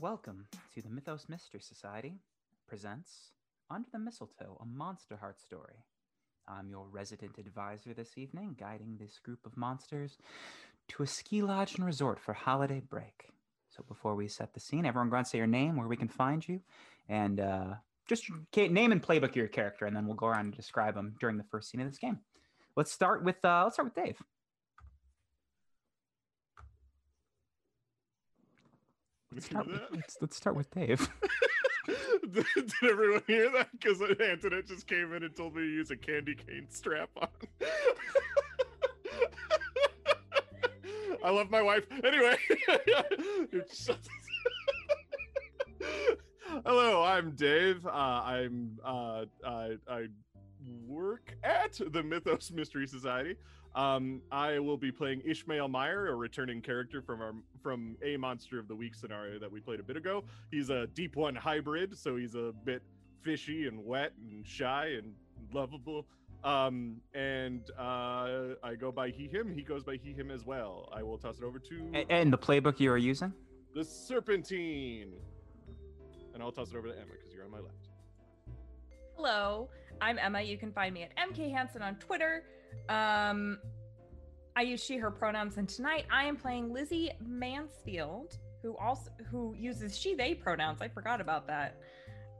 Welcome to the Mythos Mystery Society presents Under the Mistletoe, a Monster Heart Story. I'm your resident advisor this evening, guiding this group of monsters to a ski lodge and resort for holiday break. So before we set the scene, everyone go out and say your name, where we can find you, and uh, just your ca- name and playbook of your character, and then we'll go around and describe them during the first scene of this game. Let's start with uh, let's start with Dave. Let's start with, let's, let's start with Dave. did, did everyone hear that? Because Antoinette just came in and told me to use a candy cane strap on. I love my wife. Anyway, It sucks. hello, I'm Dave. Uh, I'm uh, I, I work at the Mythos Mystery Society. Um, I will be playing Ishmael Meyer, a returning character from our from a Monster of the Week scenario that we played a bit ago. He's a Deep One hybrid, so he's a bit fishy and wet and shy and lovable. Um, and uh, I go by he him. He goes by he him as well. I will toss it over to A- and the playbook you are using. the Serpentine, and I'll toss it over to Emma because you're on my left. Hello, I'm Emma. You can find me at MK Hansen on Twitter. Um, I use she, her pronouns, and tonight I am playing Lizzie Mansfield, who also who uses she, they pronouns. I forgot about that.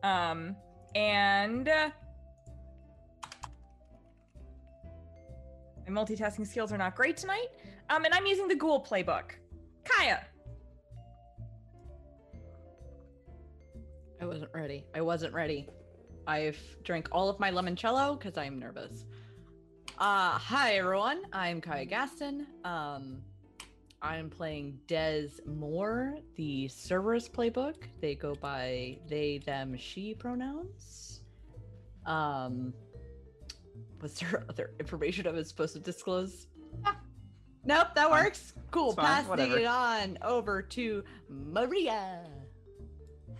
Um, and uh, my multitasking skills are not great tonight. Um, and I'm using the Ghoul playbook. Kaya, I wasn't ready. I wasn't ready. I've drank all of my limoncello because I'm nervous. Uh, hi everyone. I'm Kaya Gaston. Um, I'm playing Des Moore, the server's playbook. They go by they, them, she pronouns. Um, was there other information I was supposed to disclose? Ah, nope, that Fine. works. Cool. It's fine, Passing whatever. it on over to Maria.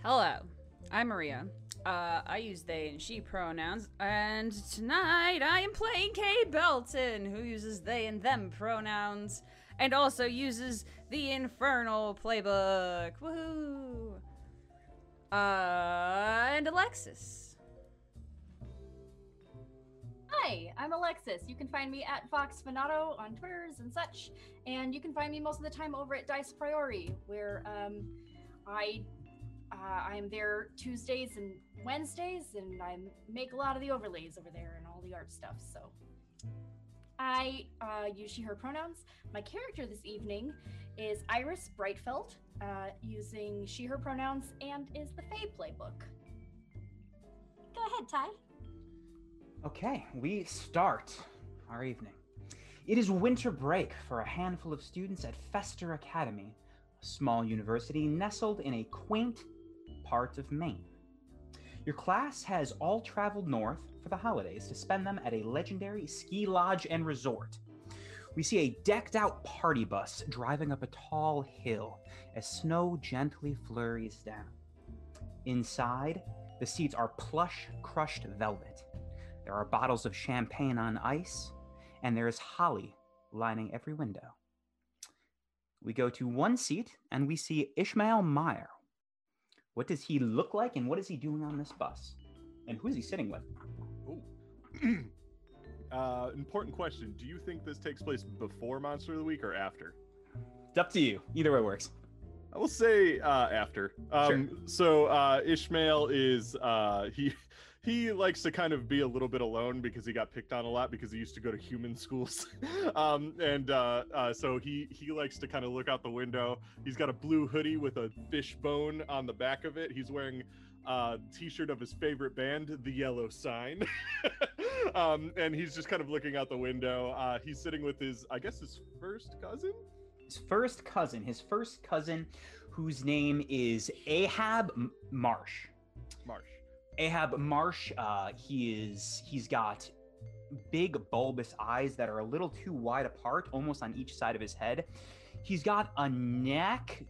Hello, I'm Maria. Uh, I use they and she pronouns, and tonight I am playing Kay Belton, who uses they and them pronouns, and also uses the Infernal playbook. Woohoo! Uh, and Alexis. Hi, I'm Alexis. You can find me at Vox Venato on Twitters and such, and you can find me most of the time over at Dice Priori, where um, I uh, I'm there Tuesdays and Wednesdays, and I make a lot of the overlays over there and all the art stuff. So I uh, use she/her pronouns. My character this evening is Iris Brightfeld, uh, using she/her pronouns, and is the Fae playbook. Go ahead, Ty. Okay, we start our evening. It is winter break for a handful of students at Fester Academy, a small university nestled in a quaint part of Maine. Your class has all traveled north for the holidays to spend them at a legendary ski lodge and resort. We see a decked out party bus driving up a tall hill as snow gently flurries down. Inside, the seats are plush, crushed velvet. There are bottles of champagne on ice, and there is holly lining every window. We go to one seat and we see Ishmael Meyer. What does he look like and what is he doing on this bus? And who is he sitting with? Uh, important question. Do you think this takes place before Monster of the Week or after? It's up to you. Either way works. I will say uh, after. Um, So uh, Ishmael is uh, he he likes to kind of be a little bit alone because he got picked on a lot because he used to go to human schools, um, and uh, uh, so he he likes to kind of look out the window. He's got a blue hoodie with a fishbone on the back of it. He's wearing a t-shirt of his favorite band, The Yellow Sign. Um, and he's just kind of looking out the window. Uh, he's sitting with his, I guess, his first cousin. His first cousin, his first cousin, whose name is Ahab M- Marsh. Marsh. Ahab Marsh, uh, he is he's got big bulbous eyes that are a little too wide apart, almost on each side of his head. He's got a neck,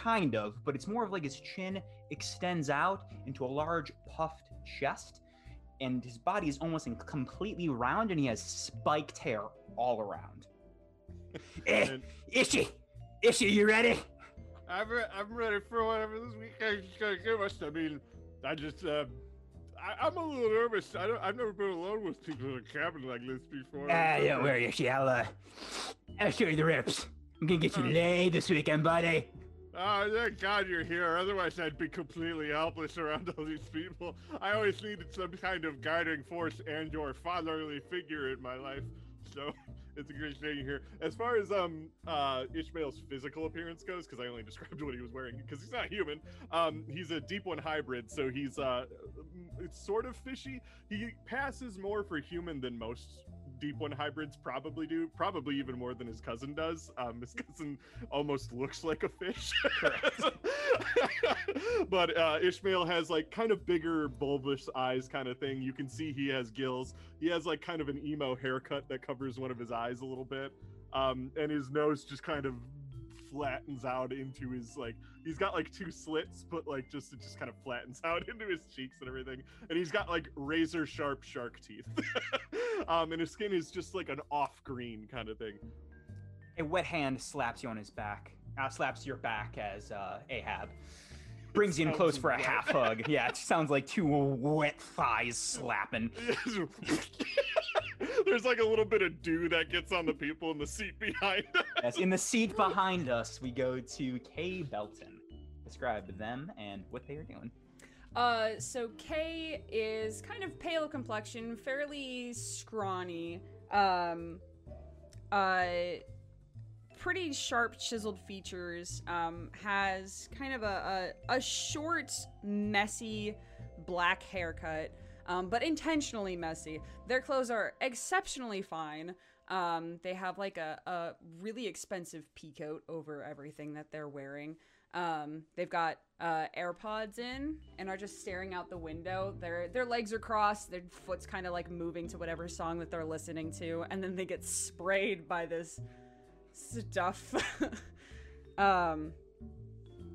kind of, but it's more of like his chin extends out into a large puffed chest, and his body is almost in- completely round, and he has spiked hair all around. eh, And Ishi, Ishi, you ready? I'm, re- I'm ready for whatever this weekend's gonna give us. I mean, I just, uh, I, I'm a little nervous. I don't, I've never been alone with people in a cabin like this before. Ah, don't worry, Yoshi. I'll, uh, I'll show you the ropes. I'm gonna get you Oh. laid this weekend, buddy. Oh, thank God you're here. Otherwise, I'd be completely helpless around all these people. I always needed some kind of guiding force and/or fatherly figure in my life. So it's a great thing you're here. As far as um uh, Ishmael's physical appearance goes, because I only described what he was wearing, because he's not human. Um, he's a deep one hybrid, so he's uh, it's sort of fishy. He passes more for human than most deep one hybrids probably do probably even more than his cousin does um his cousin almost looks like a fish. but uh, Ishmael has like kind of bigger bulbous eyes, kind of thing. You can see he has gills. He has like kind of an emo haircut that covers one of his eyes a little bit, um, and his nose just kind of flattens out into his like he's got like two slits but like just it just kind of flattens out into his cheeks and everything and he's got like razor sharp shark teeth um and his skin is just like an off green kind of thing A wet hand slaps you on his back. Uh, slaps your back as uh, Ahab brings you in Sounds close for a wet. half hug. Yeah, it sounds like two wet thighs slapping. There's like a little bit of dew that gets on the people in the seat behind. Yes, in the seat behind us, we go to Kay Belton. Describe them and what they are doing. Uh, so Kay is kind of pale complexion, fairly scrawny, um, uh, pretty sharp, chiseled features. Um, has kind of a a, a short, messy black haircut, um, but intentionally messy. Their clothes are exceptionally fine. Um, they have like a, a really expensive peacoat over everything that they're wearing. Um, they've got uh, AirPods in and are just staring out the window. Their their legs are crossed, their foot's kind of like moving to whatever song that they're listening to, and then they get sprayed by this stuff. um,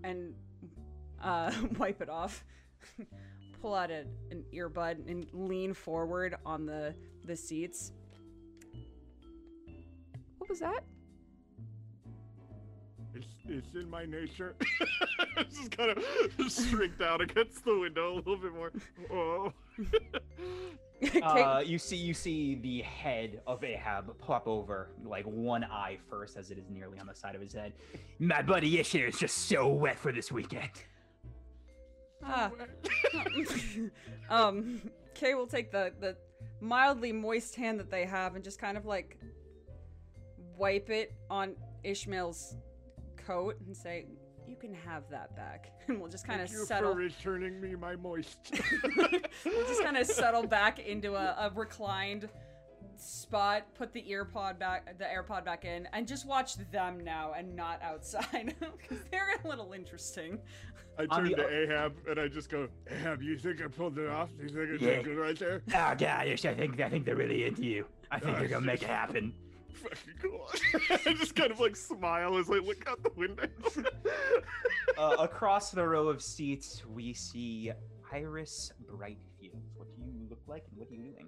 and uh, wipe it off. Pull out a, an earbud and lean forward on the the seats. What was that? It's, it's in my nature. It's just kind of shrink down against the window a little bit more. Oh. Kate- Uh, you see, you see the head of Ahab pop over, like one eye first, as it is nearly on the side of his head. My buddy Ishir is just so wet for this weekend. Ah. um, Kay will take the, the mildly moist hand that they have and just kind of like wipe it on Ishmael's coat and say, You can have that back. And we'll just kind of Thank you settle. for returning me my moist. we'll just kind of settle back into a, a reclined spot, put the ear pod back, the AirPod back in, and just watch them now and not outside. 'Cause they're a little interesting. I On turn the to o- Ahab and I just go, Ahab, you think I pulled it off? You think I did Yeah. good right there? Oh god, Ish, I think I think they're really into you. I think they're gonna make it happen. Fucking cool. I just kind of like smile as I look out the window. Uh, across the row of seats, we see Iris Brightfield. What do you look like, and what are you doing?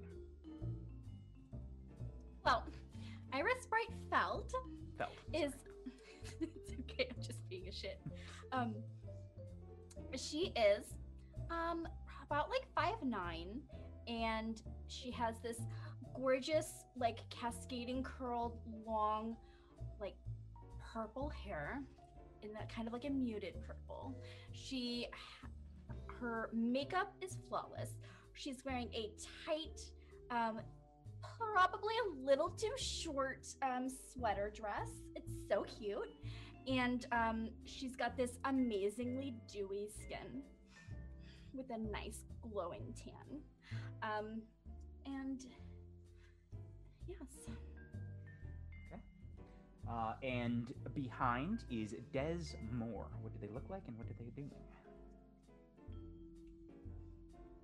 Well, Iris Brightfeld Felt. is. it's okay, I'm just being a shit. Um, she is um about like five nine, and she has this gorgeous, like cascading curled, long, like purple hair, in that kind of like a muted purple. She, ha- her makeup is flawless. She's wearing a tight, um, probably a little too short um, sweater dress. It's so cute. And um, she's got this amazingly dewy skin with a nice glowing tan. Um, and yes, Uh, and behind is Des Moore. What do they look like, and what are they doing?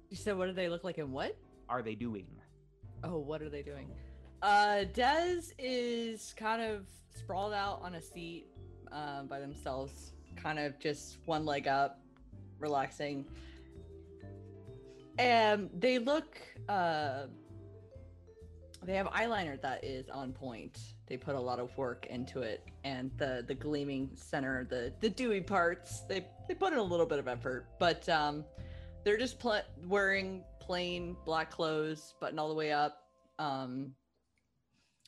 You said, what do they look like and what? Are they doing? Oh, what are they doing? Uh, Des is kind of sprawled out on a seat uh, by themselves, kind of just one leg up, relaxing. And they look uh, they have eyeliner that is on point. They put a lot of work into it, and the the gleaming center, the the dewy parts, they they put in a little bit of effort. But um, they're just pl- wearing plain black clothes, buttoned all the way up, um,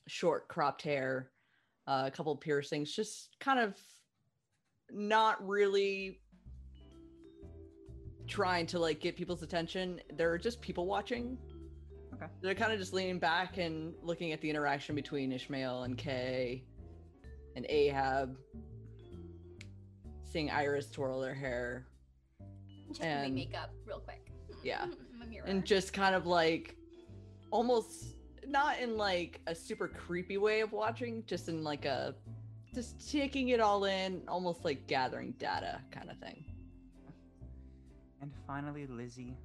short cropped hair, uh, a couple piercings, just kind of not really trying to like get people's attention. They're just people watching. Okay. They're kind of just leaning back and looking at the interaction between Ishmael and Kay and Ahab. Seeing Iris twirl her hair Check my And- makeup real quick. Yeah. My mirror. and just kind of like almost not in like a super creepy way of watching, just in like a just taking it all in, almost like gathering data kind of thing. And finally, Lizzie,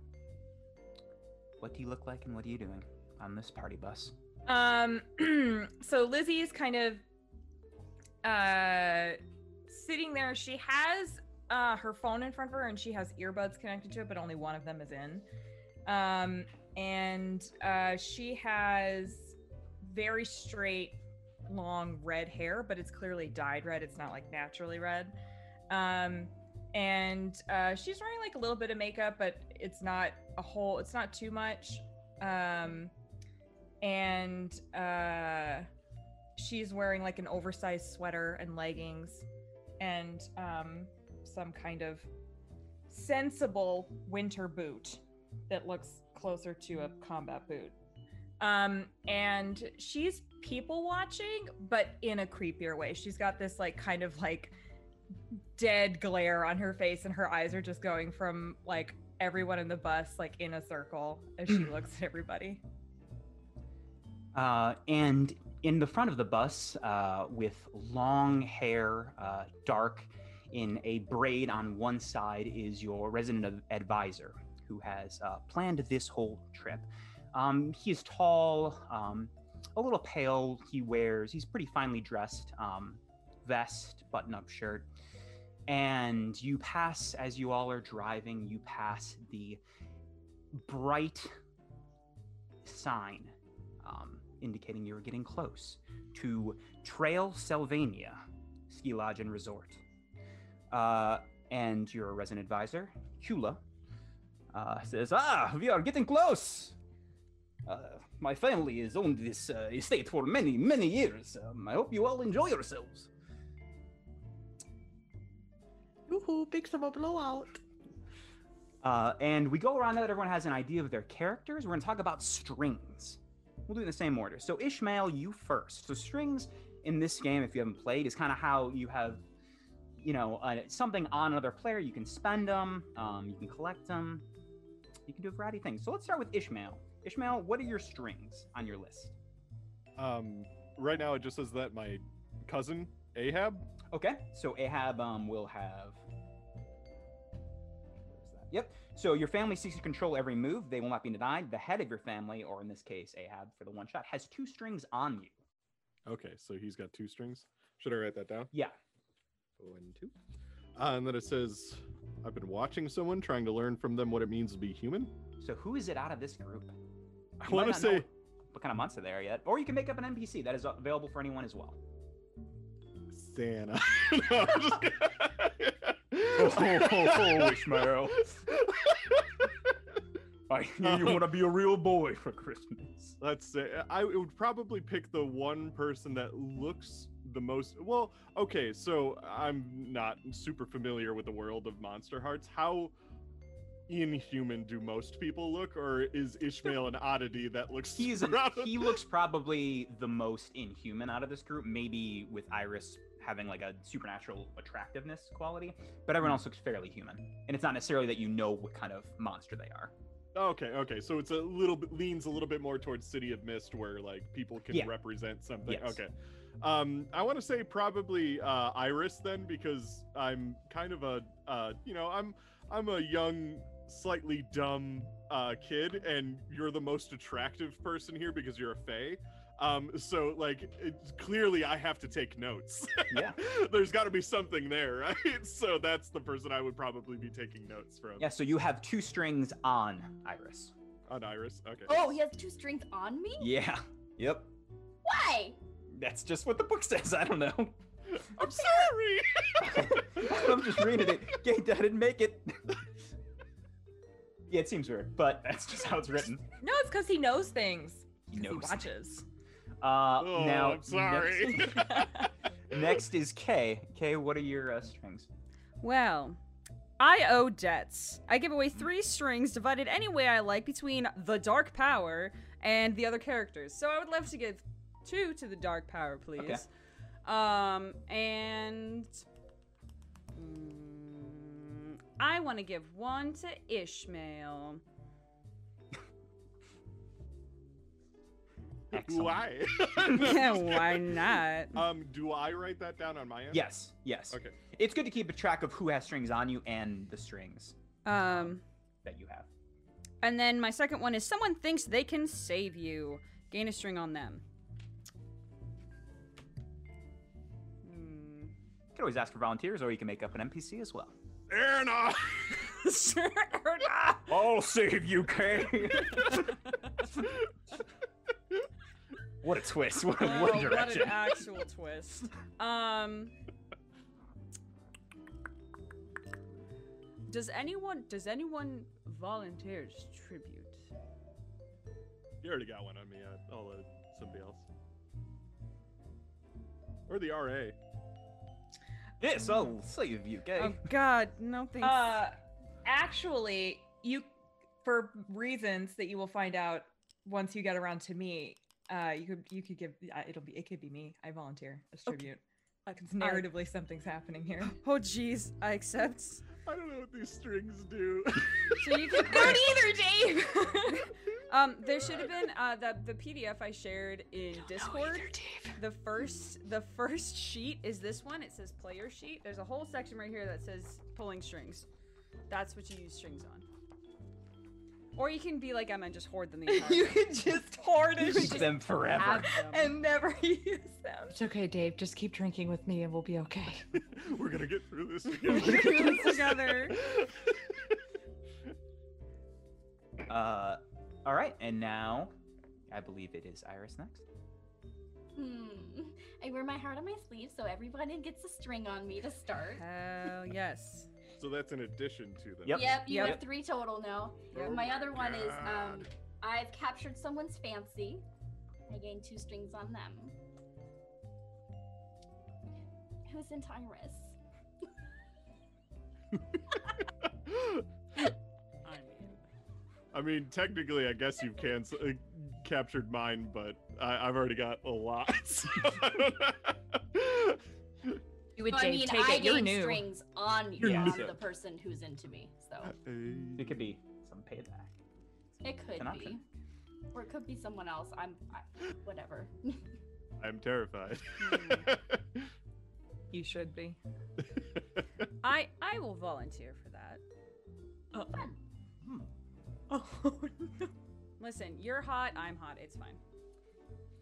what do you look like and what are you doing on this party bus? Um, so Lizzie is kind of uh, sitting there. She has uh, her phone in front of her and she has earbuds connected to it, but only one of them is in. Um, and uh, she has very straight, long red hair, but it's clearly dyed red. It's not like naturally red. Um, and uh, she's wearing like a little bit of makeup, but it's not a whole, it's not too much. Um, and uh, she's wearing like an oversized sweater and leggings and um, some kind of sensible winter boot that looks closer to a combat boot. Um, and she's people watching, but in a creepier way. She's got this like kind of like dead glare on her face, and her eyes are just going from like everyone in the bus like in a circle as she looks at everybody. Uh, and in the front of the bus, uh, with long hair, uh, dark, in a braid on one side, is your resident ad- advisor who has uh, planned this whole trip. Um, he is tall, um, a little pale. He wears, he's pretty finely dressed um, vest, button up shirt. And you pass, as you all are driving, you pass the bright sign um, indicating you were getting close to Trail Sylvania Ski Lodge and Resort. Uh, and your resident advisor, Hula, uh, says, Ah, we are getting close. Uh, my family has owned this uh, estate for many, many years. Um, I hope you all enjoy yourselves. Woohoo, big summer blowout. Uh, and we go around now that everyone has an idea of their characters. We're going to talk about strings. We'll do it in the same order. So, Ishmael, you first. So, strings in this game, if you haven't played, is kind of how you have, you know, uh, something on another player. You can spend them, um, you can collect them, you can do a variety of things. So, let's start with Ishmael. Ishmael, what are your strings on your list? Um, right now it just says that my cousin Ahab. Okay, so Ahab um, will have. Where's that? Yep. So your family seeks to control every move. They will not be denied. The head of your family, or in this case, Ahab, for the one shot, has two strings on you. Okay, so he's got two strings. Should I write that down? Yeah. One, two. Uh, and then it says, I've been watching someone trying to learn from them what it means to be human. So who is it out of this group? I You might want to not know say, What kind of monster they are yet? Or you can make up an NPC that is available for anyone as well. Santa. no, I'm just Oh, kidding. Ishmael. I you want to be a real boy for Christmas. Let's say I it would probably pick the one person that looks the most well. Okay, so I'm not super familiar with the world of Monster Hearts. How inhuman do most people look, or is Ishmael an oddity that looks? He's an, rather- he looks probably the most inhuman out of this group, maybe with Iris having like a supernatural attractiveness quality, but everyone else looks fairly human. And it's not necessarily that you know what kind of monster they are. Okay, okay. So it's a little bit leans a little bit more towards City of Mist where like people can Yeah. represent something. Yes. Okay. Um I want to say probably uh Iris then because I'm kind of a uh you know, I'm I'm a young slightly dumb uh kid and you're the most attractive person here because you're a fae. Um so like it's, clearly I have to take notes. Yeah. There's got to be something there, right? So that's the person I would probably be taking notes from. Yeah, so you have two strings on Iris. On Iris. Okay. oh, he has two strings on me. Yeah. Yep. Why? That's just what the book says. I don't know. I'm sorry. I'm just reading it. Gate, I didn't make it. yeah, it seems weird, but that's just how it's written. No, it's because he knows things. He 'Cause knows. He watches. Uh, Oh, now, I'm sorry. Next, next is Kay. Kay, what are your uh, strings? Well, I owe debts. I give away three strings divided any way I like between the Dark Power and the other characters. So I would love to give two to the Dark Power, please. Okay. Um, and. mm, I want to give one to Ishmael. Excellent. Why? Why not? Um, do I write that down on my end? Yes, yes. Okay. It's good to keep a track of who has strings on you and the strings Um, that you have. and then my second one is someone thinks they can save you. Gain a string on them. Hmm. You can always ask for volunteers, or you can make up an NPC as well. Erna. sure or not. Oh, I'll save you, Kay. what a twist! What a, what a Oh, what direction! an actual twist. Um, does anyone does anyone volunteers tribute? You already got one on me. I- I'll let somebody else. Or the RA. Yes, I'll save you, Kay. Oh God, no thanks. Uh, actually, you, for reasons that you will find out once you get around to me, uh, you could you could give uh, it'll be it could be me. I volunteer as Okay. tribute. I- It's narratively something's happening here. oh jeez, I accept. I don't know what these strings do. So you can Not either, Dave. um, there should have been uh, the the PDF I shared in Discord. The first the first sheet is this one. It says player sheet. There's a whole section right here that says pulling strings. That's what you use strings on. Or you can be like Emma and just hoard them the entire you time. could just hoard Keep it them forever. Have them. and never use them. It's okay, Dave. Just keep drinking with me and we'll be okay. We're gonna get through this We're together. doing this together. Uh, all right, and now I believe it is Iris next. Hmm. I wear my heart on my sleeve so everybody gets a string on me to start. Hell yes. so that's an addition to them. Yep. Yep, you Yep. have three total now. Oh my my other one is um, God. I've captured someone's fancy. I gain two strings on them. Who's in Tyrus? I mean, technically, I guess you can s- uh, captured mine, but I- I've already got a lot. So I don't know. You would No, I mean, I You're gain new. strings on, You're on new. the person who's into me. So Uh, It could be some payback. it could an be. option. Or it could be someone else. I'm I, whatever. I'm terrified. You should be. I I will volunteer for that. Hmm. Oh, Listen, you're hot, I'm hot. It's fine.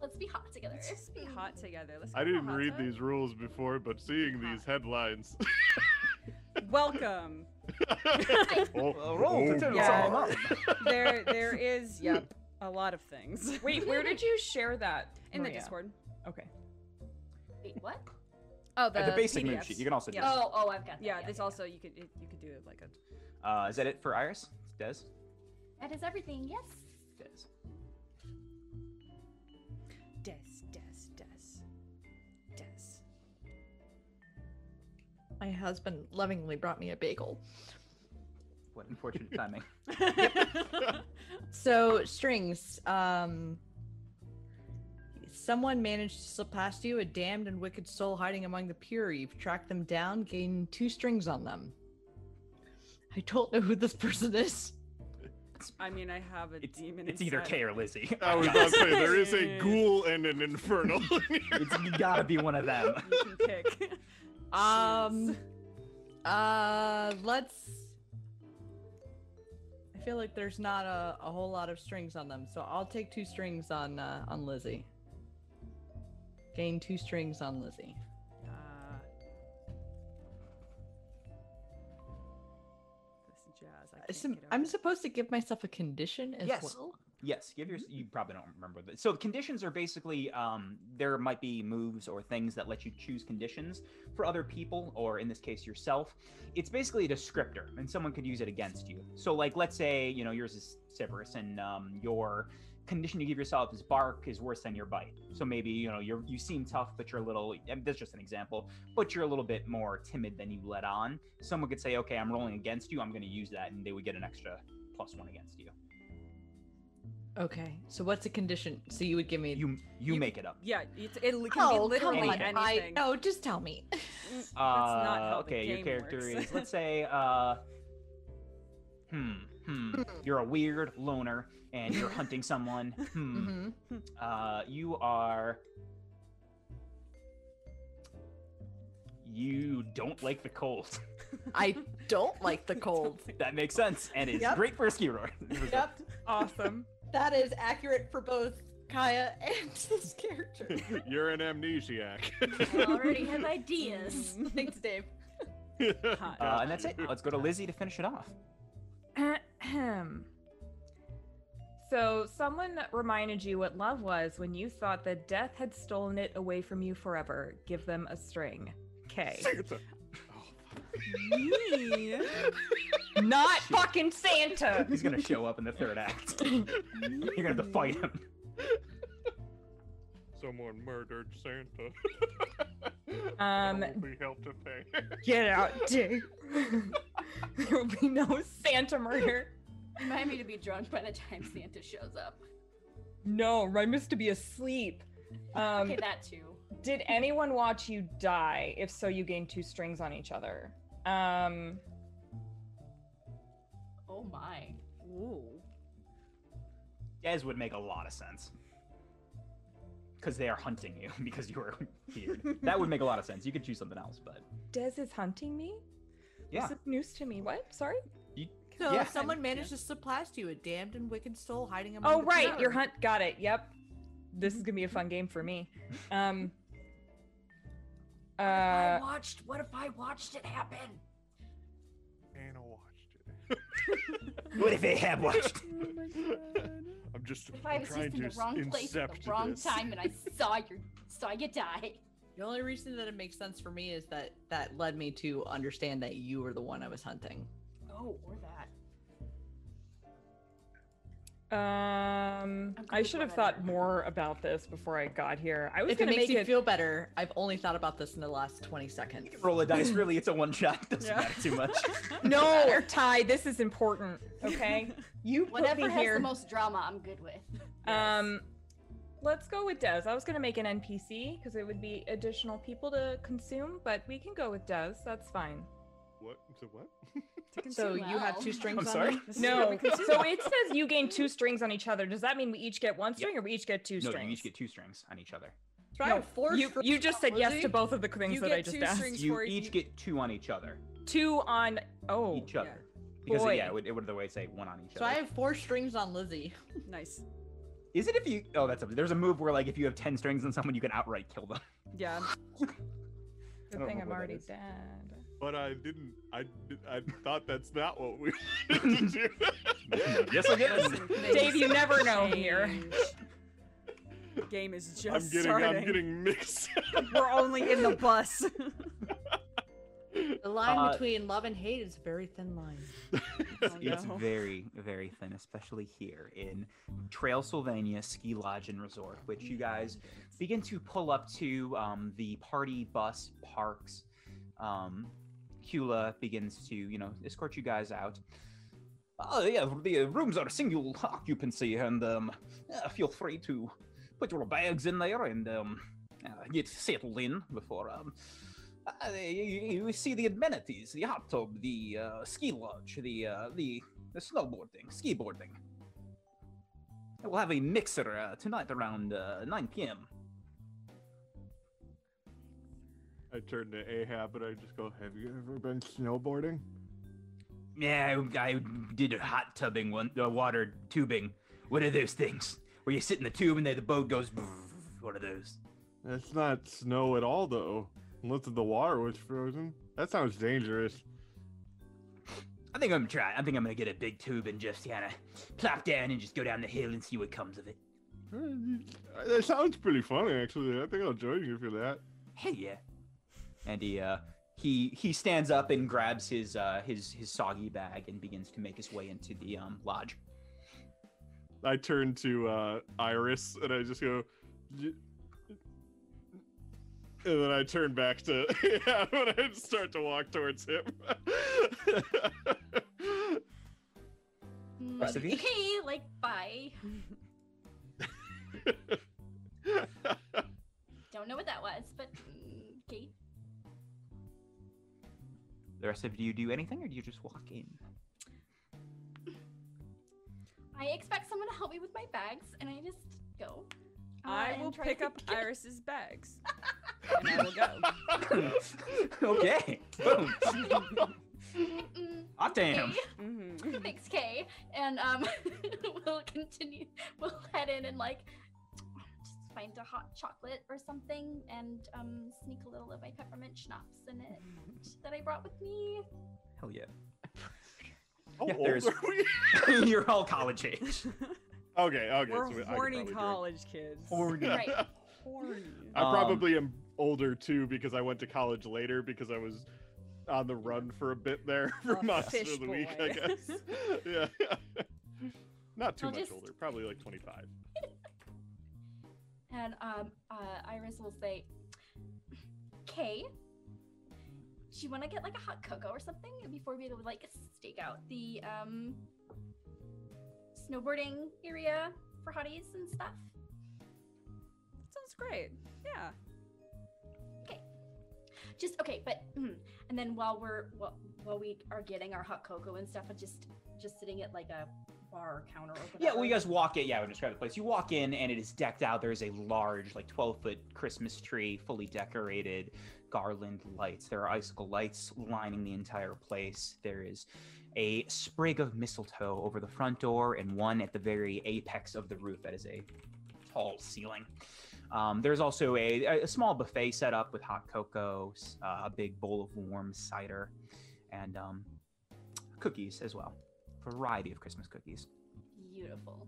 Let's be hot together. Let's just be hot together. Let's I go to a didn't hot read tub. these rules before, but seeing these headlines. Welcome. oh, Well, roll to tell us yeah. all about it. There there is yep a lot of things. Oh, Wait, where did you share that? in the Maria? Discord. Okay. Wait, what? Oh, At the basic move sheet, you can also do yeah. that. Oh, oh, I've got that. yeah, this also you could it, you could do like a Uh, is that it for Iris? Des? That is everything. Yes. Des. des des des des. My husband lovingly brought me a bagel. What unfortunate timing. So strings. Um, someone managed to slip past you, a damned and wicked soul hiding among the pure. You've tracked them down, gained two strings on them. I don't know who this person is. I mean, I have a It's, demon. it's either inside. Kay or Lizzie. I was about to say there is Yeah. a ghoul and an infernal. it's gotta be one of them. You can pick. Um, uh, let's. I feel like there's not a, a whole lot of strings on them, so I'll take two strings on uh, on Lizzie. Gain two strings on Lizzie. Uh, Ah, this jazz. I can't Some, get over I'm it. supposed to give myself a condition as Yes. well. Yes, give your. You probably don't remember that. So the conditions are basically um, there might be moves or things that let you choose conditions for other people, or in this case yourself. It's basically a descriptor, and someone could use it against you. So like, let's say you know yours is Cerberus, and um, your condition you give yourself is bark is worse than your bite. So maybe you know you you seem tough, but you're a little. And that's just an example, but you're a little bit more timid than you let on. Someone could say, okay, I'm rolling against you. I'm going to use that, and they would get an extra plus one against you. Okay. So what's a condition? So you would give me. You you You- make it up. Yeah, it, it can oh, be literally come on. anything. I, anything. Mm, no, just tell me. That's Uh, not how the okay, your game character works. is. Let's say, uh, hmm, hmm. You're a weird loner, and you're hunting someone. Mm-hmm. Hmm. hmm Uh, you are. You don't like the cold. I don't like the cold. that makes sense, and it's Yep. great for a ski roar. yep. Awesome. That is accurate for both Kaya and this character. You're an amnesiac. I already have ideas. Thanks, Dave. Hot. Uh, and that's it. Let's go to Lizzie to finish it off. Ahem. so, someone reminded you what love was when you thought that death had stolen it away from you forever. Give them a string. Okay. Santa. Me? Not fucking Santa. He's gonna show up in the third act. You're gonna have to fight him. Someone murdered Santa. Um, we help to pay. Get out, Dave. there will be no Santa murder. Remind me to be drunk by the time Santa shows up. No, Rhyme is to be asleep. Um, Okay, that too. did anyone watch you die? If so, you gain two strings on each other. Um, Oh my. Ooh. Dez would make a lot of sense. Because they are hunting you because you were weird. that would make a lot of sense. You could choose something else, but Des is hunting me. yeah. This is news to me. What? Sorry. So Yeah. if someone manages to blast you, a damned and wicked soul hiding among Oh the right, clouds. your hunt. Got it. Yep. This is gonna be a fun game for me. Um. Uh. watched. What if I watched it happen? Anna watched What if they have watched? it. I'm just. What Oh if I I'm was trying just in the to wrong place at incept the wrong this. time and I saw your saw you die? The only reason that it makes sense for me is that that led me to understand that you were the one I was hunting. Oh, or that. Um. good I with should have whatever. thought more about this before I got here. I was If it gonna makes make you it. feel better, I've only thought about this in the last 20 seconds. You can roll a dice, really, it's a one shot. Doesn't Yeah. matter too much. no, Ty. This is important. Okay. You put Whatever me has here. the most drama, I'm good with. Um, let's go with Dez. I was gonna make an NPC because it would be additional people to consume, but we can go with Dez. That's fine. What? So what? So Consume you have well. two strings I'm on sorry? them? This is what No, we consume. so it says you gain two strings on each other. Does that mean we each get one string, or we each get two No, strings? you each get two strings on each other. Try No, and force You, you just said yes to Lizzie, both of the things you that get I just two asked. strings You for each get two on each other. Two on oh Each other. Because, boy. yeah, it would, it would otherwise say one on each So I other. have four strings on Lizzie. Nice. Is it if you. Oh, that's. A, there's a move where, like, if you have 10 strings on someone, you can outright kill them. Yeah. I Good don't thing know what I'm that already is. dead. But I didn't. I did- I thought that's not what we wanted to do. yes, I did. Listen, things Dave, you never know here. change. Game is just I'm getting. starting. I'm getting mixed. We're only in the bus. The line Uh, between love and hate is a very thin line. Oh, It's no. very, very thin, especially here in Trail Sylvania Ski Lodge and Resort, which you guys begin to pull up to um, the party bus parks. Um, Kula begins to, you know, escort you guys out. Oh, yeah, the uh, rooms are single occupancy, and um, uh, feel free to put your bags in there and um, uh, get settled in before um, uh, you, you see the amenities, the hot tub, the uh, ski lodge, the uh, the the snowboarding, ski boarding. We'll have a mixer uh, tonight around uh, 9 p.m. I turned to Ahab and I just go, "Have you ever been snowboarding?" Yeah, I, I did a hot tubbing one, uh, water tubing. What are those things? Where you sit in the tube and then the boat goes. What are those? That's not snow at all, though. Unless the water was frozen. That sounds dangerous. I think I'm trying. I think I'm gonna get a big tube and just kind of plop down and just go down the hill and see what comes of it. Uh, That sounds pretty funny, actually. I think I'll join you for that. Hell yeah! And he uh, he he stands up and grabs his uh, his his soggy bag and begins to make his way into the um, lodge. I turn to uh, Iris and I just go, "Y- and then I turn back to yeah, when I start to walk towards him. Mm, Rest of you? Okay, like bye. Don't know what that was, but mm, okay. The rest of you do anything, or do you just walk in? I expect someone to help me with my bags, and I just go. uh, I and will try pick to up get- Iris's bags. and I will go. okay. Boom. Mm, Hot damn. okay. Mhm. Thanks, Kay. And um, we'll continue. We'll head in and like just find a hot chocolate or something, and um, sneak a little of my peppermint schnapps in it that I brought with me. Hell yeah. How Yeah, old there's- are we? You're all college age. Okay, okay. so I We're could horny probably join. college kids. Right. Horny. I Um, probably am older too because I went to college later because I was on the run for a bit there for A Monster fish of the Week, I boy. guess. yeah. Not too I'll much just- older, probably like 25. And um, uh, Iris will say, "Kay, do you want to get like a hot cocoa or something before we like stake out the um, snowboarding area for hotties and stuff?" Sounds great. Yeah. Just okay, but mm, and then while we're while, while we are getting our hot cocoa and stuff, and just just sitting at like a bar counter. Or Yeah, well, you whatever, guys walk in. Yeah, I would describe the place. You walk in, and it is decked out. There is a large, like 12 foot Christmas tree, fully decorated, garland lights. There are icicle lights lining the entire place. There is a sprig of mistletoe over the front door, and one at the very apex of the roof that is a tall ceiling. Um, there's also a, a- a small buffet set up with hot cocoa, s- uh, a big bowl of warm cider, and um, cookies as well. Variety of Christmas cookies. Beautiful.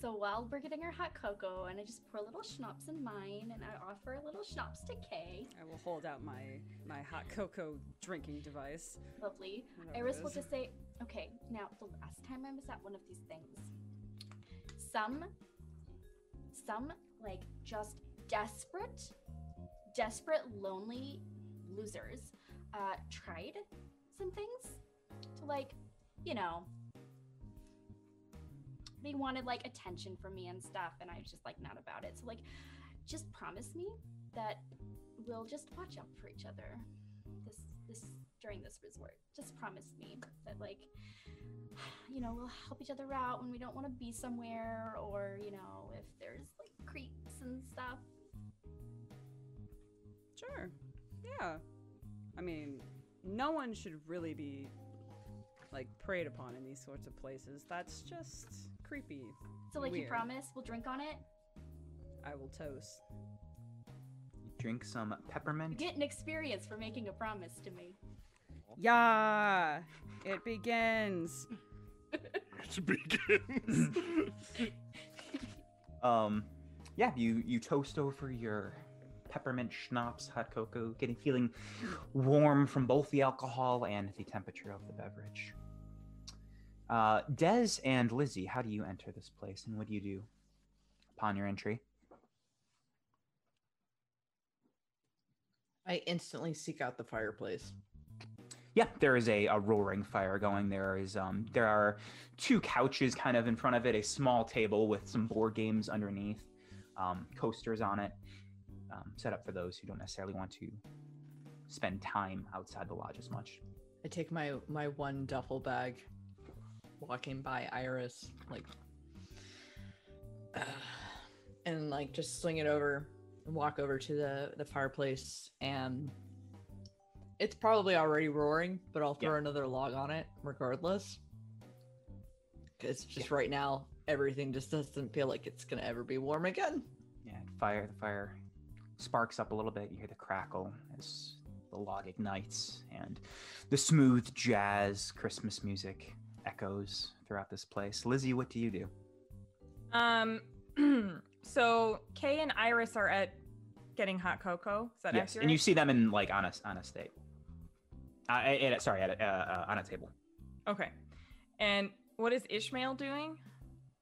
So while we're getting our hot cocoa, and I just pour a little schnapps in mine, and I offer a little schnapps to Kay. I will hold out my my hot cocoa drinking device. Lovely. whatever it Iris will is. just say, okay, now the last time I was at one of these things, some, some like just desperate, desperate, lonely losers uh, tried some things to like, you know, they wanted like attention from me and stuff, and I was just like, not about it. So, like, just promise me that we'll just watch out for each other this this during this resort. Just promise me that like you know, we'll help each other out when we don't want to be somewhere or, you know, if there's like creeks and stuff. Sure. Yeah. I mean, no one should really be like preyed upon in these sorts of places. That's just creepy. So like you Weird. promise we'll drink on it. I will toast. drink some You peppermint. get an experience for making a promise to me. Yeah, it begins. It begins. Um, yeah, you you toast over your peppermint schnapps, hot cocoa, getting feeling warm from both the alcohol and the temperature of the beverage. Uh, Des and Lizzie, how do you enter this place, and what do you do upon your entry? I instantly seek out the fireplace. Yeah, there is a, a roaring fire going. There is um there are two couches kind of in front of it, a small table with some board games underneath, um, coasters on it, um, set up for those who don't necessarily want to spend time outside the lodge as much. I take my my one duffel bag, walking by Iris, like, and like just sling it over, and walk over to the the fireplace, and it's probably already roaring, but I'll Yeah. throw another log on it regardless. Because just right now, everything just doesn't feel like it's gonna ever be warm again. Yeah, fire the fire sparks up a little bit. You hear the crackle as the log ignites, and the smooth jazz Christmas music echoes throughout this place. Lizzie, what do you do? Um, so Kay and Iris are at getting hot cocoa. Is that yes, accurate? and you see them in like on a on a state. Uh, at, at- sorry, at a, uh, uh, on a table. okay. And what is Ishmael doing?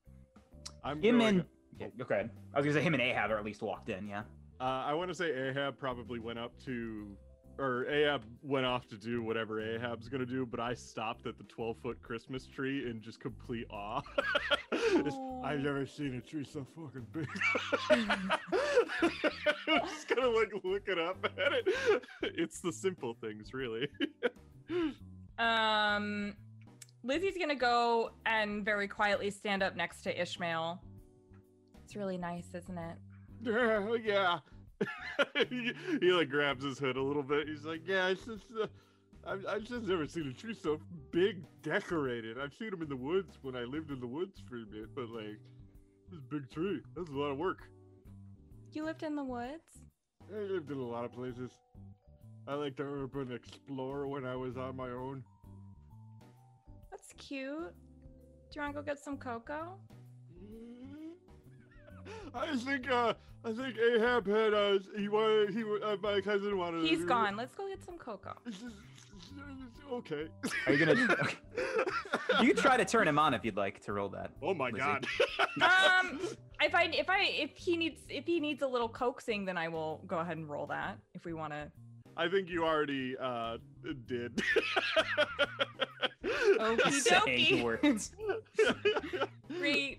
I'm Him going- and yeah, okay, I was gonna say him and Ahab are at least walked in. Yeah. Uh, I want to say Ahab probably went up to, or Ahab went off to do whatever Ahab's gonna do, but I stopped at the twelve foot Christmas tree in just complete awe. It's- I've never seen a tree so fucking big. I'm just gonna like look it up at it. It's the simple things, really. Um, Lizzie's gonna go and very quietly stand up next to Ishmael. It's really nice, isn't it? yeah. yeah. he, he, like grabs his hood a little bit. He's like, yeah, it's just. Uh, I've, I've just never seen a tree so big decorated. I've seen them in the woods when I lived in the woods for a bit, but like, this big tree, that's a lot of work. You lived in the woods. I lived in a lot of places. I like to urban explore when I was on my own. That's cute. Do you want to go get some cocoa? I think uh, I think Ahab had uh, he wanted he wa- uh, my cousin wanted. He's to- gone. Let's go get some cocoa. Okay. Are you gonna- okay. You can try to turn him on if you'd like to roll that. Oh my Lizzie. god. Um, If I if I if he needs if he needs a little coaxing, then I will go ahead and roll that if we want to. I think you already uh did. Okie Saying dokie. words. Great.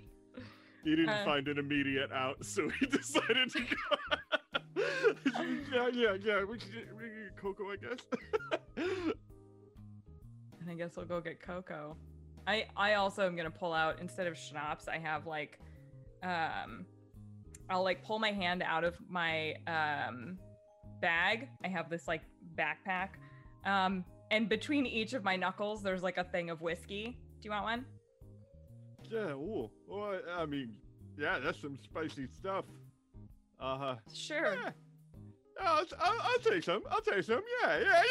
He didn't Uh, find an immediate out, so he decided to go. yeah, yeah, yeah. We should get, we can get Coco, I guess. And I guess I'll go get cocoa. I I also am gonna pull out instead of schnapps, I have like, um, I'll like pull my hand out of my um bag. I have this like backpack, um, and between each of my knuckles, there's like a thing of whiskey. Do you want one? yeah, ooh. Well, I, I mean, yeah, that's some spicy stuff. Uh huh. Sure. Yeah. I'll, I'll, I'll take some. I'll take some. Yeah, yeah,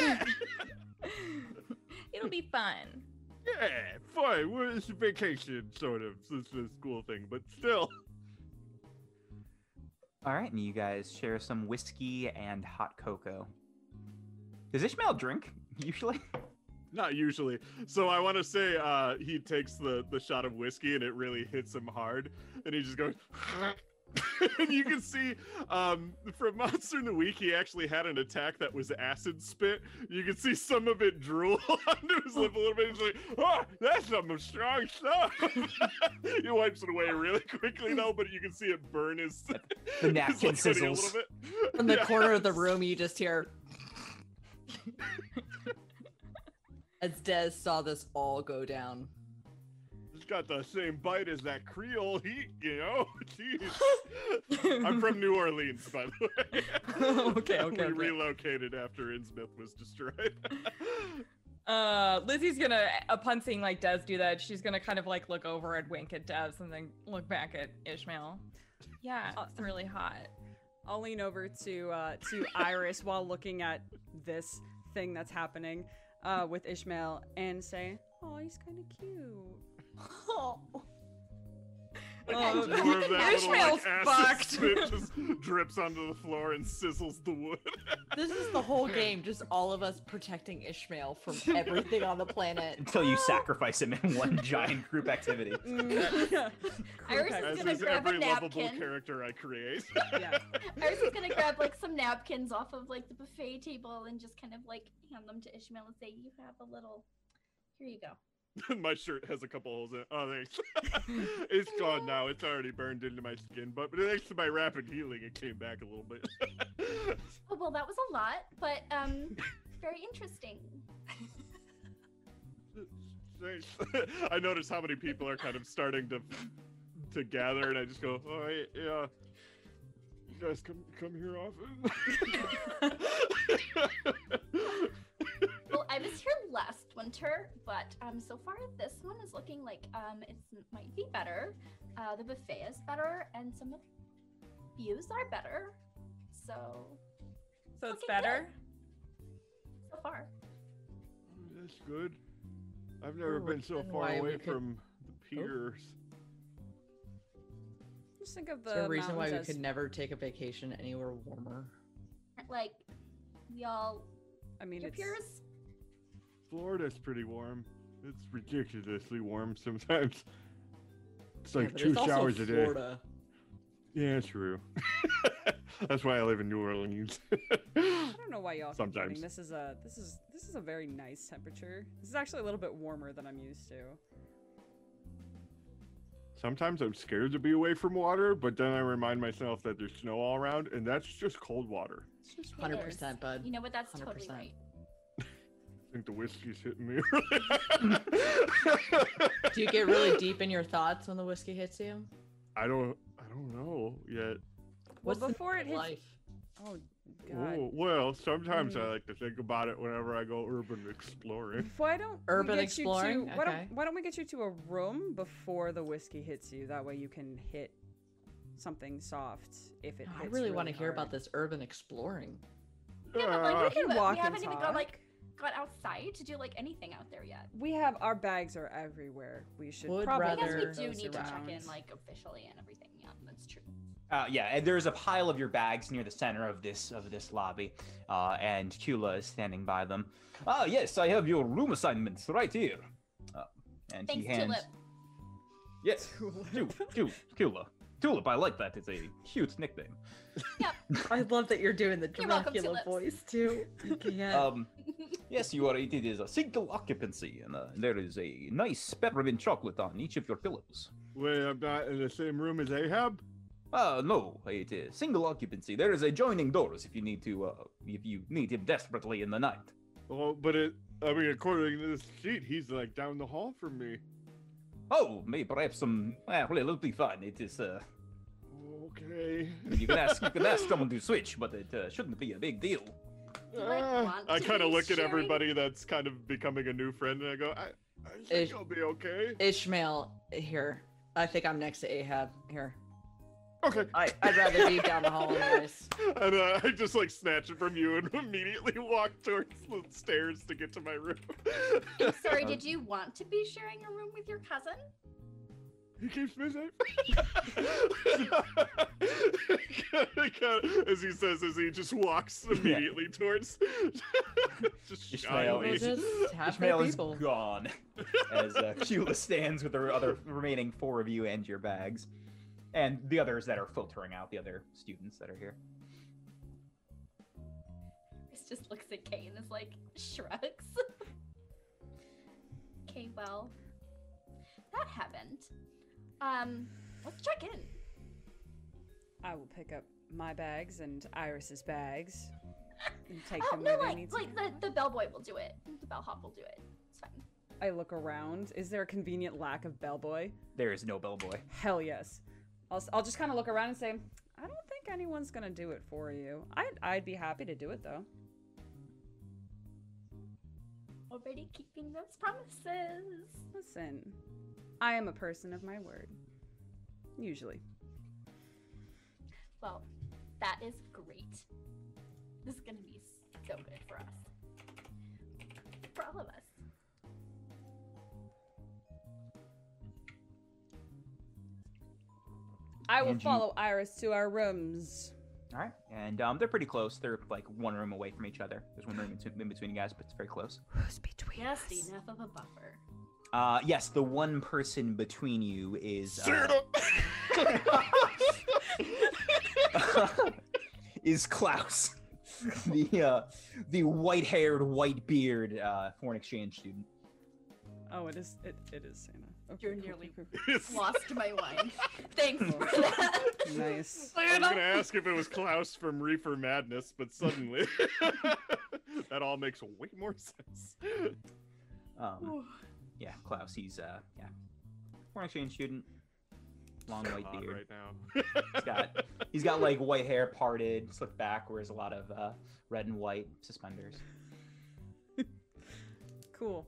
yeah, yeah, yeah. It'll be fun. Yeah, fine. Well, it's a vacation, sort of. It's a school thing, but still. All right, and you guys share some whiskey and hot cocoa. Does Ishmael drink usually? Not usually. So I want to say uh, he takes the, the shot of whiskey and it really hits him hard. And he just goes. and you can see um, from Monster in the Week, he actually had an attack that was acid spit. You can see some of it drool onto his lip a little bit. He's like, oh, that's some strong stuff. he wipes it away really quickly, though, but you can see it burn his. The his napkin liquidity sizzles. bit. From the Yeah. corner of the room, you just hear. As Dez saw this all go down. It's got the same bite as that Creole heat, you know? Jeez. I'm from New Orleans, by the way. Okay, okay, We okay. relocated after Innsmouth was destroyed. Uh, Lizzie's gonna, upon seeing like Des do that, she's gonna kind of like look over and wink at Des and then look back at Ishmael. Yeah, it's really hot. I'll lean over to uh, to Iris while looking at this thing that's happening uh, with Ishmael and say, "Oh, he's kind of cute." Like, Oh. more of that little, like, Ishmael's acid fucked. spit just drips onto the floor and sizzles the wood. This is the whole game, just all of us protecting Ishmael from everything on the planet. Until you sacrifice him in one giant group activity. Mm, yeah. Iris Okay. is As gonna is grab a every lovable napkin. character I create. Yeah. I was just gonna grab like some napkins off of like the buffet table and just kind of like hand them to Ishmael and say, "You have a little. Here you go." my shirt has a couple holes in it. Oh, thanks. it's gone now. It's already burned into my skin, but but thanks to my rapid healing, it came back a little bit. Oh well, that was a lot, but um, very interesting. Thanks. I notice how many people are kind of starting to to gather, and I just go, "All right, yeah, you guys come come here often." Well, I was here last winter, but um, so far this one is looking like um, it might be better. Uh, the buffet is better, and some of the views are better. So So it's Looking better. so far. That's good. I've never Ooh, been so then far why we away could- Oh. from the piers. Just think of Is there the a reason why we mountains could as never take a vacation anywhere warmer? Like, y'all, I mean, your it's, peers. Florida's pretty warm. It's ridiculously warm sometimes. It's like Yeah, but two it's also showers a day. Florida. Yeah, true. That's why I live in New Orleans. I don't know why y'all. keep Sometimes. voting. this is a this is this is a very nice temperature. This is actually a little bit warmer than I'm used to. Sometimes I'm scared to be away from water, but then I remind myself that there's snow all around, and that's just cold water. Hundred percent, bud. You know what? That's totally 100%. right. I think the whiskey's hitting me. early. Do you get really deep in your thoughts when the whiskey hits you? I don't. I don't know yet. Well, What's the before it normal hits. life? Oh God. Oh, well, sometimes I Mm. like to think about it whenever I go urban exploring. Why don't Urban we get You exploring? to, why, Okay. don't, why don't we get you to a room before the whiskey hits you? That way you can hit something soft if it. No, Hits Oh, I really want to hear hard. about this urban exploring. Yeah, Ah, but like, we, can haven't- we Uh, walk and haven't even talk. got like got outside to do like anything out there yet. We have our bags are everywhere. We should Would probably. I guess rather- move we do those need to check in around. like officially and everything. Yeah, that's true. Uh, yeah, and there's a pile of your bags near the center of this of this lobby, uh, and Kula is standing by them. Ah, yes, I have your room assignments right here. Uh, and Thanks, he hands. Tulip. Yes, Tulip. Kula. Tulip. I like that. It's a cute nickname. I love that you're doing the You're welcome, Tulip. too. You can't. Um, yes, you are. It is a single occupancy, and uh, there is a nice peppermint chocolate on each of your pillows. Wait, I'm not in the same room as Ahab. Uh, no, it is single occupancy. There is adjoining doors if you need to, uh, if you need him desperately in the night. Well, but it. I mean, according to this sheet, he's like down the hall from me. Oh, maybe perhaps some. Well, it'll be fun. It is. Uh, Okay. you can ask. You can ask someone to switch, but it uh, shouldn't be a big deal. Do I Ah, want I to kind of be look at sharing? everybody that's kind of becoming a new friend, and I go, I, I think Ish- you'll be okay. Ishmael, here. I think I'm next to Ahab. Here. Okay. I. I'd rather be down the hall anyways. And uh, I just like snatch it from you and immediately walk towards the stairs to get to my room. I'm sorry, Um, did you want to be sharing a room with your cousin? he keeps me safe. as he says, as he just walks immediately towards. just Ishmael shyly. We'll is- just have Ishmael good is people. gone. As uh, Kula stands with the other remaining four of you and your bags, and the others that are filtering out the other students that are here. Chris just looks at Kay and is like, shrugs. okay, well, that happened. Um, let's check in. I will pick up my bags and Iris's bags and take oh them no, where they like, need to. like go. the, the bellboy will do it. The bellhop will do it. It's fine. I look around. Is there a convenient lack of bellboy? There is no bellboy. Hell yes. I'll, s- I'll just kind of look around and say, I don't think anyone's gonna do it for you. I'd I'd be happy to do it though. Already keeping those promises. Listen, I am a person of my word. Usually. Well, that is great. This is gonna be so good for us. For all of us. I will And you- follow Iris to our rooms. All right, and um, they're pretty close. They're like one room away from each other. There's one room in between, in between you guys, but it's very close. Who's between Just enough of a buffer. Uh, yes, the one person between you is uh, Sarah! is Klaus, the uh, the white-haired, white-beard uh, foreign exchange student. Oh, it is it, it is Santa. Okay, You're cool, nearly- cool, It's- Lost my wine. Thanks for that. cool. nice. I was gonna ask if it was Klaus from Reefer Madness, but suddenly that all makes way more sense. Um, yeah, Klaus. He's uh, yeah, foreign exchange student. Long white Hot beard. right now. He's got he's got like white hair parted, slicked back, wears a lot of uh, red and white suspenders. Cool.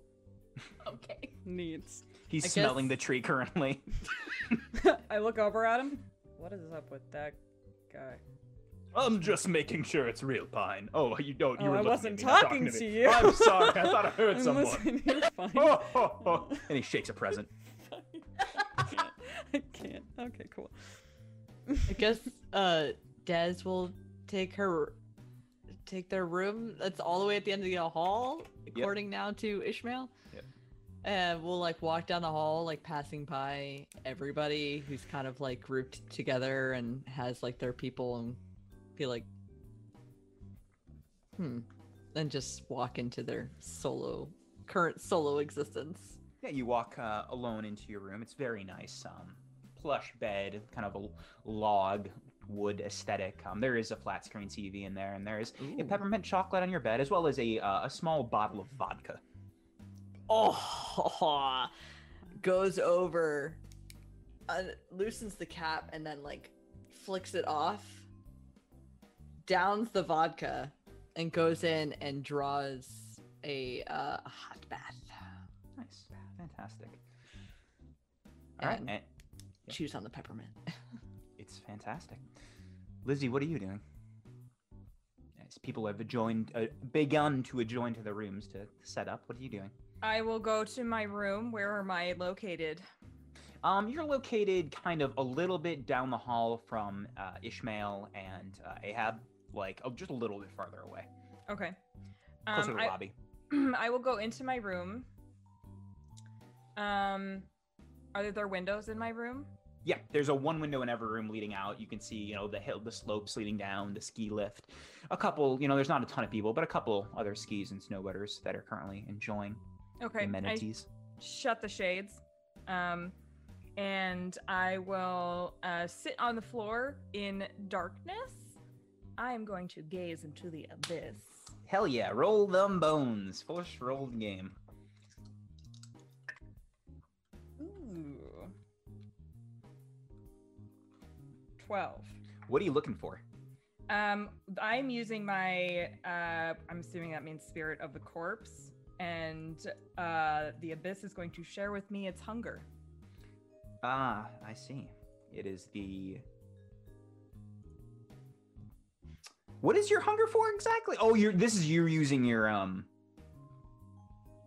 Okay. Neat. He's I smelling guess- the tree currently. I look over at him. What is up with that guy? I'm just making sure it's real, Pine. Oh, you don't. You Oh, were I looking at wasn't me, not talking to me. you. Oh, I'm sorry. I thought I heard I'm someone. listening, You're fine. Oh, ho, ho. And he shakes a present. I can't. I can't. Okay, cool. I guess uh Des will take her take their room that's all the way at the end of the hall, according now to Ishmael. Yep. And we'll like walk down the hall, like passing by everybody who's kind of like grouped together and has like their people and be like hmm. And just walk into their solo current solo existence. Yeah, you walk uh, alone into your room. It's very nice. Um, plush bed, kind of a l- log wood aesthetic. Um, there is a flat screen TV in there, and there is a peppermint chocolate on your bed, as well as a uh, a small bottle of vodka. oh goes over un- loosens the cap and then like flicks it off downs the vodka and goes in and draws a uh, hot bath Nice, fantastic. All right, And- and Yeah. chews on the peppermint it's fantastic. Lizzie, what are you doing? As people have joined, uh, begun to adjoin to their rooms to set up. What are you doing? I will go to my room. Where am I located? Um, you're located kind of a little bit down the hall from uh, Ishmael and uh, Ahab, like oh, just a little bit farther away, Okay. closer Um, to the I, lobby. I will go into my room. Um, are there windows in my room? Yeah, there's a one window in every room leading out. You can see, you know, the hill, the slopes leading down, the ski lift. A couple, you know, there's not a ton of people, but a couple other skis and snowboarders that are currently enjoying the Okay. I amenities. shut the shades. Um, and I will uh, sit on the floor in darkness. I am going to gaze into the abyss. Hell yeah, roll them bones. First rolled game. Ooh. 12. What are you looking for? Um, I'm using my, uh, I'm assuming that means spirit of the corpse. And uh, the abyss is going to share with me its hunger. Ah, I see. It is the. What is your hunger for exactly? Oh, you're. This is you using your um.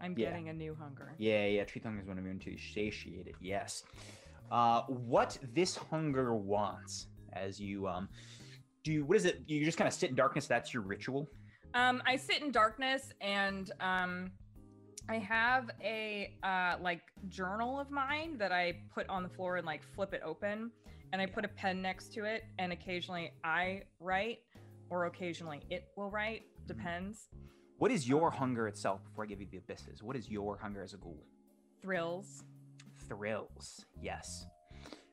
I'm Yeah. getting a new hunger. Yeah, yeah. Tree tongue is one of them to satiate it. Yes. Uh, what this hunger wants as you um, do you, what is it? You just kind of sit in darkness. That's your ritual. Um, I sit in darkness and um, I have a uh, like journal of mine that I put on the floor and like flip it open, and I put a pen next to it, and occasionally I write, or occasionally it will write, depends. What is your hunger itself? Before I give you the abysses, what is your hunger as a ghoul? Thrills. thrills. Yes.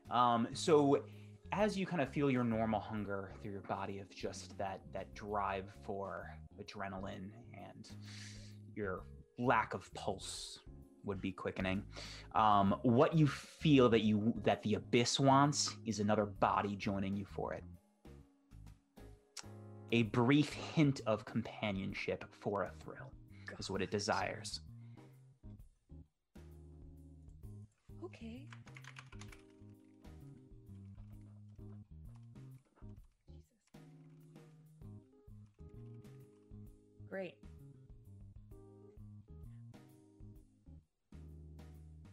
Um, so as you kind of feel your normal hunger through your body of just that that drive for adrenaline and your lack of pulse would be quickening. Um, what you feel that you that the abyss wants is another body joining you for it. A brief hint of companionship for a thrill is what it desires. Okay. Great.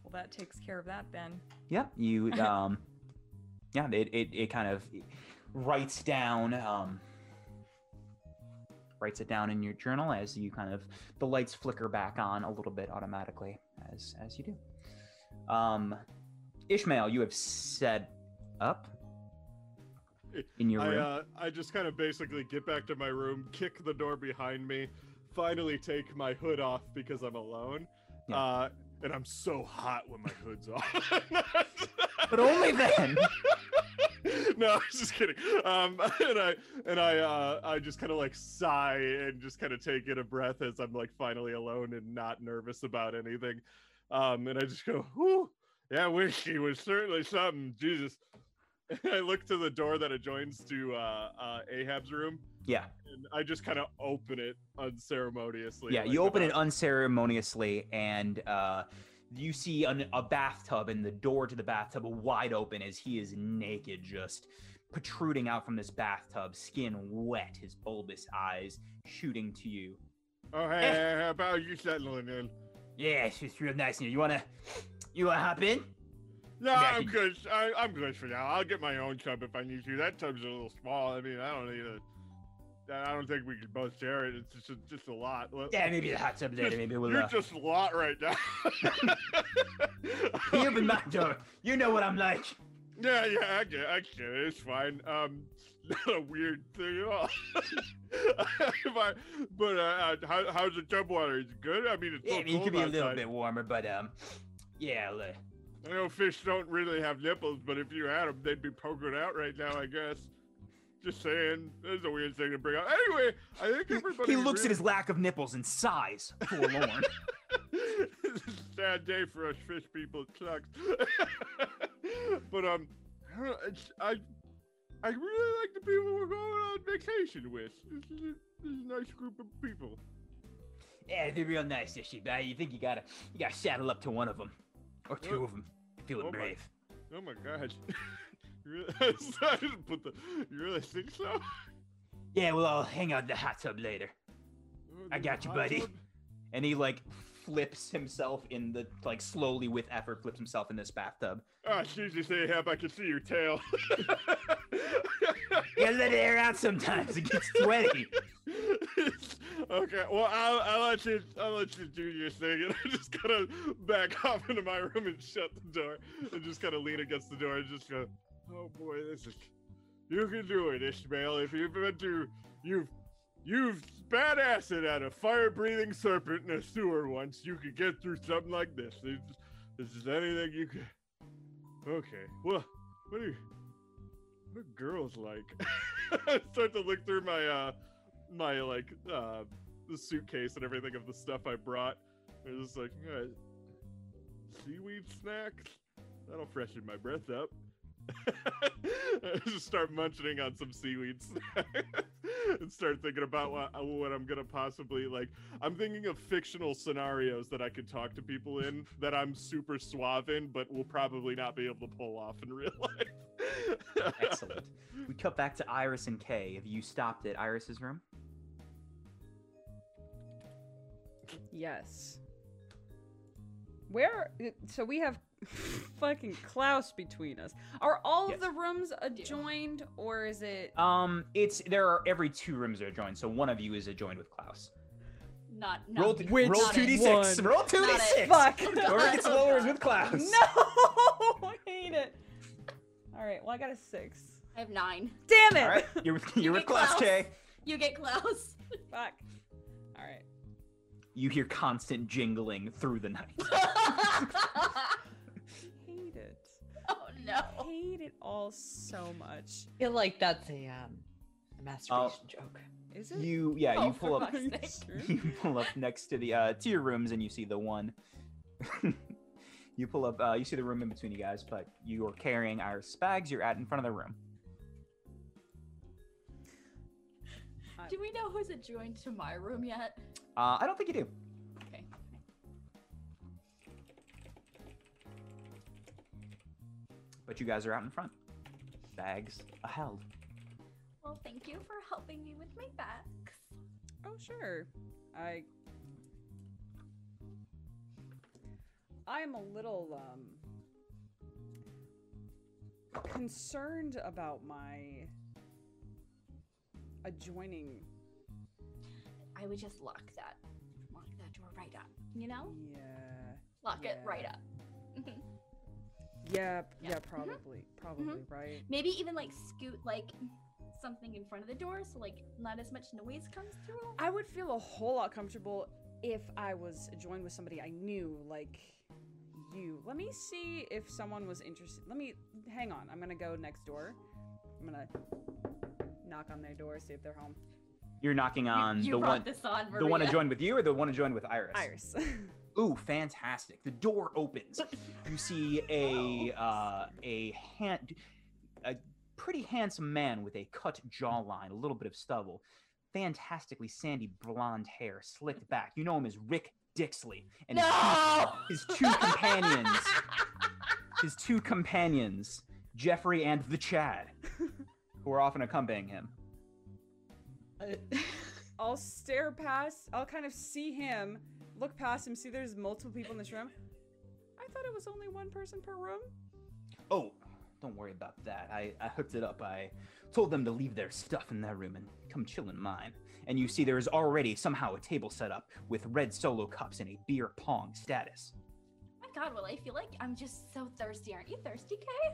Well, that takes care of that then. Yeah, you um yeah, it, it, it kind of writes down um writes it down in your journal as you kind of the lights flicker back on a little bit automatically as as you do. Um Ishmael, you have set up in your I, room. uh, I just kind of basically get back to my room, kick the door behind me, finally take my hood off because I'm alone. Yeah. Uh, and I'm so hot when my hood's off. but only then no, I was just kidding. Um, and I and I uh, I just kind of like sigh and just kind of take in a breath as I'm like finally alone and not nervous about anything. Um, and I just go, "Whew, that whiskey was certainly something." Jesus. And I look to the door that adjoins to uh, uh, Ahab's room, Yeah. and I just kind of open it unceremoniously. Yeah, like, uh, you open it without- unceremoniously, and uh, you see an, a bathtub and the door to the bathtub wide open as he is naked, just protruding out from this bathtub, skin wet, his bulbous eyes shooting to you. Oh, hey, hey, how about you settling in? Yes, it's real nice in here. You wanna, you wanna hop in? No, Yeah, I'm he- good. I, I'm good for now. I'll get my own tub if I need to. That tub's a little small. I mean, I don't need a. I don't think we could both share it. It's just a, just a lot. Let- Yeah, maybe the hot tub later. Maybe we'll. You're Uh, just a lot right now. you open my door. You know what I'm like. yeah, yeah, I get, I get it. It's fine. Um, not a weird thing at all. If I- but uh, uh, how, how's the tub water? Is it good? I mean, it's Yeah, I so mean, it cold could be a little outside. bit warmer, but um, yeah. I'll, uh, I know fish don't really have nipples, but if you had them, they'd be poking out right now, I guess. Just saying, that's a weird thing to bring up. Anyway, I think everybody. he looks at really- his lack of nipples and sighs, forlorn. this is a sad day for us fish people. It sucks. but um, I, don't know, it's, I I really like the people we're going on vacation with. This is a, this is a nice group of people. yeah, they're real nice, this shit. You think you gotta, you gotta saddle up to one of them, or two of them, feeling Oh my- brave. Oh my gosh. You really, I just put the, you really think so? Yeah, we'll all hang out in the hot tub later. I got you, Hot buddy. tub? And he like flips himself in the like slowly with effort flips himself in this bathtub. Ah, oh, Jesus, Ahab, I can see your tail. You gotta let it air out sometimes. It gets sweaty. okay, well, I'll, I'll let you, I'll let you do your thing, and I just gotta back off into my room and shut the door, and just kind of lean against the door and just go, oh boy, this is, you can do it, Ishmael. If you've been through, you've, you've spat acid at a fire-breathing serpent in a sewer once, you could get through something like this. This, this is anything you could. Okay, well, what do you? What are girls like? I start to look through my uh my like uh the suitcase and everything of the stuff I brought. I'm just like "Yeah, seaweed snacks? That'll freshen my breath up. I just start munching on some seaweed snacks and start thinking about what, what I'm gonna possibly like. I'm thinking of fictional scenarios that I could talk to people in that I'm super suave in, but will probably not be able to pull off in real life. Excellent. We cut back to Iris and Kay. Have you stopped at Iris's room? Yes. Where? So we have fucking Klaus between us. Are all Yes. of the rooms adjoined, or is it? Um, it's there are every two rooms are joined, so one of you is adjoined with Klaus. Not, not roll me. Which roll Not two d it. six. one? Roll two d Not it. six. Fuck. Whoever gets lower is with Klaus. No, I hate it. All right. Well, I got a six. I have nine. Damn it. All right, you're with you're with get Klaus Klaus. Kay. You get close. Fuck. All right. You hear constant jingling through the night. oh Hate it. no. Hate it all so much. feel like that's a um a masturbation Oh. joke. Is it? You yeah, Oh, you pull for up fuck's sake. you pull up next to the uh to your rooms and you see the one you pull up uh you see the room in between you guys, but you are carrying Iris Spags, you're at in front of the room. Do we know who's adjoined to my room yet? Uh I don't think you do. Okay. But you guys are out in front. Bags are held. Well, thank you for helping me with my bags. Oh sure. I I'm a little um concerned about my adjoining I would just lock that, lock that door right up. You know, yeah lock it Yeah. right up. Mhm. yeah p- Yeah. yeah probably probably right Maybe even like scoot like something in front of the door so like not as much noise comes through. I would feel a whole lot comfortable if I was joined with somebody I knew, like you. Let me see if someone was interested. Let me hang on. I'm gonna go next door. I'm gonna knock on their door, see if they're home. You're knocking You- on you the brought one this on, the one Maria. adjoined with you or the one adjoined with Iris. Ooh, fantastic! The door opens. You see a uh, a hand, a pretty handsome man with a cut jawline, a little bit of stubble, fantastically sandy blonde hair slicked back. You know him as Rick Dixley, and his two- his, two, No! companions, his two companions, Jeffrey and the Chad. who are often accompanying him. I'll stare past. I'll kind of see him, look past him, see there's multiple people in this room. I thought it was only one person per room. Oh, don't worry about that. I, I hooked it up. I told them to leave their stuff in their room and come chill in mine. And you see, there is already somehow a table set up with red solo cups and a beer pong status. Oh My God, well, I feel like I'm just so thirsty. Aren't you thirsty, Kay?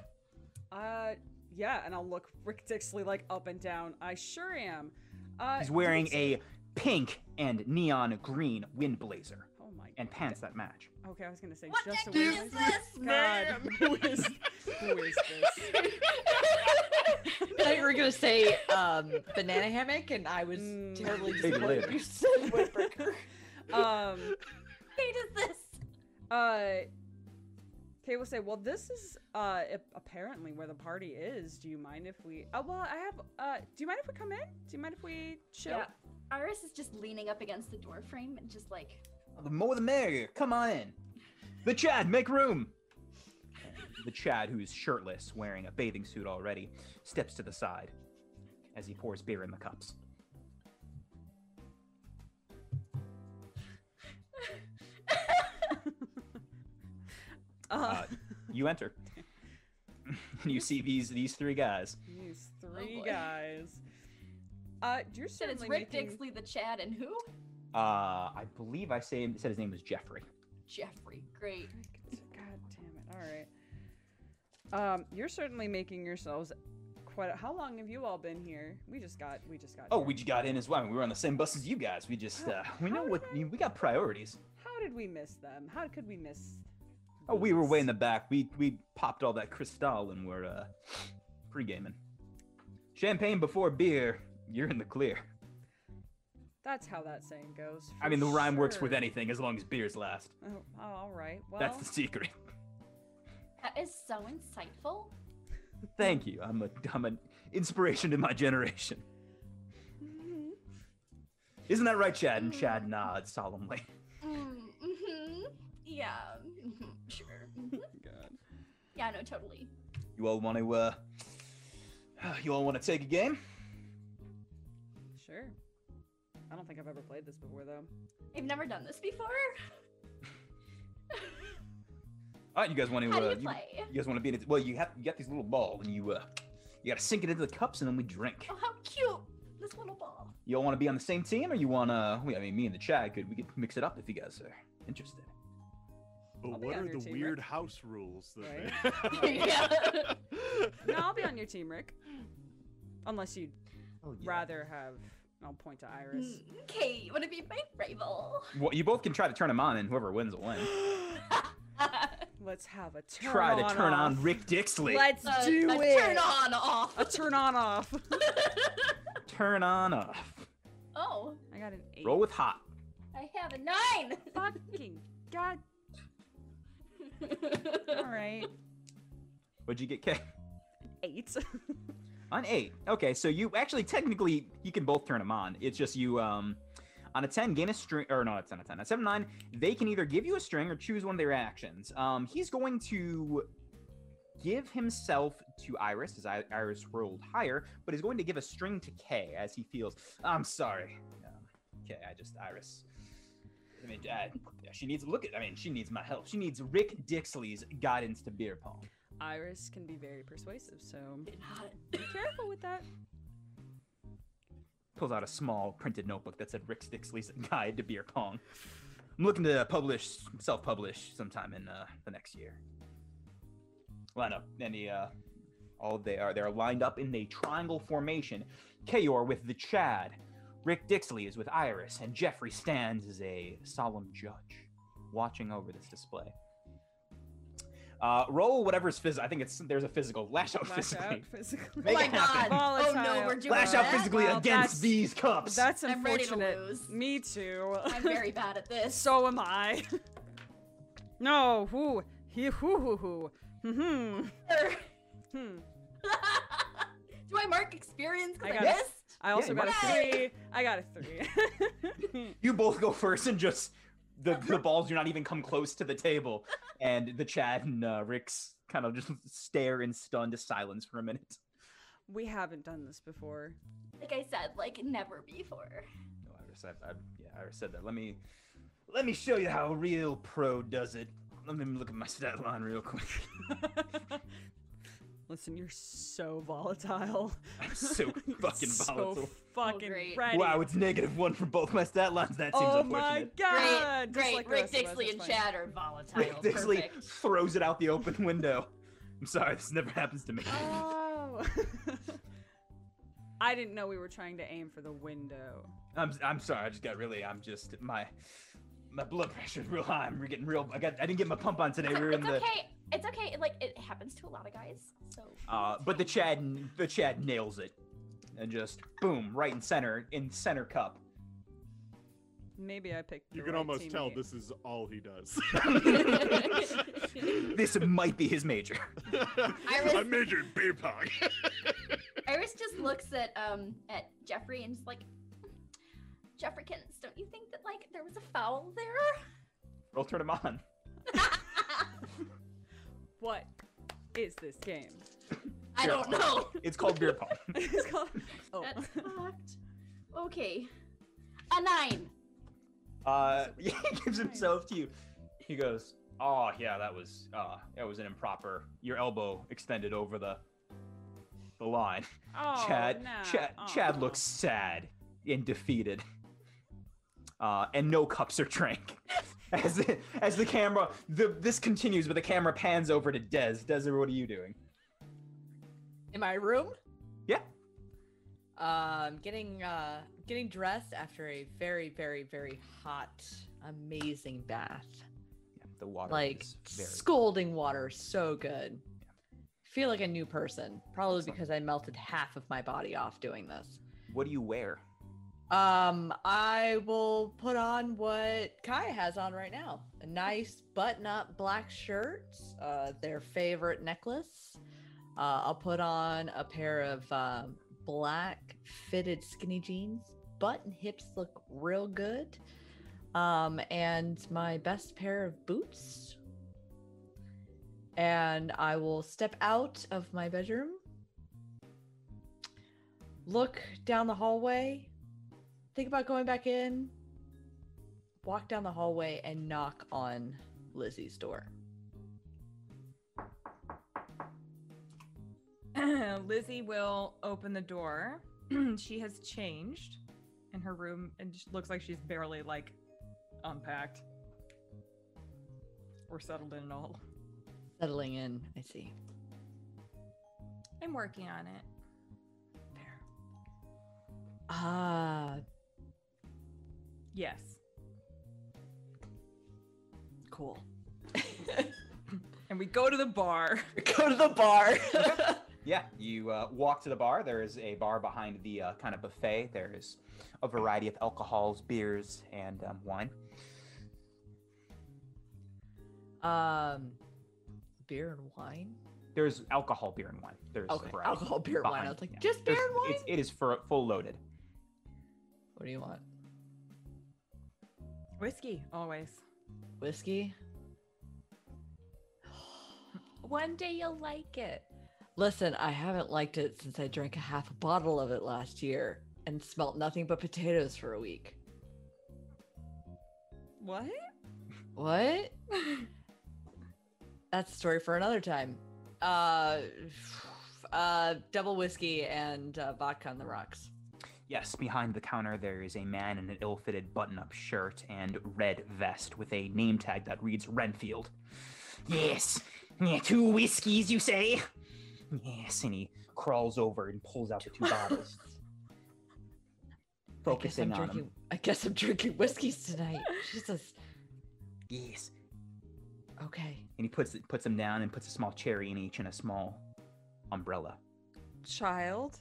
Uh, yeah, and I'll look ridiculously like up and down. I sure am. Uh, He's wearing did you a pink and neon green wind blazer see- Oh my. and pants that match. Okay, I was gonna say What just the a heck weird- is this, God, who is who is this? I thought you were gonna say um, banana hammock, and I was Mm. terribly Big disappointed. lid. You said woodpecker. Um. Kate is this? Uh, Kay will say, "Well, this is uh ap- apparently where the party is. Do you mind if we? Oh, well, I have. Uh, do you mind if we come in? Do you mind if we chill? Yeah. Iris is just leaning up against the door frame and just like, The more the merrier. Come on in. The Chad, make room. The Chad, who's shirtless, wearing a bathing suit already, steps to the side as he pours beer in the cups. Uh, Uh, you enter. And you see these these three guys. these three Oh, boy. guys. Uh, you're said it's certainly Rick making- Dixley, the Chad, and who? Uh, I believe I say, said his name was Jeffrey. Jeffrey. Great. God damn it! All right. Um, you're certainly making yourselves quite. A- How long have you all been here? We just got. We just got. Oh, here. we just got in as well. I mean, we were on the same bus as you guys. We just How- uh, we know how what did we got priorities. How did we miss them? How could we miss? Oh, we were way in these? the back. We we popped all that cristal and we're uh, pre gaming. Champagne before beer. You're in the clear. That's how that saying goes. I mean, the rhyme works with sure. anything as long as beers last. Oh, oh, all right. Well, That's the secret. That is so insightful. Thank you. I'm a I'm an inspiration to my generation. mm-hmm, Isn't that right, Chad? And Chad Hmm. nods solemnly. Mm-hmm. Yeah. mhm, Sure. mhm. God. Yeah, no, totally. You all want to uh, you all want to take a game? Sure. I don't think I've ever played this before, though. I've never done this before. All right, you guys want to How uh, do you play? You guys want to be in it? Well, you have you got these little balls, and you uh, you gotta sink it into the cups, and then we drink. Oh, how cute! This little ball. You all want to be on the same team, or you want to? I mean, me and the Chad could we could mix it up if you guys are interested. But I'll be what on are your the team, right? weird house rules that Right? No, I'll be on your team, Rick. Unless you'd Oh, rather have. I'll point to Iris. Okay, you want to be my rival? Well, you both can try to turn them on, and whoever wins will win. Let's have a turn try to on turn off. on Rick Dixley. Let's A- do a it. Uh, Turn on off. A turn on off. Turn on off. Oh, I got an eight. Roll with hot. I have a nine. Fucking god. All right. What'd you get, K? Eight. On eight. Okay, so you actually technically you can both turn them on. It's just you um on a ten gain a string or no, it's on a ten. On seven nine, they can either give you a string or choose one of their actions. Um, he's going to give himself to Iris as I- Iris rolled higher, but he's going to give a string to K as he feels. I'm sorry, um, K. I just Iris. I mean, I, she needs look at. I mean, she needs my help. She needs Rick Dixley's guidance to beer pong. Iris can be very persuasive, so Did not. be careful with that. pulls out a small printed notebook that said Rick Stixley's Guide to Beer Pong. I'm looking to publish, self-publish sometime in uh, the next year. Line up any, uh, all they are. They are lined up in a triangle formation. Kayor with the Chad. Rick Dixley is with Iris, and Jeffrey stands as a solemn judge, watching over this display. Uh, roll whatever's physical. I think it's there's a physical. Lash out Lash physically. out physically. Make oh my it happen. God! Oh no, Volatile. we're doing Lash that. out physically Well, that's- against these cups. That's I'm ready to unfortunate. lose. Me too. I'm very bad at this. so am I. no, who? He, who, who, who? Hmm. Hmm. Do I mark experience? Cause I I, got it. missed. I also you got a must. three. I got a three. you both go first and just the, the balls do not even come close to the table and the chad and uh, rick's kind of just stare in stunned silence for a minute We haven't done this before. Like I said, like never before. No, I said, I, yeah, I already said that. Let me, let me show you how a real pro does it. Let me look at my stat line real quick. Listen, you're so volatile. I'm so You're fucking so volatile. Fucking Oh, great. ready. Wow, it's negative one for both my stat lines. That seems oh my unfortunate. god! Ah, great, Just like the Rick rest of us, Dixley it's and fine. Chad are volatile. Rick Dixley Perfect. throws it out the open window. I'm sorry, this never happens to me. Oh. I didn't know we were trying to aim for the window. I'm, I'm sorry, I just got really, I'm just, my, my blood pressure's real high. I'm getting real, I got, I didn't get my pump on today. We were in It's the, okay. It's okay. Like it happens to a lot of guys. So. Uh, but the Chad, the Chad nails it, and just boom, right in center, in center cup. Maybe I picked. You the can right almost tell teammate. this is all he does. This might be his major. I measured beer pong. Iris just looks at um at Jeffrey and is like, Jeffreykins, don't you think that like there was a foul there? Roll turn him on. What is this game? I Sure. don't know. It's called beer pong. it's called. Oh. That's fucked. Okay. A nine. Uh, yeah, he gives himself to you. He goes, "Oh yeah, that was uh, that was an improper. Your elbow extended over the the line." Oh, Chad, no. Chad, Oh. Chad looks sad and defeated. Uh, and no cups are drank. As the, as the camera, the, this continues, but the camera pans over to Dez. Dez, what are you doing? in my room. Yeah. Um, getting uh, getting dressed after a very, very, very hot, amazing bath. yeah the water like is very. scalding water, so good. Feel like a new person, probably because I melted half of my body off doing this. What do you wear? Um, I will put on what Kai has on right now. A nice button-up black shirt, uh, their favorite necklace. Uh, I'll put on a pair of um black fitted skinny jeans. Butt and hips look real good. Um, and my best pair of boots. And I will step out of my bedroom. Look down the hallway, think about going back in, walk down the hallway, and knock on Lizzie's door. Lizzie will open the door. she has changed in her room and just looks like she's barely like unpacked or settled in at all. Settling in, I see. I'm working on it. There. Ah, Yes. cool. And we go to the bar. Go to the bar. Yeah, you uh, walk to the bar. There is a bar behind the uh, kind of buffet. There is a variety of alcohols, beers, and um, wine. um, beer and wine. There's alcohol, beer, and wine. There's Okay, a variety. alcohol, beer, wine. I behind- was like, yeah. just beer There's- and wine. It's, it is for, full loaded. What do you want? Whiskey, always. Whiskey. One day you'll like it. Listen, I haven't liked it since I drank a half a bottle of it last year and smelt nothing but potatoes for a week. What? What? That's a story for another time. Uh, uh, double whiskey and uh, vodka on the rocks. Yes, behind the counter there is a man in an ill-fitted button-up shirt and red vest with a name tag that reads Renfield. Yes, yeah, two whiskeys, you say? Yes, and he crawls over and pulls out the two bottles, I focusing guess I'm on drinking. him. I guess I'm drinking whiskeys tonight. Jesus. Yes, Okay. and he puts puts them down and puts a small cherry in each and a small umbrella. Child,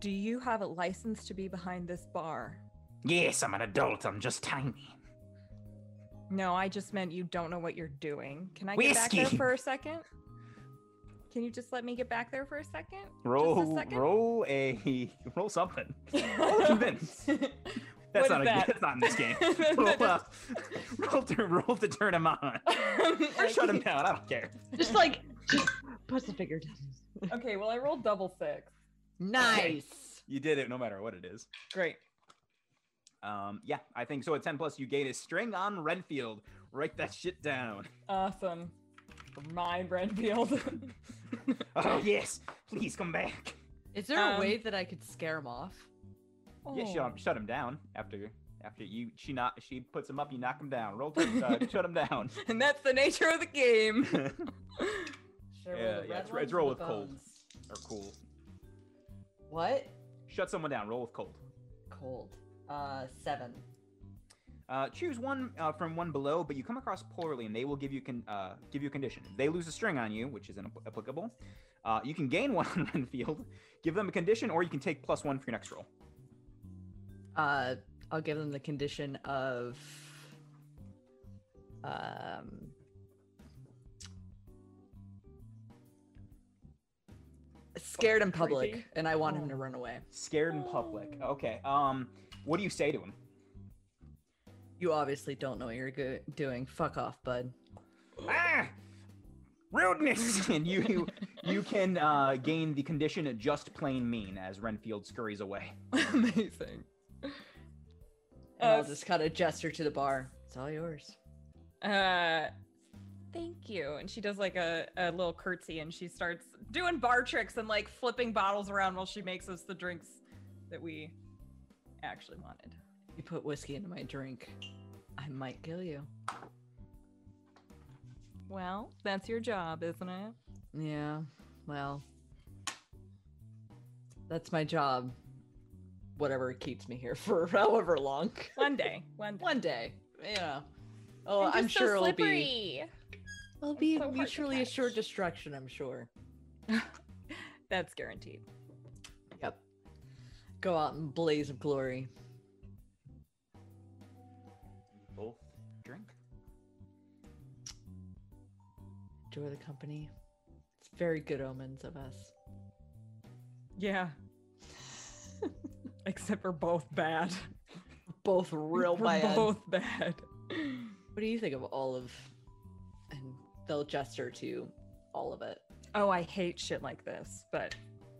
do you have a license to be behind this bar? Yes, I'm an adult. I'm just tiny. No, I just meant you don't know what you're doing. Can I get back there Whiskey. for a second? Can you just let me get back there for a second? Roll, second. roll a roll something. Roll convince. That's What not is a, that? that's not in this game. roll, uh, roll to roll to turn him on or shut him down. I don't care. Just like, just puts the figure down. Okay, well I rolled double six. Nice. You did it no matter what it is. Great. Um, yeah, I think so. At 10 plus, you gain a string on Renfield. Write that shit down. Awesome. My Renfield. Oh, yes. Please come back. Is there a Um, way that I could scare him off? Yeah, Oh, shut him, shut him down after after you she not she puts him up, you knock him down. Roll to uh, shut him down. and that's the nature of the game. Should I roll Yeah, the yeah, it's- red ones it's or roll the with cold. bones? or cool. What? Shut someone down. Roll with cold. Cold. Uh, seven. Uh, choose one uh, from one below, but you come across poorly, and they will give you con- uh, give you a condition. They lose a string on you, which is inapplicable. applicable. Uh, you can gain one on Renfield, give them a condition, or you can take plus one for your next roll. Uh, I'll give them the condition of. Um. Scared in public, Creepy. and I want him to Oh. run away. Scared in public. Oh. Okay. Um, what do you say to him? You obviously don't know what you're go- doing. Fuck off, bud. ah, rudeness. and you you you can uh, gain the condition of just plain mean as Renfield scurries away. Amazing. And I'll Uh, just kind of gesture to the bar. It's all yours. Uh thank you. And she does like a, a little curtsy and she starts doing bar tricks and like flipping bottles around while she makes us the drinks that we actually wanted. You put whiskey into my drink. I might kill you. Well, that's your job, isn't it? Yeah, well, that's my job. Whatever keeps me here for however long. One day. One day. One day, you know. Oh, I'm sure it'll be. It'll be so hard to mutually assured catch. destruction. I'm sure. That's guaranteed. Yep. Go out in blaze of glory. Both drink. Enjoy the company. It's very good omens of us. Yeah. Except we're both bad. Both real we're bad. both bad. What do you think of all of? And they'll gesture to all of it. Oh, I hate shit like this, but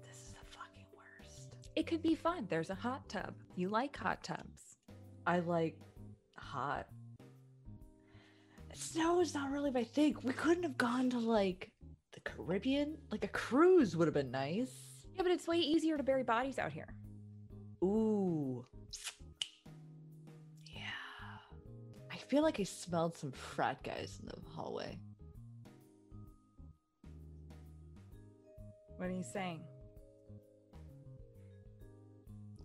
This is the fucking worst. it could be fun. There's a hot tub. You like hot tubs. I like hot. Snow is not really my thing. We couldn't have gone to like the Caribbean. Like a cruise would have been nice. Yeah, but it's way easier to bury bodies out here. Ooh. Yeah. I feel like I smelled some frat guys in the hallway. What are you saying?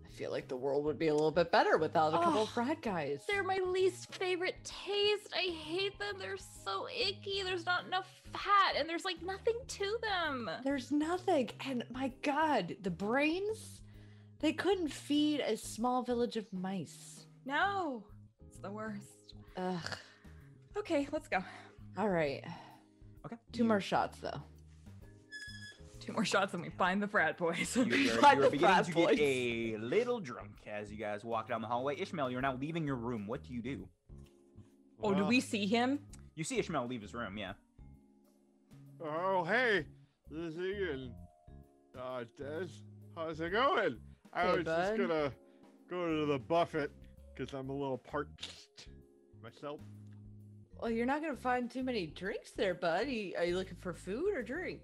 I feel like the world would be a little bit better without a couple Oh, of frat guys. They're my least favorite taste. I hate them. They're so icky. There's not enough fat, and there's like nothing to them. There's nothing. And my God, the brains? They couldn't feed a small village of mice. No, it's the worst. Ugh. Okay, let's go. All right. Okay. Two more shots though. Two more shots and we find the frat boys. You, you're, By you're the beginning frat to boys. get a little drunk as you guys walk down the hallway. Ishmael, you're now leaving your room. What do you do? oh, do Uh, we see him? You see Ishmael leave his room, yeah. Oh, hey, this evening. Uh, Des, how's it going? I Hey, was bud. just gonna go to the buffet because I'm a little parched myself. Well, you're not gonna find too many drinks there, buddy. Are you looking for food or drink?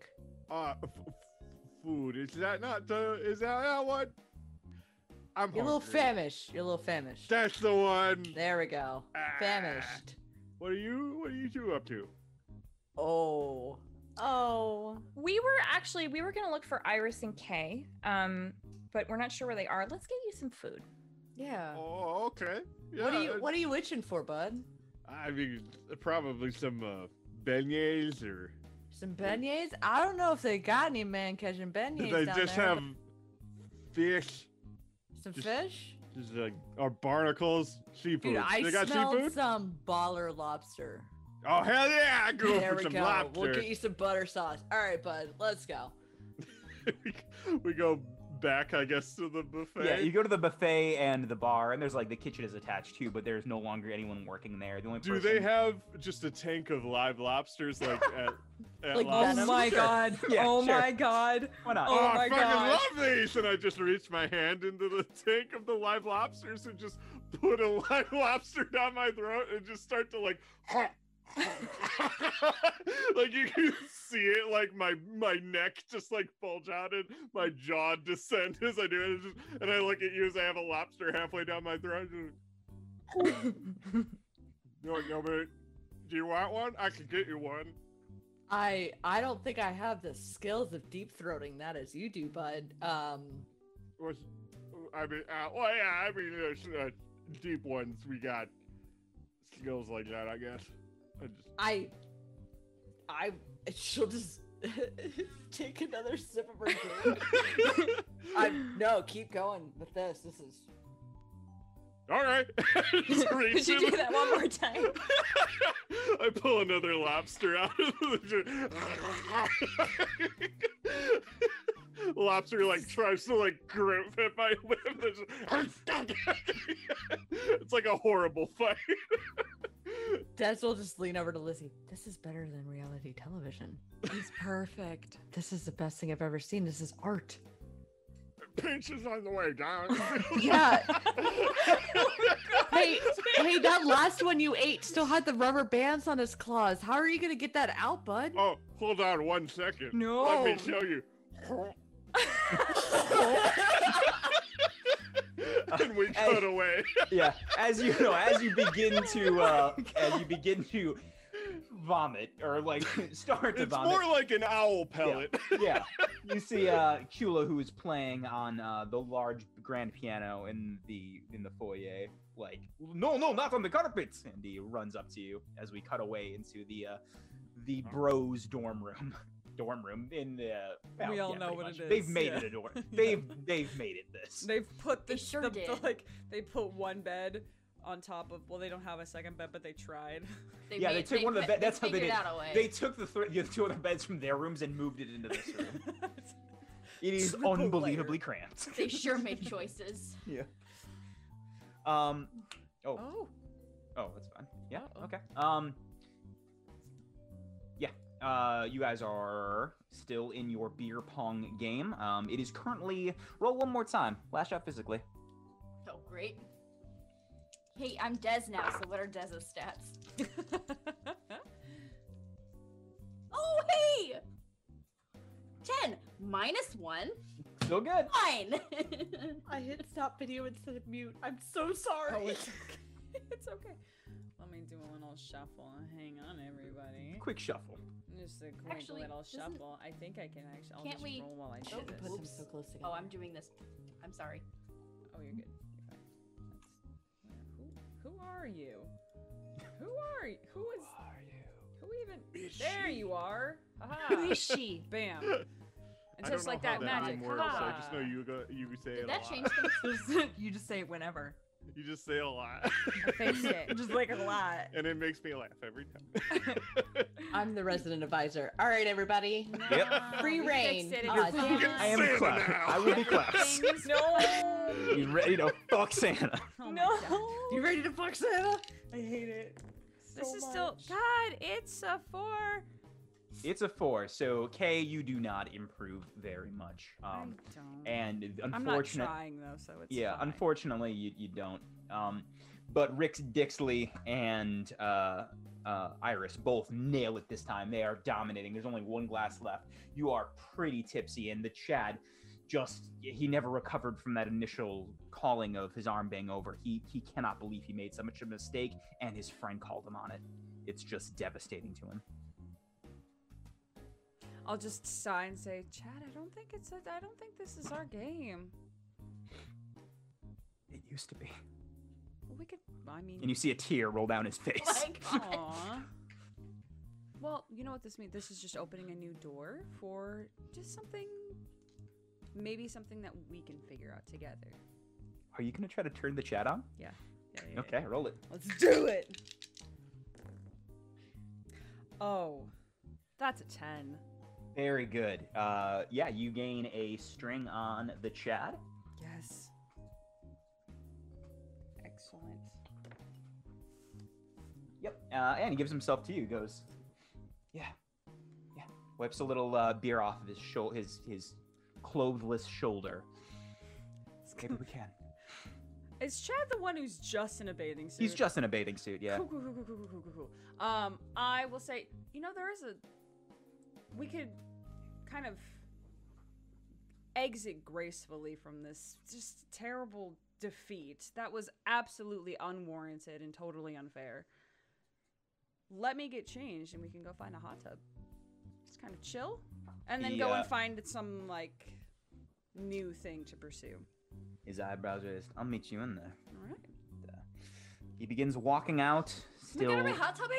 Uh, f- f- food. Is that not the? Is that that one? I'm You're a little hungry. famished. You're a little famished. That's the one. There we go. Ah, Famished. What are you? What are you two up to? Oh. Oh. We were actually we were gonna look for Iris and Kay, um, but we're not sure where they are. Let's get you some food. Yeah. Oh, okay. Yeah. Uh, what are you uh, What are you itching for, bud? I mean, probably some uh, beignets or. Some beignets? I don't know if they got any man catching beignets. They down just there, have but fish. some just- fish. Just like or barnacles, seafood. Dude, I they got smelled seafood. some baller lobster. Oh hell yeah! I go there for we some go. lobster. We'll get you some butter sauce. All right, bud. Let's go. we go back, I guess, to the buffet. Yeah, you go to the buffet and the bar, and there's like the kitchen is attached too, but there's no longer anyone working there. The only Do person, they have just a tank of live lobsters like at, at Like, lobster? oh my Sure. god. Yeah, oh sure. my god. Why not? Oh, Oh I my fucking God. love these! And I just reached my hand into the tank of the live lobsters and just put a live lobster down my throat and just start to like, like you can see it, like my my neck just like bulge out and my jaw descend as I do it. And, just, and I look at you as I have a lobster halfway down my throat. And you're like, no, but do you want one? I could get you one. I I don't think I have the skills of deep throating that as you do, bud. Um Was I mean, uh, well, yeah, I mean, there's uh, deep ones. We got skills like that, I guess. I just, I I she'll just take another sip of her drink. I no, keep going with this. This is all right. Just reach Could you in. do that one more time? I pull another lobster out of the lobster like tries to like grip at my lip. It's just- It's like a horrible fight. Des will just lean over to Lizzie. This is better than reality television. It's perfect. This is the best thing I've ever seen. This is art. Pinch is on the way down. Yeah. Oh Hey, hey, that last one you ate still had the rubber bands on his claws. How are you gonna get that out, bud? Oh, hold on one second. Let me show you. and we Hey. cut away. yeah as you know as you begin to uh as you begin to vomit or like start to It's vomit more like an owl pellet. yeah you see uh kula who is playing on uh the large grand piano in the in the foyer like no no not on the carpet and he runs up to you as we cut away into the uh the bros dorm room dorm room in the well, We all yeah, know pretty what much. it they've is, made yeah. it a dorm Yeah. they've they've made it this They've put They the, sure the- the, did. like they put one bed on top of well they don't have a second bed but they tried. Yeah, they took one of the fi- bed- that's how they figured did- Out a way. they took the, th- the two other beds from their rooms and moved it into this room It is Triple layer. unbelievably cramped. They sure made choices. Um, oh, oh, oh, that's fine. Yeah, okay. Um, yeah. Uh, you guys are still in your beer pong game. Um, it is currently roll one more time. Lash out physically. Oh, great. Hey, I'm Dez now, so what are Dez's stats? Oh, hey! 10 minus 1. Still good. Fine! I hit stop video instead of mute. I'm so sorry. oh, it's okay. it's okay. Let me do a little shuffle. Hang on, everybody. Quick shuffle. Just a quick Actually, little doesn't- shuffle. I think I can actually. I'll Can't just we- roll while I do Oh, Shouldn't this. put them Oops. so close together. oh, I'm doing this. I'm sorry. Oh, you're good. You're fine. That's- Who, who are you? Who are you? Who is? are you? Who even? Is there she? you are. Who Aha. is she? Bam. And I so it's don't like know how that, magic. meme works. I Ha. just know you go, you say it Did a that lot. change things? you just say it whenever. You just say a lot. Face it. Just like a lot. And it makes me laugh every time. Oh, I'm the resident advisor. All right, everybody. Yep. Ah, Free we reign. fixed it. It's Uh, fine. fucking I am Santa class. now. I will be class. Things- No. You ready to fuck Santa? Oh my no. God. You ready to fuck Santa? I hate it. This is still God. It's a four. It's a four, so K, you do not improve very much. I Um, don't. and I'm not unfortunately, trying though, so it's yeah fine. unfortunately you, you don't um but Rick's Dixley and uh, uh, Iris both nail it this time. They are dominating. There's only one glass left. You are pretty tipsy, and the Chad just he never recovered from that initial calling of his arm being over. He he cannot believe he made such a mistake, and his friend called him on it. It's just devastating to him. I'll just sigh and say, Chad, I don't think it's. A, I don't think this is our game. It used to be. We could. I mean. And you see a tear roll down his face. Oh my god. Aw. Well, you know what this means. This is just opening a new door for just something, maybe something that we can figure out together. Are you gonna try to turn the Chad on? Yeah, yeah, yeah. Okay, roll it. Let's do it. Oh, That's a Oh, ten. Very good. Uh, yeah, you gain a string on the Chad. Yes. Excellent. Yep. Uh, and he gives himself to you. Goes, yeah, yeah. Wipes a little uh, beer off of his shoulder, his his clothless shoulder. Maybe we can. Is Chad the one who's just in a bathing suit? He's just in a bathing suit. Yeah. Cool, cool, cool, cool, cool, cool, cool, cool. Um, I will say, you know, there is a. We could kind of exit gracefully from this just terrible defeat. That was absolutely unwarranted and totally unfair. Let me get changed and we can go find a hot tub. Just kind of chill. And then go Yeah. and find some, like, new thing to pursue. His eyebrows raised. I'll meet you in there. All right. He begins walking out. Look Still. at him hot tubbing.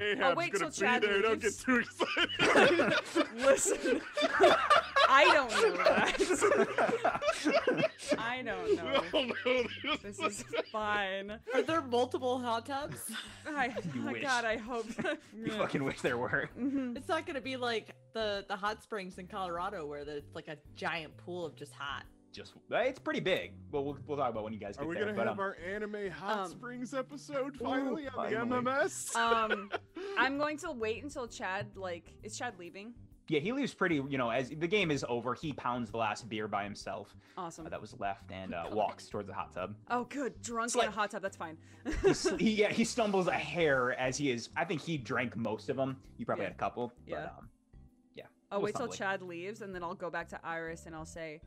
Ahab's wait gonna till be Chad there. Don't get leaves. too excited. Listen, I don't know that. I don't we know. all know This is fine. Are there multiple hot tubs? I, You oh wish. God, I hope. That, you fucking wish there were. Mhm. it's not gonna be like the the hot springs in Colorado where the- it's like a giant pool of just hot. Just it's pretty big. Well, we'll, we'll talk about when you guys get Are we there. gonna but, have um, our anime hot um, springs episode finally on the finally. MMS? Um, I'm going to wait until Chad like is Chad leaving. yeah, he leaves pretty. You know, as the game is over, he pounds the last beer by himself uh, Awesome. that was left and uh, walks towards the hot tub. Oh, good. Drunk It's in a like- hot tub. That's fine. He, sl- he- yeah, he stumbles a hair as he is. I think he drank most of them. You probably Yeah. had a couple. Yeah. But, um, I'll We'll wait till stop Chad leaves, and then I'll go back to Iris and I'll say,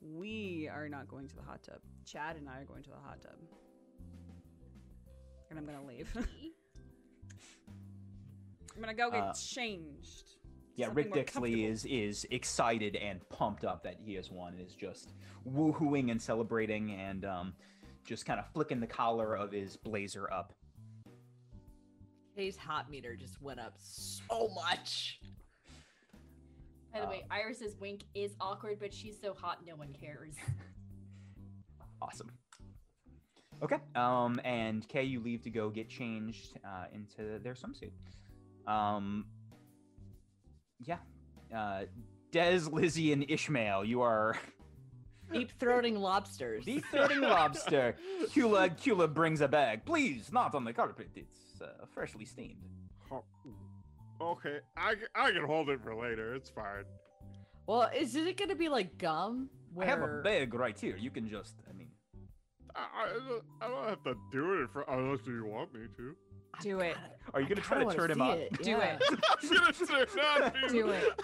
"We are not going to the hot tub. Chad and I are going to the hot tub." And I'm gonna leave. I'm gonna go get Uh, changed. yeah, Something Rick more Dixley is is excited and pumped up that he has won and is just woohooing and celebrating and um, just kind of flicking the collar of his blazer up. Kay's hot meter just went up so much. By the Uh, way, Iris's wink is awkward, but she's so hot, no one cares. Awesome. Okay. Um, and Kay, you leave to go get changed uh, into their swimsuit. Um, yeah. Uh, Des, Lizzie, and Ishmael, you are Deep throating lobsters. the third lobster. Kula, Kula brings a bag. Please, not on the carpet. It's uh, freshly steamed. okay, I, c- I can hold it for later. It's fine. Well, is it gonna be like gum? Where I have a bag right here. You can just, I mean, I, I, don't- I don't have to do it in fr- unless you want me to. I Do it. kinda- are you I going to try to kinda turn him wanna up? see it, Do yeah. it. I'm gonna sit down, dude. Do it.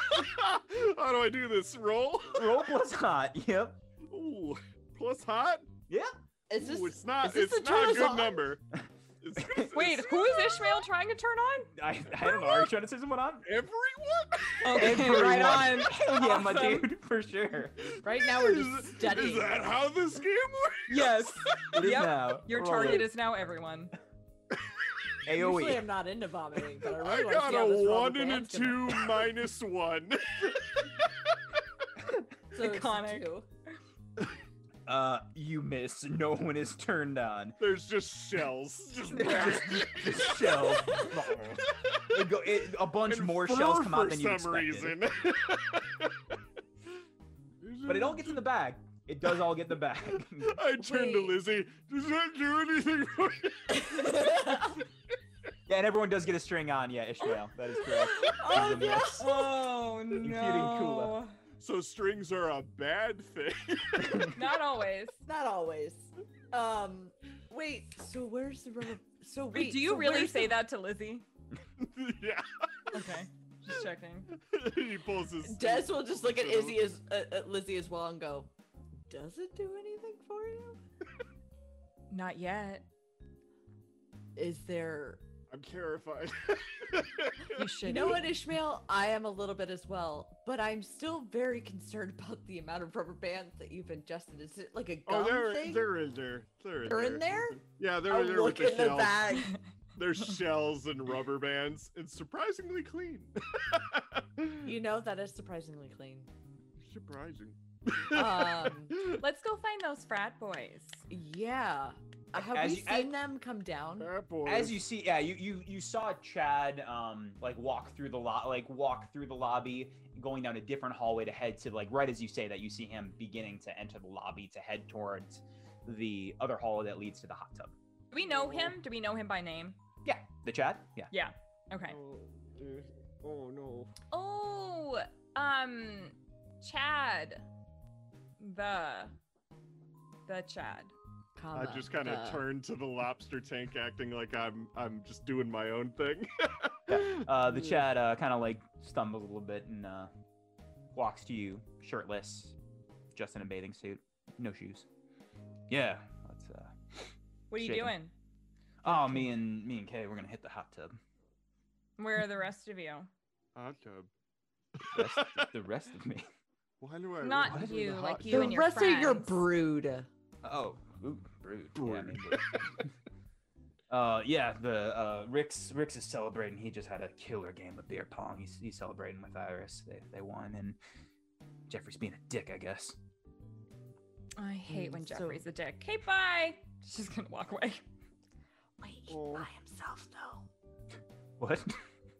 How do I do this? Roll? Roll plus hot. Yep. Ooh, plus hot? Is Ooh, this it's not. is this the it's not a turtle's good eye? number. It's, it's- Wait, it's- who is Ishmael trying to turn on? I, I don't know. Are you trying to say someone on? everyone? Okay, Everyone. right on. Hell yeah, my Awesome. dude, for sure. right now we're Is- just studying. Is that how this game works? Yes. It is Oh. Yep. now. Your Roll target it. is now everyone. Usually AoE. I'm not into vomiting, but E. I I really want to got see a how one this rubber and a band's gonna- two minus one. So it's a Iconic. two. Uh, you miss. No one is turned on. There's just shells. Just Just- just shells. It go- it- a bunch And more fur shells come for out than you some expected. reason. But it all gets in the bag. It does all get in the bag. I turned to Wait. Lizzie. Does that do anything for you? yeah, and everyone does get a string on. Yeah, Ishmael. That is correct. Oh, He's a mess. Oh no. Kula. So strings are a bad thing. Not always. Not always. Um, wait. So where's the rubber? So wait. Do you so really where's say the- that to Lizzie? yeah. Okay. Just checking. he pulls his. Des stick. will just look at So- Izzy as uh, at Lizzie as well and go, "Does it do anything for you? Not yet. Is there? I'm terrified. You should. You know what, Ishmael? I am a little bit as well, but I'm still very concerned about the amount of rubber bands that you've ingested. Is it like a oh, gum they're thing? they're in there. They're in They're there. in there. Yeah, they're I'll in there with look the in the shells. bag. There's shells and rubber bands. It's surprisingly clean. You know that is surprisingly clean. Surprising. Um, Um, Let's go find those frat boys. yeah. Uh, Have As we you- seen as- them come down? Uh, As you see, yeah, you you you saw Chad um like walk through the lot, like walk through the lobby, going down a different hallway to head to like right as you say that you see him beginning to enter the lobby to head towards the other hall that leads to the hot tub. Do we know him? Do we know him by name? Yeah, the Chad. Yeah. Yeah. Okay. Oh, dude. Oh no. Oh, um, Chad. The. The Chad. I Comma, just kind of the- turned to the lobster tank, acting like I'm I'm just doing my own thing. Uh, the Chad uh, kind of like stumbles a little bit and uh, walks to you, shirtless, just in a bathing suit, no shoes. Yeah, let's. Uh... What are you Shaken. doing? Oh, me and me and Kay, we're gonna hit the hot tub. Where are the rest of you? Hot tub. The rest, the rest of me. Why do I? Not remember the you, hot like you The tub? and your rest of your friends. brood. Oh, ooh, brood. Yeah, Brood. maybe. uh, yeah. The uh, Rick's Rick's is celebrating. He just had a killer game of beer pong. He's he's celebrating with Iris. They they won, and Jeffrey's being a dick, I guess. I hate when Mm, so- Jeffrey's a dick. Okay, bye. She's gonna walk away. Wait, Oh. by himself though. What?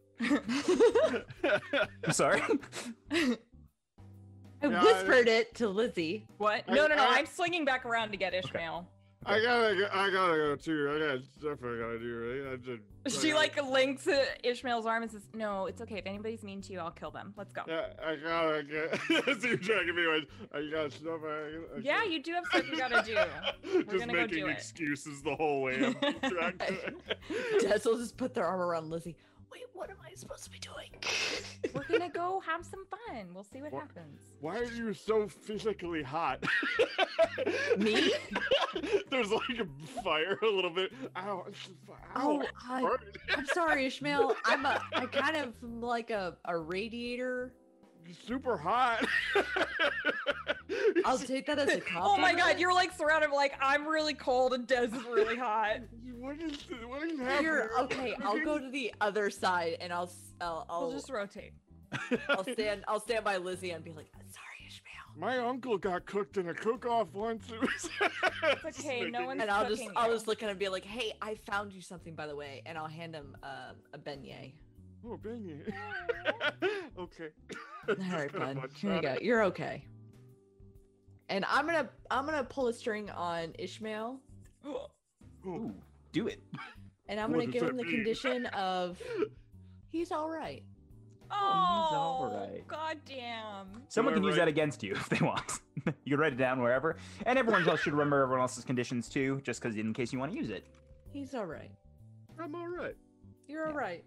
I'm sorry. I Yeah, I- whispered it to Lizzie. What? I- No, no, no. I- I'm swinging back around to get Ishmael. I gotta, go- I gotta go too. I got stuff I gotta do. Right? I did. She like links uh, Ishmael's arm and says, "No, it's okay. If anybody's mean to you, I'll kill them. Let's go." Yeah, Yeah, I gotta get. See, dragging me. away. I got stuff. I. I gotta- you do have stuff you gotta do. just gonna go making do it. excuses the whole way. I'm dragged to it. Dessel just put their arm around Lizzie. Wait, what am I supposed to be doing? We're gonna go have some fun. We'll see what What? happens. Why are you so physically hot? Me? There's like a fire a little bit. Ow, it's just- Oh, ow, I, burn. I'm sorry, Ishmael. I'm a, I kind of am like a, a radiator. super hot. I'll take that as a compliment. Oh my god, you're like surrounded like I'm really cold and Des is really hot. what is what is happening? Here, okay. I'll go to the other side and I'll, s- I'll, I'll, We'll just rotate. I'll stand, I'll stand by Lizzie and be like, sorry, Ishmael. My uncle got cooked in a cook-off once. It was- Just okay, making- no one's- And I'll just, Fucking I'll hell. just look at him and be like, hey, I found you something by the way, and I'll hand him um a beignet. Oh, bang it. okay. All right, bud. Here you go. You're okay. And I'm gonna I'm gonna pull a string on Ishmael, Oh, Ooh, do it. and I'm What gonna does give that him the mean? condition of he's all right. Oh, alright. god damn. Someone I can use write- that against you if they want. you can write it down wherever, and everyone else should remember everyone else's conditions too, just because in case you want to use it. He's all right. I'm all right. You're all Yeah. right.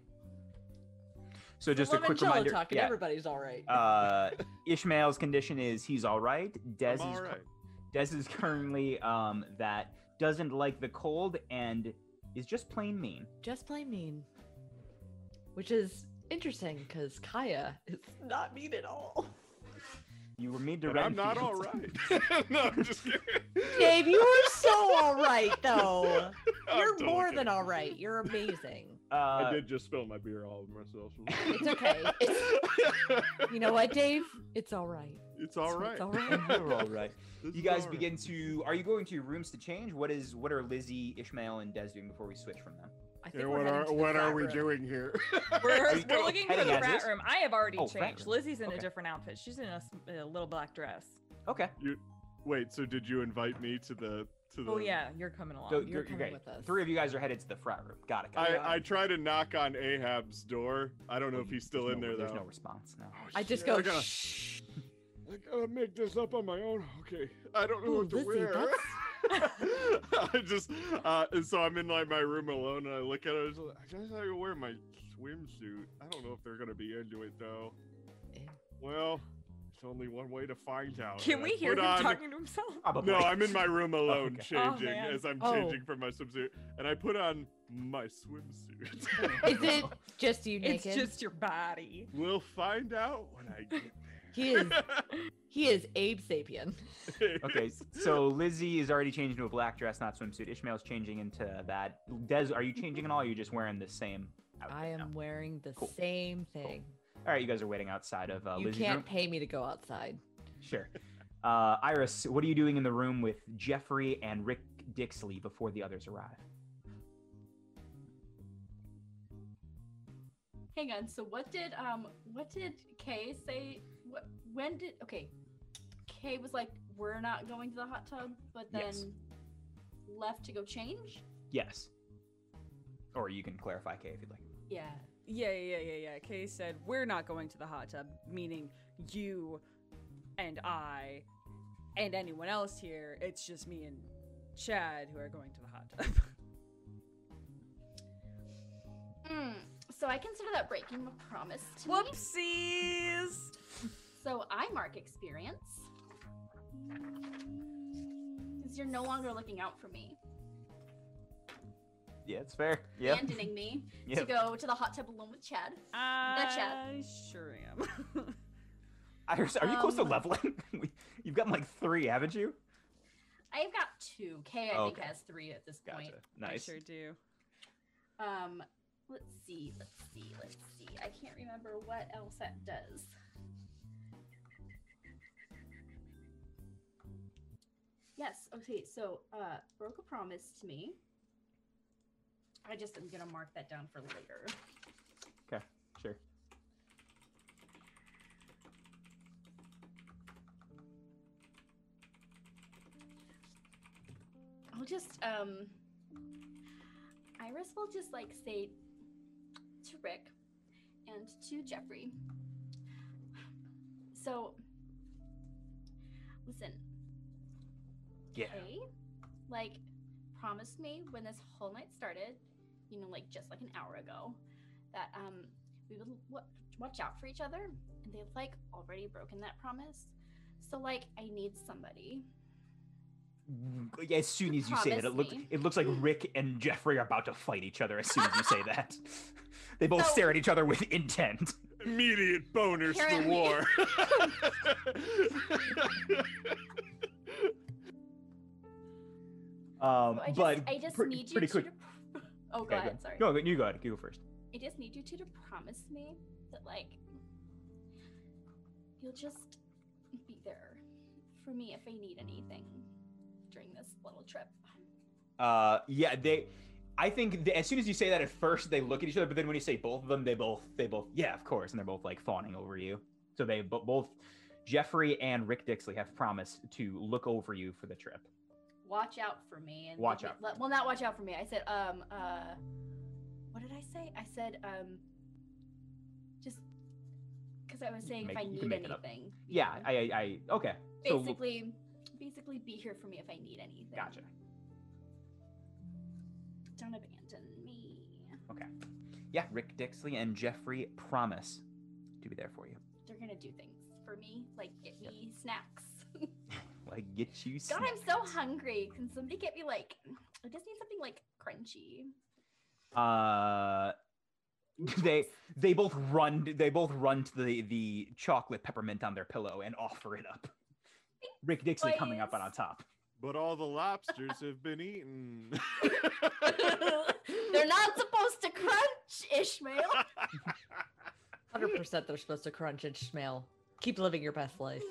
So just a Love and quick Jello reminder. talking. yeah, Everybody's all right. uh, Ishmael's condition is he's all right. Des I'm is all cur- right. Des is currently um that doesn't like the cold and is just plain mean. Just plain mean, which is interesting because Kaya is not mean at all. You were made to And I'm not all Renfield. right. no, I'm just kidding. Dave, you are so all right though. I'm You're totally more kidding. than all right. You're amazing. I Uh, did just spill my beer all over myself. It's okay. It's, you know what, Dave? It's all right. It's all right. It's all right. You're all right. This You is guys all right. begin to. Are you going to your rooms to change? What is? What are Lizzie, Ishmael, and Des doing before we switch from them? I Yeah, we're what heading are to the what flat are we room. doing here? We're, Are you we're go- looking for heading the as rat is? room. I have already Oh, rat changed. room. Lizzie's in a Okay. different outfit. She's in a, s- a little black dress. Okay. Wait, so did you invite me to the to the? Oh yeah, you're coming along. So You're you're, you're coming great. with us. Three of you guys are headed to the frat room. Got it. Got it. I I try to knock on Ahab's door. I don't know if he's still There's in no- there There's though. no response. No. Oh, I just shit, go. I gotta, Shh. I gotta make this up on my own. Okay, I don't know Ooh, what to Lizzie, wear. that's- I just uh, and so I'm in like my room alone and I look at it. I, was like, I guess I can wear my swimsuit. I don't know if they're gonna be into it though. Yeah. Well, it's only one way to find out. Can and I we hear put him on- talking to himself? Probably. No, I'm in my room alone okay. Oh, changing man. as I'm Oh. changing from my swimsuit, and I put on my swimsuit. Is it just you It's naked? just your body. we'll find out when I get He is. there. He is Abe Sapien. Okay, so Lizzie is already changed into a black dress, not swimsuit. Ishmael's changing into that. Des, are you changing at all? Or are you just wearing the same? outfit I now? am wearing the Cool. same thing. All right, you guys are waiting outside of uh, You Lizzie's can't room. pay me to go outside. Sure. Uh, Iris, what are you doing in the room with Jeffrey and Rick Dixley before the others arrive. Hang on. So what did um what did Kay say? What when did okay? Kay was like, "We're not going to the hot tub," but then Yes. left to go change. Yes. Or you can clarify, Kay, if you'd like. Yeah. Yeah, yeah, yeah, yeah. Kay said, We're not going to the hot tub, meaning you and I and anyone else here. It's just me and Chad who are going to the hot tub. Mm, so I consider that breaking a promise to me. Whoopsies! So I mark experience. Because you're no longer looking out for me, Yeah, it's fair. abandoning me to Yep. go to the hot tub alone with Chad. That's Chad. I sure am. Iris, are you close to Um, leveling? We- You've gotten like three, haven't you? I've got two. Kay, I think Okay. has three at this Gotcha. point. Nice. I sure do. Um, let's see, let's see, let's see. I can't remember what else that does. Yes. Okay. So, uh, broke a promise to me. I just am gonna mark that down for later. Okay, sure. I'll just um Iris will just like say to Rick and to Jeffrey. So listen, Yeah. okay? Like promised me when this whole night started, you know, like just like an hour ago, that um we would wa- watch out for each other, and they've like already broken that promise. So like I need somebody. Yeah, Mm, As soon as you say that, it Promise looks me. it looks like Rick and Jeffrey are about to fight each other. As soon as you say that, they both So- stare at each other with intent. Immediate boners for Apparently. war. Um, So I just, Um, but I just pre- need you pretty to. quick. pr- Okay, oh, go go ahead. ahead. Sorry. No, you go ahead. You go first. I just need you two to promise me that, like, you'll just be there for me if I need anything during this little trip. Uh, yeah, they. I think th- as soon as you say that, at first they look at each other, but then when you say both of them, they both they both yeah, of course, and they're both like fawning over you. So they bo- both Jeffrey and Rick Dixley have promised to look over you for the trip. Watch out for me. And Watch let- out for let- well, not watch out for me. I said, um, uh, what did I say? I said, um, just because I was You saying make- if I you need can make it up. anything. you Yeah, know, I I, I okay. So look- basically, basically, be here for me if I need anything. gotcha. Don't abandon me. Yeah, Rick Dixley and Jeffrey promise to be there for you. they're gonna do things for me, like get me snacks. Like get you. God, I'm so snacks. hungry. Can somebody get me like? I just need something like crunchy. Uh, they they both run they both run to the the chocolate peppermint on their pillow and offer it up. Rick Dixley coming up Please. and on top. but all the lobsters have been eaten. They're not supposed to crunch, Ishmael. 100% they're supposed to crunch and smell. Keep living your best life.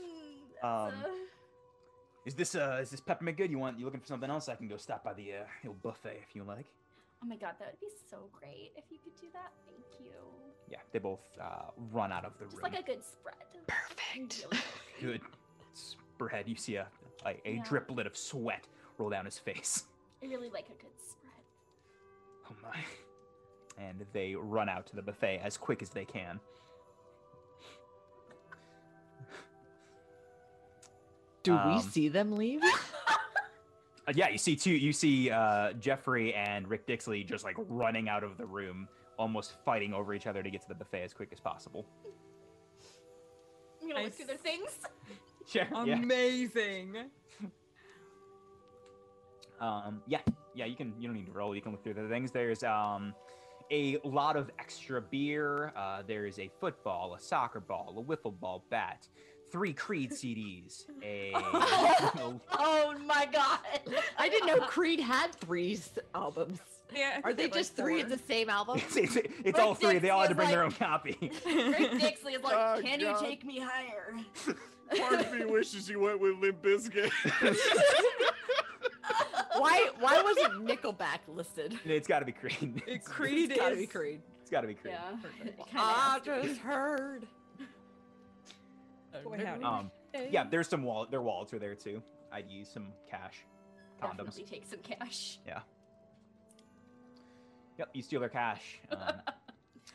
Mm, Um, so- Is this uh is this peppermint good? You want you looking for something else? I can go stop by the uh, old buffet if you like. oh my god, that would be so great if you could do that. Thank you. Yeah, they both uh, run out of the Just room. like a good spread. Perfect. Really good spread. You see a a, a Yeah. driplet of sweat roll down his face. I really like a good spread. Oh my! And they run out to the buffet as quick as they can. Do Um, we see them leave? Uh, yeah, you see two. You see uh, Jeffrey and Rick Dixley just like running out of the room, almost fighting over each other to get to the buffet as quick as possible. I'm gonna I look through their things. Sure. yeah. Amazing. Um, yeah, yeah. You can. You don't need to roll. You can look through the things. There's um, a lot of extra beer. Uh, there is a football, a soccer ball, a wiffle ball bat, three Creed CDs, a Oh my god. I didn't know Creed had three s- albums. Yeah. Are they just three of the same album? It's, it's, it's all Rick three. They all had to Dixley bring is their own copy. Rick Dixley is like, Oh, can God. you take me higher? Part of me wishes you went with Limp Bizkit. Why why wasn't Nickelback listed? It's got to be Creed. It It's, Creed it's gotta is. be Creed. it's got to be Creed. Yeah. It kinda I has to be. just heard. Going out. Um, yeah, there's some wallet. Their wallets are there too. I'd use some cash, condoms. Definitely take some cash. Yep, you steal their cash. Um,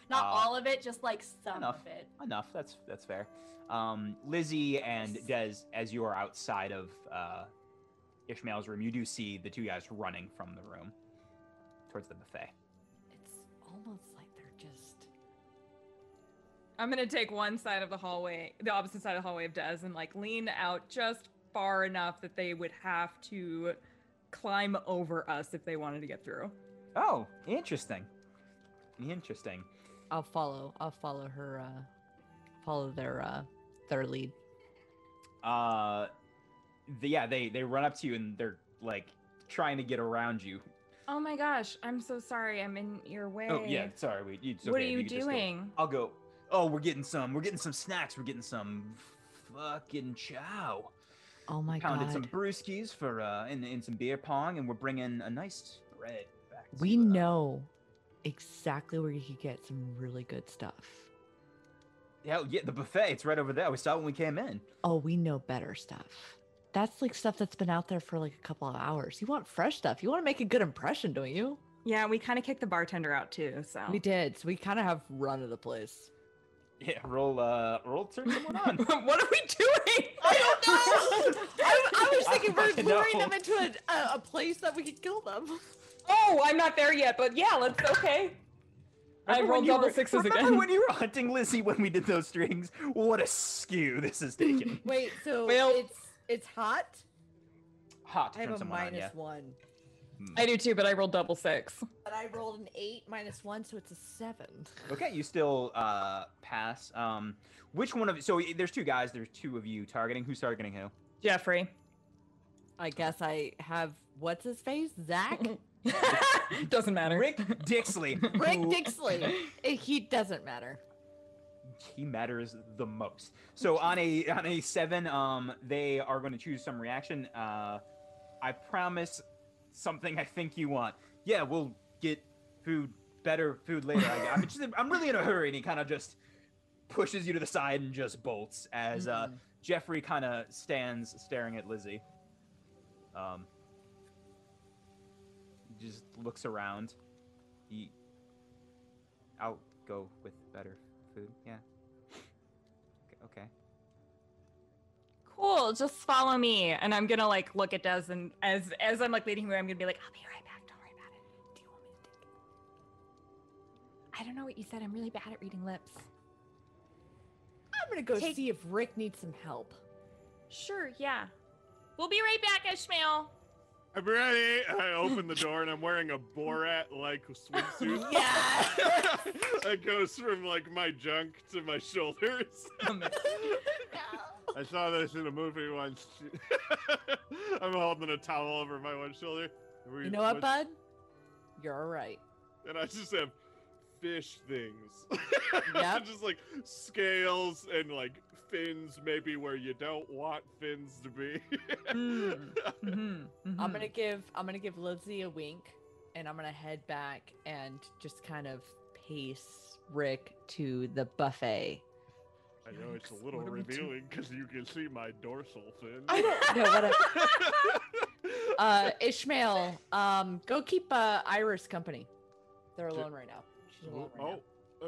Not Uh, all of it, just like some enough. of it. enough. That's that's fair. Um, Lizzie and Des, as you are outside of uh, Ishmael's room, you do see the two guys running from the room towards the buffet. It's almost like they're just I'm gonna take one side of the hallway, the opposite side of the hallway of Des, and like lean out just far enough that they would have to climb over us if they wanted to get through. Oh, interesting. Interesting. I'll follow. I'll follow her uh follow their uh their lead. Uh, the, yeah, they they run up to you and they're like trying to get around you. Oh my gosh, I'm so sorry. I'm in your way. Oh yeah, sorry. We, it's what okay are if you could just go- doing? I'll go. Oh, we're getting some. We're getting some snacks. We're getting some fucking chow. Oh my Pounded god. some brewskis for uh, and, and some beer pong, and we're bringing a nice spread back. to, we uh, know exactly where you could get some really good stuff. Yeah, oh, yeah, the buffet. It's right over there. We saw it when we came in. Oh, we know better stuff. That's like stuff that's been out there for like a couple of hours. You want fresh stuff. You want to make a good impression, don't you? Yeah, we kind of kicked the bartender out too. So We did. So we kind of have run of the place. Yeah, roll. Uh, roll. Turn someone on. what are we doing? I don't know. I, I was I thinking we're don't know. luring them into a, a, a place that we could kill them. Oh, I'm not there yet, but yeah, let's okay. I Remember when rolled you double were- sixes remember again. when you were hunting Lizzie when we did those strings? What a skew this is taking. Wait, so Well- it's it's hot. Hot. I have Turn a someone on. Yeah. minus one, Hmm. I do too, but I rolled double six. but I rolled an eight minus one, so it's a seven. Okay, you still uh pass. Um, which one of so y- there's two guys. There's two of you targeting. Who's targeting who? Jeffrey. I guess I have what's his face, Zach, Doesn't matter. Rick Dixley. Rick who- Dixley. Eh, He doesn't matter. He matters the most. So on a on a seven, um, they are going to choose some reaction. Uh, I promise something I think you want. Yeah, we'll get food, better food later. I, I'm just, I'm really in a hurry, and he kind of just pushes you to the side and just bolts as uh, Mm-mm. Jeffrey kind of stands staring at Lizzie. Um, just looks around. He, I'll go with better food. Yeah. Okay. okay. Cool. Just follow me, and I'm gonna like look at Des, and as as I'm like leading him, away, I'm gonna be like, I'll be right back. Don't worry about it. Do you want me to take it? I don't know what you said. I'm really bad at reading lips. I'm gonna go Take- see if Rick needs some help. Sure. Yeah. We'll be right back, Ishmael. I'm ready. I open the door and I'm wearing a Borat like swimsuit. Yeah. it goes from like my junk to my shoulders. Oh, I saw this in a movie once. I'm holding a towel over my one shoulder. We- You know what, with- bud? You're all right. And I just have fish things. Yep. just like scales and like fins, maybe where you don't want fins to be. Mm. Mhm, I'm mhm. gonna Hmm. give I'm gonna give Lizzie a wink, and I'm gonna head back and just kind of pace Rick to the buffet. I know it's a Yikes, little what do we do? revealing because you can see my dorsal fin. No, what a- uh, Ishmael, um, go keep uh, Iris company. They're Ju- alone right now. She's alone Oh, right now.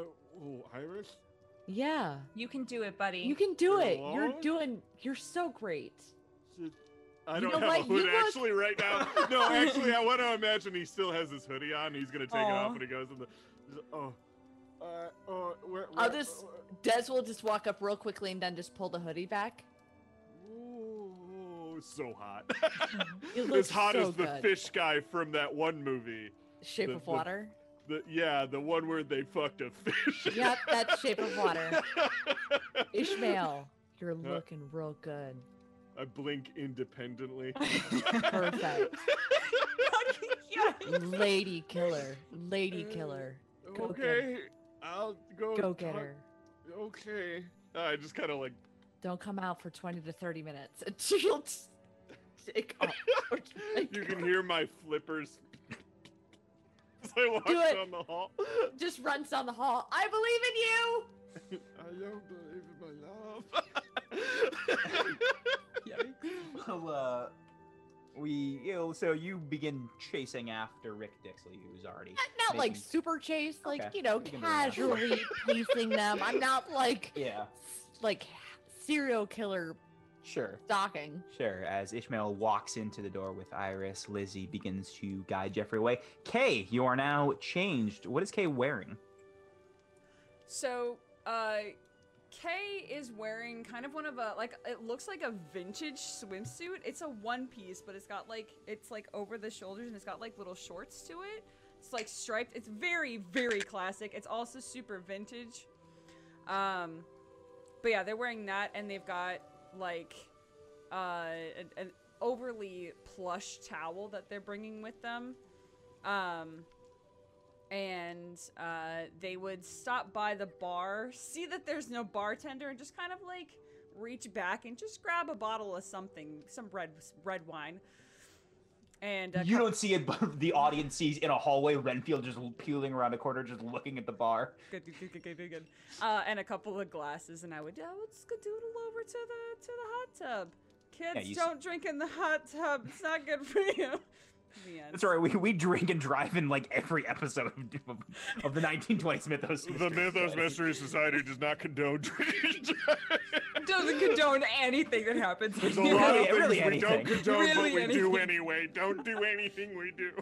oh, uh, ooh, Iris? Yeah, You can do it, buddy. you can do You're it. You're alone? doing. You're so great. Shit. I You don't have know a what? You hood look- actually right now. No, actually, I want to imagine he still has his hoodie on. He's gonna take it Aw. off when he goes in the. Oh, uh, oh, where, I'll where- just- Des will just walk up real quickly and then just pull the hoodie back. Ooh, so hot. You look as hot so as the good. fish guy from that one movie. Shape The- of the- water. The, yeah, the one where they fucked a fish. Yep, that's Shape of Water. Ishmael, Uh, you're looking real good. I blink independently. Perfect. Yucky, yucky. Lady killer. Lady Uh, killer. Go get her. okay, I'll go. Go get talk- her. Okay. Ah, I just kind of like Don't come out for 20 to 30 minutes. And she'll just stick off. You can hear my flippers as I walk Do it. down the hall. Just runs down the hall. I believe in you. I don't believe in my love. well, uh, we you know, so you begin chasing after Rick Dixley, who's already Not, not like making- super chase, like Okay, you know, we can do that. casually pacing them. I'm not like yeah, s- like serial killer sure. stalking. Sure. As Ishmael walks into the door with Iris, Lizzie begins to guide Jeffrey away. Kay, you are now changed. What is Kay wearing? So, uh, Kay is wearing kind of one of a like it looks like a vintage swimsuit. It's a one piece, but it's got like it's like over the shoulders and it's got like little shorts to it. It's like striped. It's very very classic. It's also super vintage. Um, but yeah, they're wearing that and they've got like uh an, an overly plush towel that they're bringing with them. Um and uh, they would stop by the bar, see that there's no bartender, and just kind of like reach back and just grab a bottle of something, some red red wine. And uh, You come- don't see it, but the audience sees in a hallway Renfield just peeling around a corner, just looking at the bar. good, good, good, good, good, good, good. Uh, and a couple of glasses, and I would uh, let's go doodle over to the to the hot tub. Kids, you s- don't drink in the hot tub. It's not good for you. The end. That's right. We, we drink and drive in like every episode of, of, of the 1920s Mythos. The Mystery Mythos Society. Mystery Society does not condone drinking. Doesn't condone anything that happens. There's a Really- lot of things really we anything. don't condone, Really but we do anything. anyway. Don't do anything we do.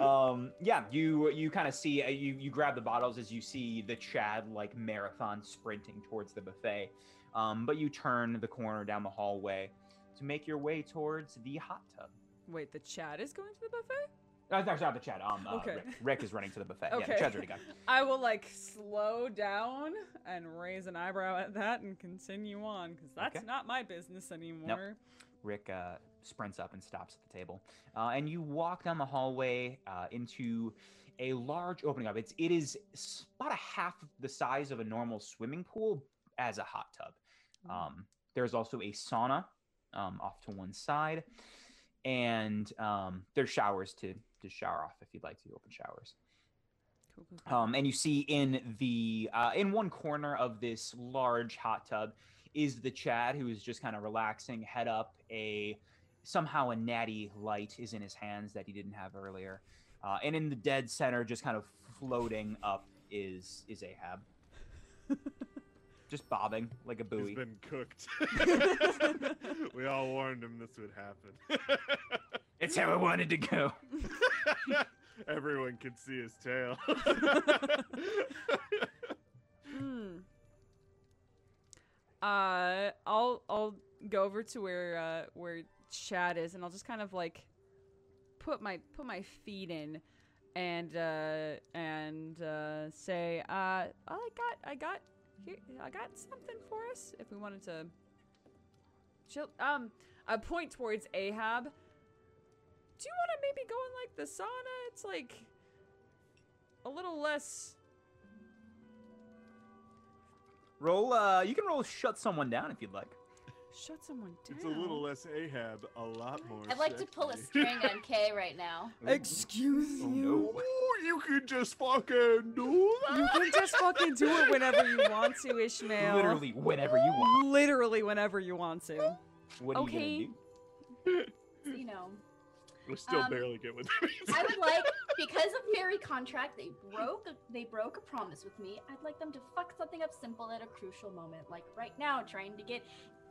um yeah you you kind of see uh, you you grab the bottles as you see the chad like marathon sprinting towards the buffet um but you turn the corner down the hallway to make your way towards the hot tub Wait, the chat is going to the buffet. uh, that's not the chad um uh, Okay. rick. rick is running to the buffet yeah Okay. the chad's already gone I will like slow down and raise an eyebrow at that and continue on because that's Okay. not my business anymore. rick uh sprints up and stops at the table uh, and you walk down the hallway uh, into a large opening up it's it is s- about a half the size of a normal swimming pool as a hot tub Um, there's also a sauna um, off to one side, and um, there's showers to to shower off if you'd like to open showers. Um, and you see in the uh, in one corner of this large hot tub is the Chad who is just kind of relaxing, head up. A somehow a natty light is in his hands that he didn't have earlier, uh, and in the dead center, just kind of floating up, is is Ahab, just bobbing like a buoy. He's been cooked. we all warned him this would happen. It's how I wanted to go. Everyone can see his tail. Hmm. Uh, I'll I'll go over to where uh, where Chad is and I'll just kind of like put my put my feet in and uh, and uh, say uh, oh, I got I got here, I got something for us if we wanted to. Chill. Um, I point towards Ahab. Do you want to maybe go in like the sauna? It's like a little less Roll. Uh, you can roll shut someone down if you'd like. shut someone down. it's a little less Ahab, a lot more. I'd like to pull a sexy. string on Kay right now. Excuse Mm-hmm. Oh, you. no. Ooh, you could just fucking do that. You can just fucking do it whenever you want to, Ishmael. Literally, whenever you want. Literally whenever you want to. What are Okay. you gonna You know, We still Um, barely get with that. means. I would like because of fairy contract they broke they broke a promise with me. I'd like them to fuck something up simple at a crucial moment, like right now, trying to get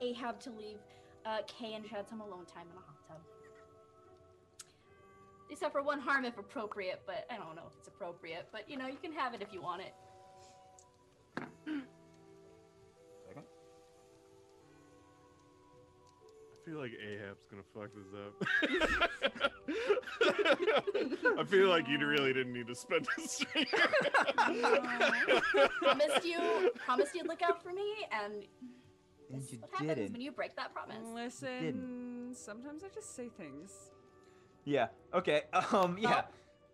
Ahab to leave uh, Kay and Chad some alone time in a hot tub. They suffer one harm if appropriate, but I don't know if it's appropriate. But you know, you can have it if you want it. I feel like Ahab's gonna fuck this up. I feel like you really didn't need to spend this string. promised you, promised you'd look out for me, and And this is you what happens didn't. when you break that promise. Mm. Listen, sometimes I just say things. do? Yeah. Okay. Um. Yeah.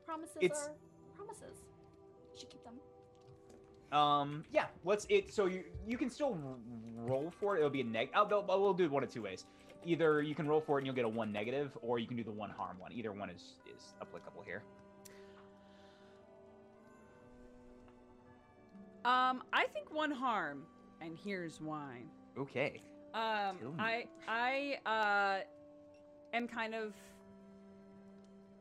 Promises It's- are promises. You should keep them. Um. Yeah. Let's it. So you you can still r- roll for it. It'll be a neg. I'll, I'll, we'll do it one of two ways. either you can roll for it and you'll get a one negative, or you can do the one harm one. Either one is is applicable here. Um, I think one harm, and here's why. Okay. Tell Um, me. I I uh, am kind of.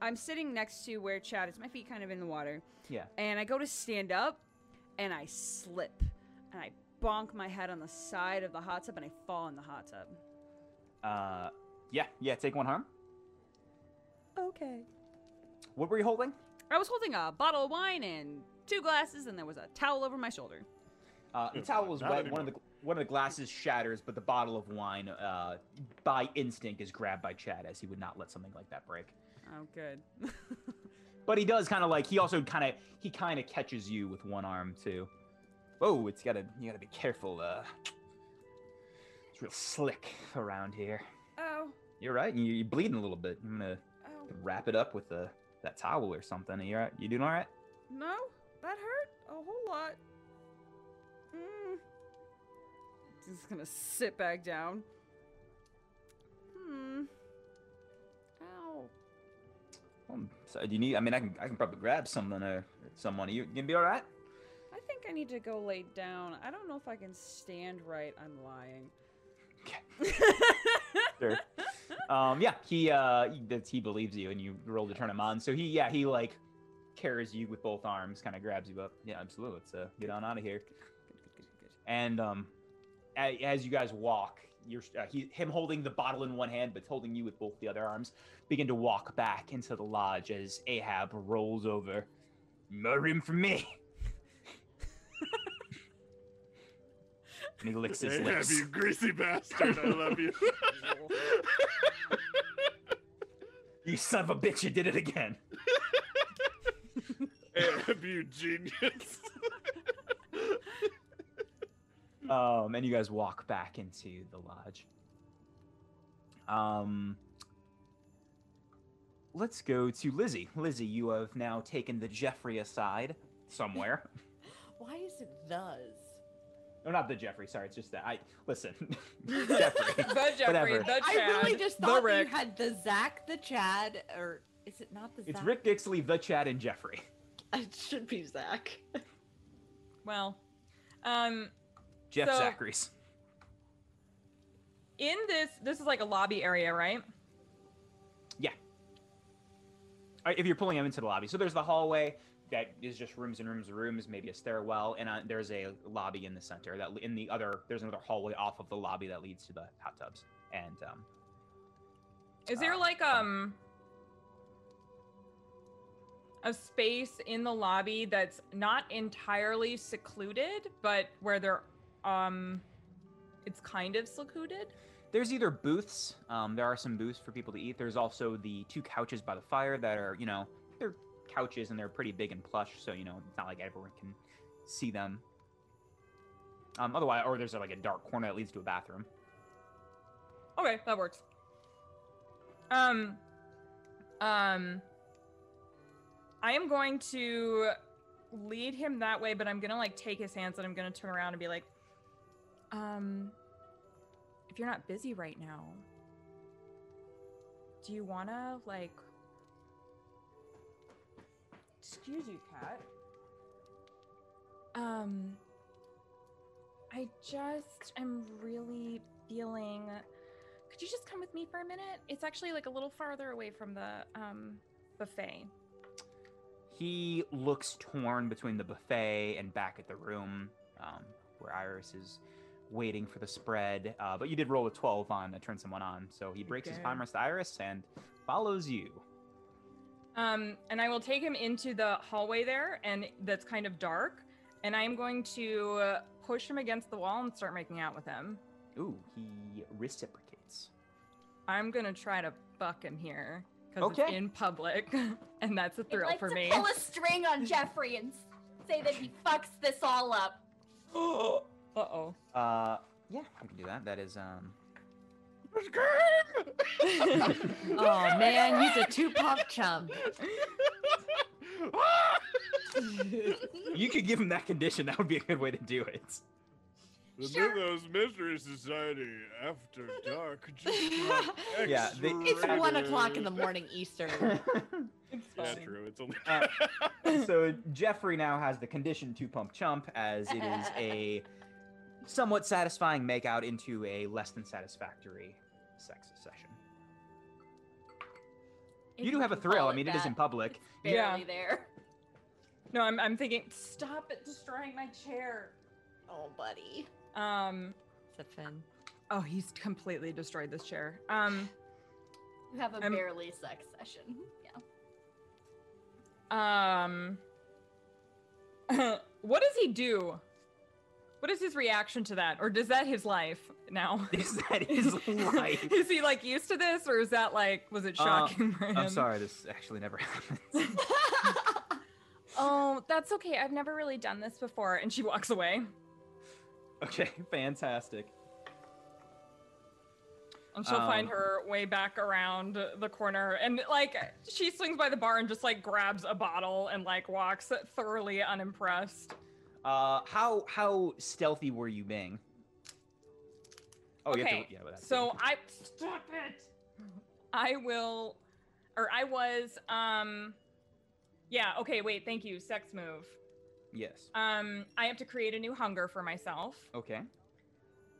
I'm sitting next to where Chad is. My feet kind of in the water, Yeah. and I go to stand up, and I slip, and I bonk my head on the side of the hot tub, and I fall in the hot tub. Uh, yeah. Yeah. Take one harm. Okay. What were you holding? I was holding a bottle of wine and two glasses, and there was a towel over my shoulder. Uh, the Good towel God, is not wet. One of the one of the glasses shatters, but the bottle of wine, uh, by instinct, is grabbed by Chad as he would not let something like that break. Oh, good. But he does kind of like he also kind of he kind of catches you with one arm too. Whoa, it's gotta you gotta be careful. Uh, it's real slick around here. oh, You're right. You, you're bleeding a little bit. I'm gonna oh, wrap it up with the that towel or something. You right? you doing all right? no, that hurt a whole lot. Mm. Just gonna sit back down. Hmm. Ow. Um, so do you need? I mean, I can I can probably grab something or someone. Are you gonna be all right? I think I need to go lay down. I don't know if I can stand right. I'm lying. Sure. um, yeah, he uh, he, that's- he believes you, and you roll to turn him on. So he yeah he like carries you with both arms, kind of grabs you up. Yeah, absolutely. Let's uh, get on out of here. Good, good, good, good. And um, a- as you guys walk, you're uh, he, him holding the bottle in one hand, but holding you with both the other arms, begin to walk back into the lodge as Ahab rolls over. No room for me. and he licks his Ahab, lips. you greasy bastard! I love you. You son of a bitch! You did it again. Ahab, you genius. Um, and you guys walk back into the lodge. Um, let's go to Lizzie. Lizzie, you have now taken the Jeffrey aside somewhere. Why is it thus? no, not the Jeffrey. Sorry, it's just that I listen. Jeffrey. The Jeffrey, Whatever. the Chad. I really just thought that Rick. you had the Zach, the Chad, or is it not the It's Zach? Rick Dixley, the Chad, and Jeffrey. It should be Zach. Well, um, Jeff So- Zachary's. in this, this is like a lobby area, right? All right, if you're pulling him into the lobby, so there's the hallway that is just rooms and rooms and rooms, maybe a stairwell, and uh, there's a lobby in the center that in the other there's another hallway off of the lobby that leads to the hot tubs. And um, Is there Uh, like um a space in the lobby that's not entirely secluded, but where there um it's kind of secluded? there's either booths. Um, there are some booths for people to eat. There's also the two couches by the fire that are you know they're couches and they're pretty big and plush, so you know it's not like everyone can see them. Um, otherwise, or there's like a dark corner that leads to a bathroom. Okay, that works. Um um I am going to lead him that way, but I'm going to like take his hands and I'm going to turn around and be like um if you're not busy right now, do you want to like Excuse you, cat. Um I just am really feeling. Could you just come with me for a minute? It's actually like a little farther away from the um, buffet. He looks torn between the buffet and back at the room um, where Iris is waiting for the spread. Uh, but you did roll a 12 on to turn someone on. So he breaks his Okay. palm rest to Iris and follows you. Um, and I will take him into the hallway there, and that's kind of dark. And I'm going to uh, push him against the wall and start making out with him. Ooh, he reciprocates. I'm gonna try to fuck him here because it's Okay. in public, and that's a I'd thrill like for to me. pull a string on Jeffrey and s- say that he fucks this all up. uh oh. Uh, yeah, I can do that. That is. um Oh man, he's a two pop chump. You could give him that condition. That would be a good way to do it. The Sure. Mythos Mystery Society After Dark. Just got Yeah, they- It's one o'clock X-rated. in the morning Eastern. It's Yeah, fine. true. It's only. Uh, so Jeffrey now has the condition to pump chump as it is a somewhat satisfying makeout into a less than satisfactory sex session. If you do have a can call thrill. I it mean, it is that. in public. Barely Yeah. there. No, I'm, I'm thinking, stop it destroying my chair. oh, buddy. Um, It's a fin. oh, he's completely destroyed this chair. Um, You have a I'm- barely sex session. Yeah. um, what does he do? What is his reaction to that? Or does that his life now? Is that his life? is he like used to this or is that like, was it shocking for him? Uh, I'm sorry, this actually never happens. Oh, that's okay. I've never really done this before. And she walks away. okay, fantastic. And she'll Um, find her way back around the corner. And like she swings by the bar and just like grabs a bottle and like walks thoroughly unimpressed. Uh, how how stealthy were you being? Oh, you okay. have to, yeah, but that's- so I stop it. I will or I was um yeah, okay, wait, thank you. Sex move. yes. Um I have to create a new hunger for myself. Okay.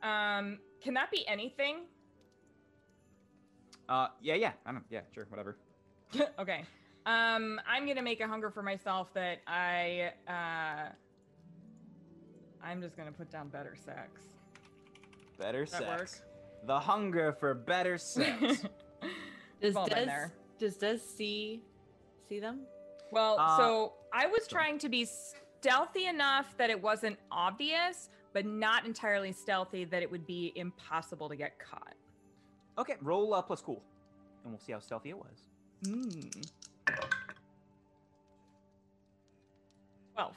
Um can that be anything? Uh, yeah, yeah. I don't. Yeah, sure, whatever. okay. Um, I'm gonna make a hunger for myself that I uh, I'm just gonna put down better sex. Better That sex. The hunger for better sex. works. Does all been Des, there. does Des see see them? well, Uh, so I was trying to be stealthy enough that it wasn't obvious, but not entirely stealthy that it would be impossible to get caught. okay, roll up plus cool, and we'll see how stealthy it was. Well,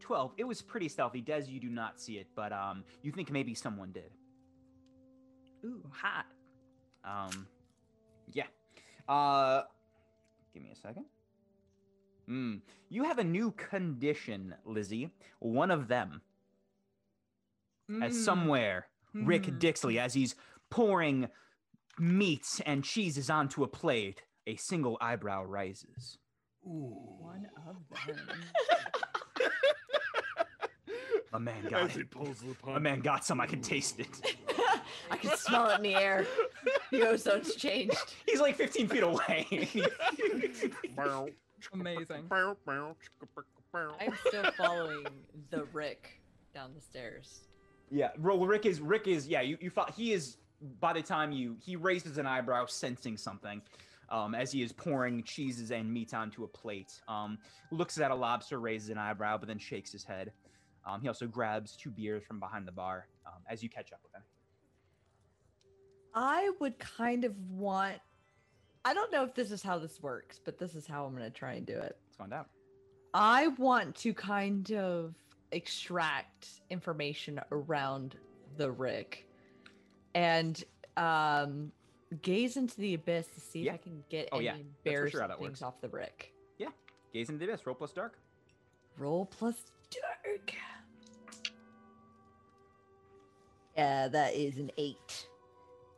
12. It was pretty stealthy. Des, you do not see it, but um, you think maybe someone did. ooh, hot. Um, yeah. Uh, give me a second. Hmm. You have a new condition, Lizzie. One of them, as Mm, somewhere Rick mm. Dixley, as he's pouring meats and cheeses onto a plate, a single eyebrow rises. One of them. A man got As he it. pulls the pump. A man got some. I can taste it. I can smell it in the air. The ozone's changed. He's like 15 feet away. Bow, Amazing. bow, bow, chicka-picka, bow. I'm still following the Rick down the stairs. Yeah, well, Rick is Rick is yeah. You you fought, he is by the time you he raises an eyebrow, sensing something, um, as he is pouring cheeses and meat onto a plate. Um, looks at a lobster, raises an eyebrow, but then shakes his head. Um, he also grabs two beers from behind the bar um, as you catch up with him. I would kind of want. I don't know if this is how this works, but this is how I'm going to try and do it. Let's find out. I want to kind of extract information around the Rick and um, gaze into the abyss to see Yeah. if I can get Oh, any yeah. for embarrassing sure how that things works. off the Rick. Gaze into the abyss. Roll plus dark. Roll plus dark. Yeah, that is an eight.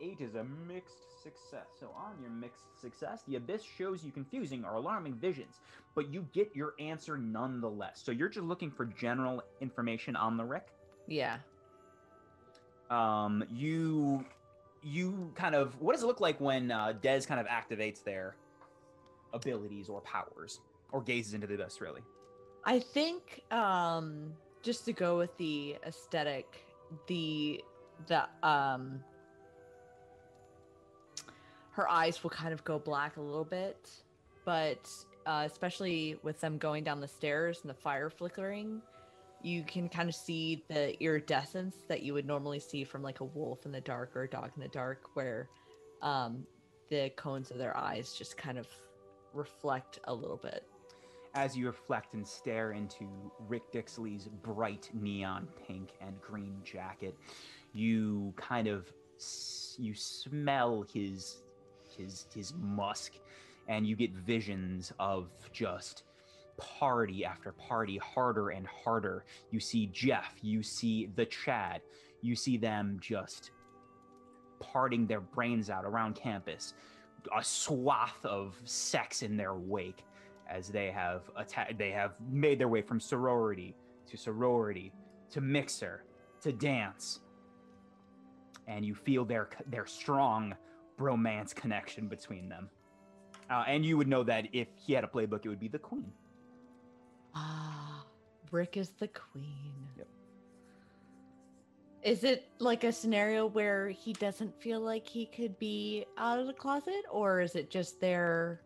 Eight is a mixed success. So on your mixed success, the abyss shows you confusing or alarming visions, but you get your answer nonetheless. So you're just looking for general information on the Rick. Yeah. um you you kind of what does it look like when uh des kind of activates their abilities or powers or gazes into the abyss really I think um just to go with the aesthetic, the the um her eyes will kind of go black a little bit, but uh, especially with them going down the stairs and the fire flickering, you can kind of see the iridescence that you would normally see from like a wolf in the dark or a dog in the dark, where um, the cones of their eyes just kind of reflect a little bit. as you reflect and stare into Rick Dixley's bright neon pink and green jacket, you kind of s- you smell his his his musk, and you get visions of just party after party, harder and harder. You see Jeff, you see the Chad, you see them just parting their brains out around campus, a swath of sex in their wake as they have atta- they have made their way from sorority to sorority to mixer to dance. And you feel their their strong bromance connection between them. Uh, and you would know that if he had a playbook, it would be the queen. Ah, Brick is the queen. Yep. Is it like a scenario where he doesn't feel like he could be out of the closet, or is it just there?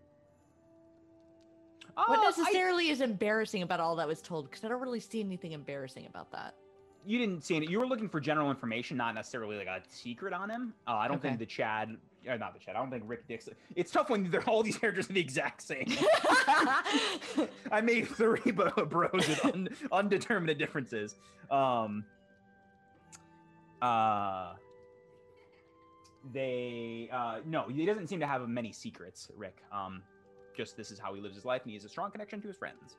Oh, what Oh, I- necessarily is embarrassing about all that was told? Because I don't really see anything embarrassing about that. you didn't see any. You were looking for general information, not necessarily like a secret on him. Uh, I don't think Okay. the Chad, uh, not the Chad. I don't think Rick Dixon. It's tough when they're all these characters are the exact same. I made three bo- bros with un- undetermined differences. Um, uh, they uh, no, he doesn't seem to have many secrets, Rick. Um, just this is how he lives his life, and he has a strong connection to his friends.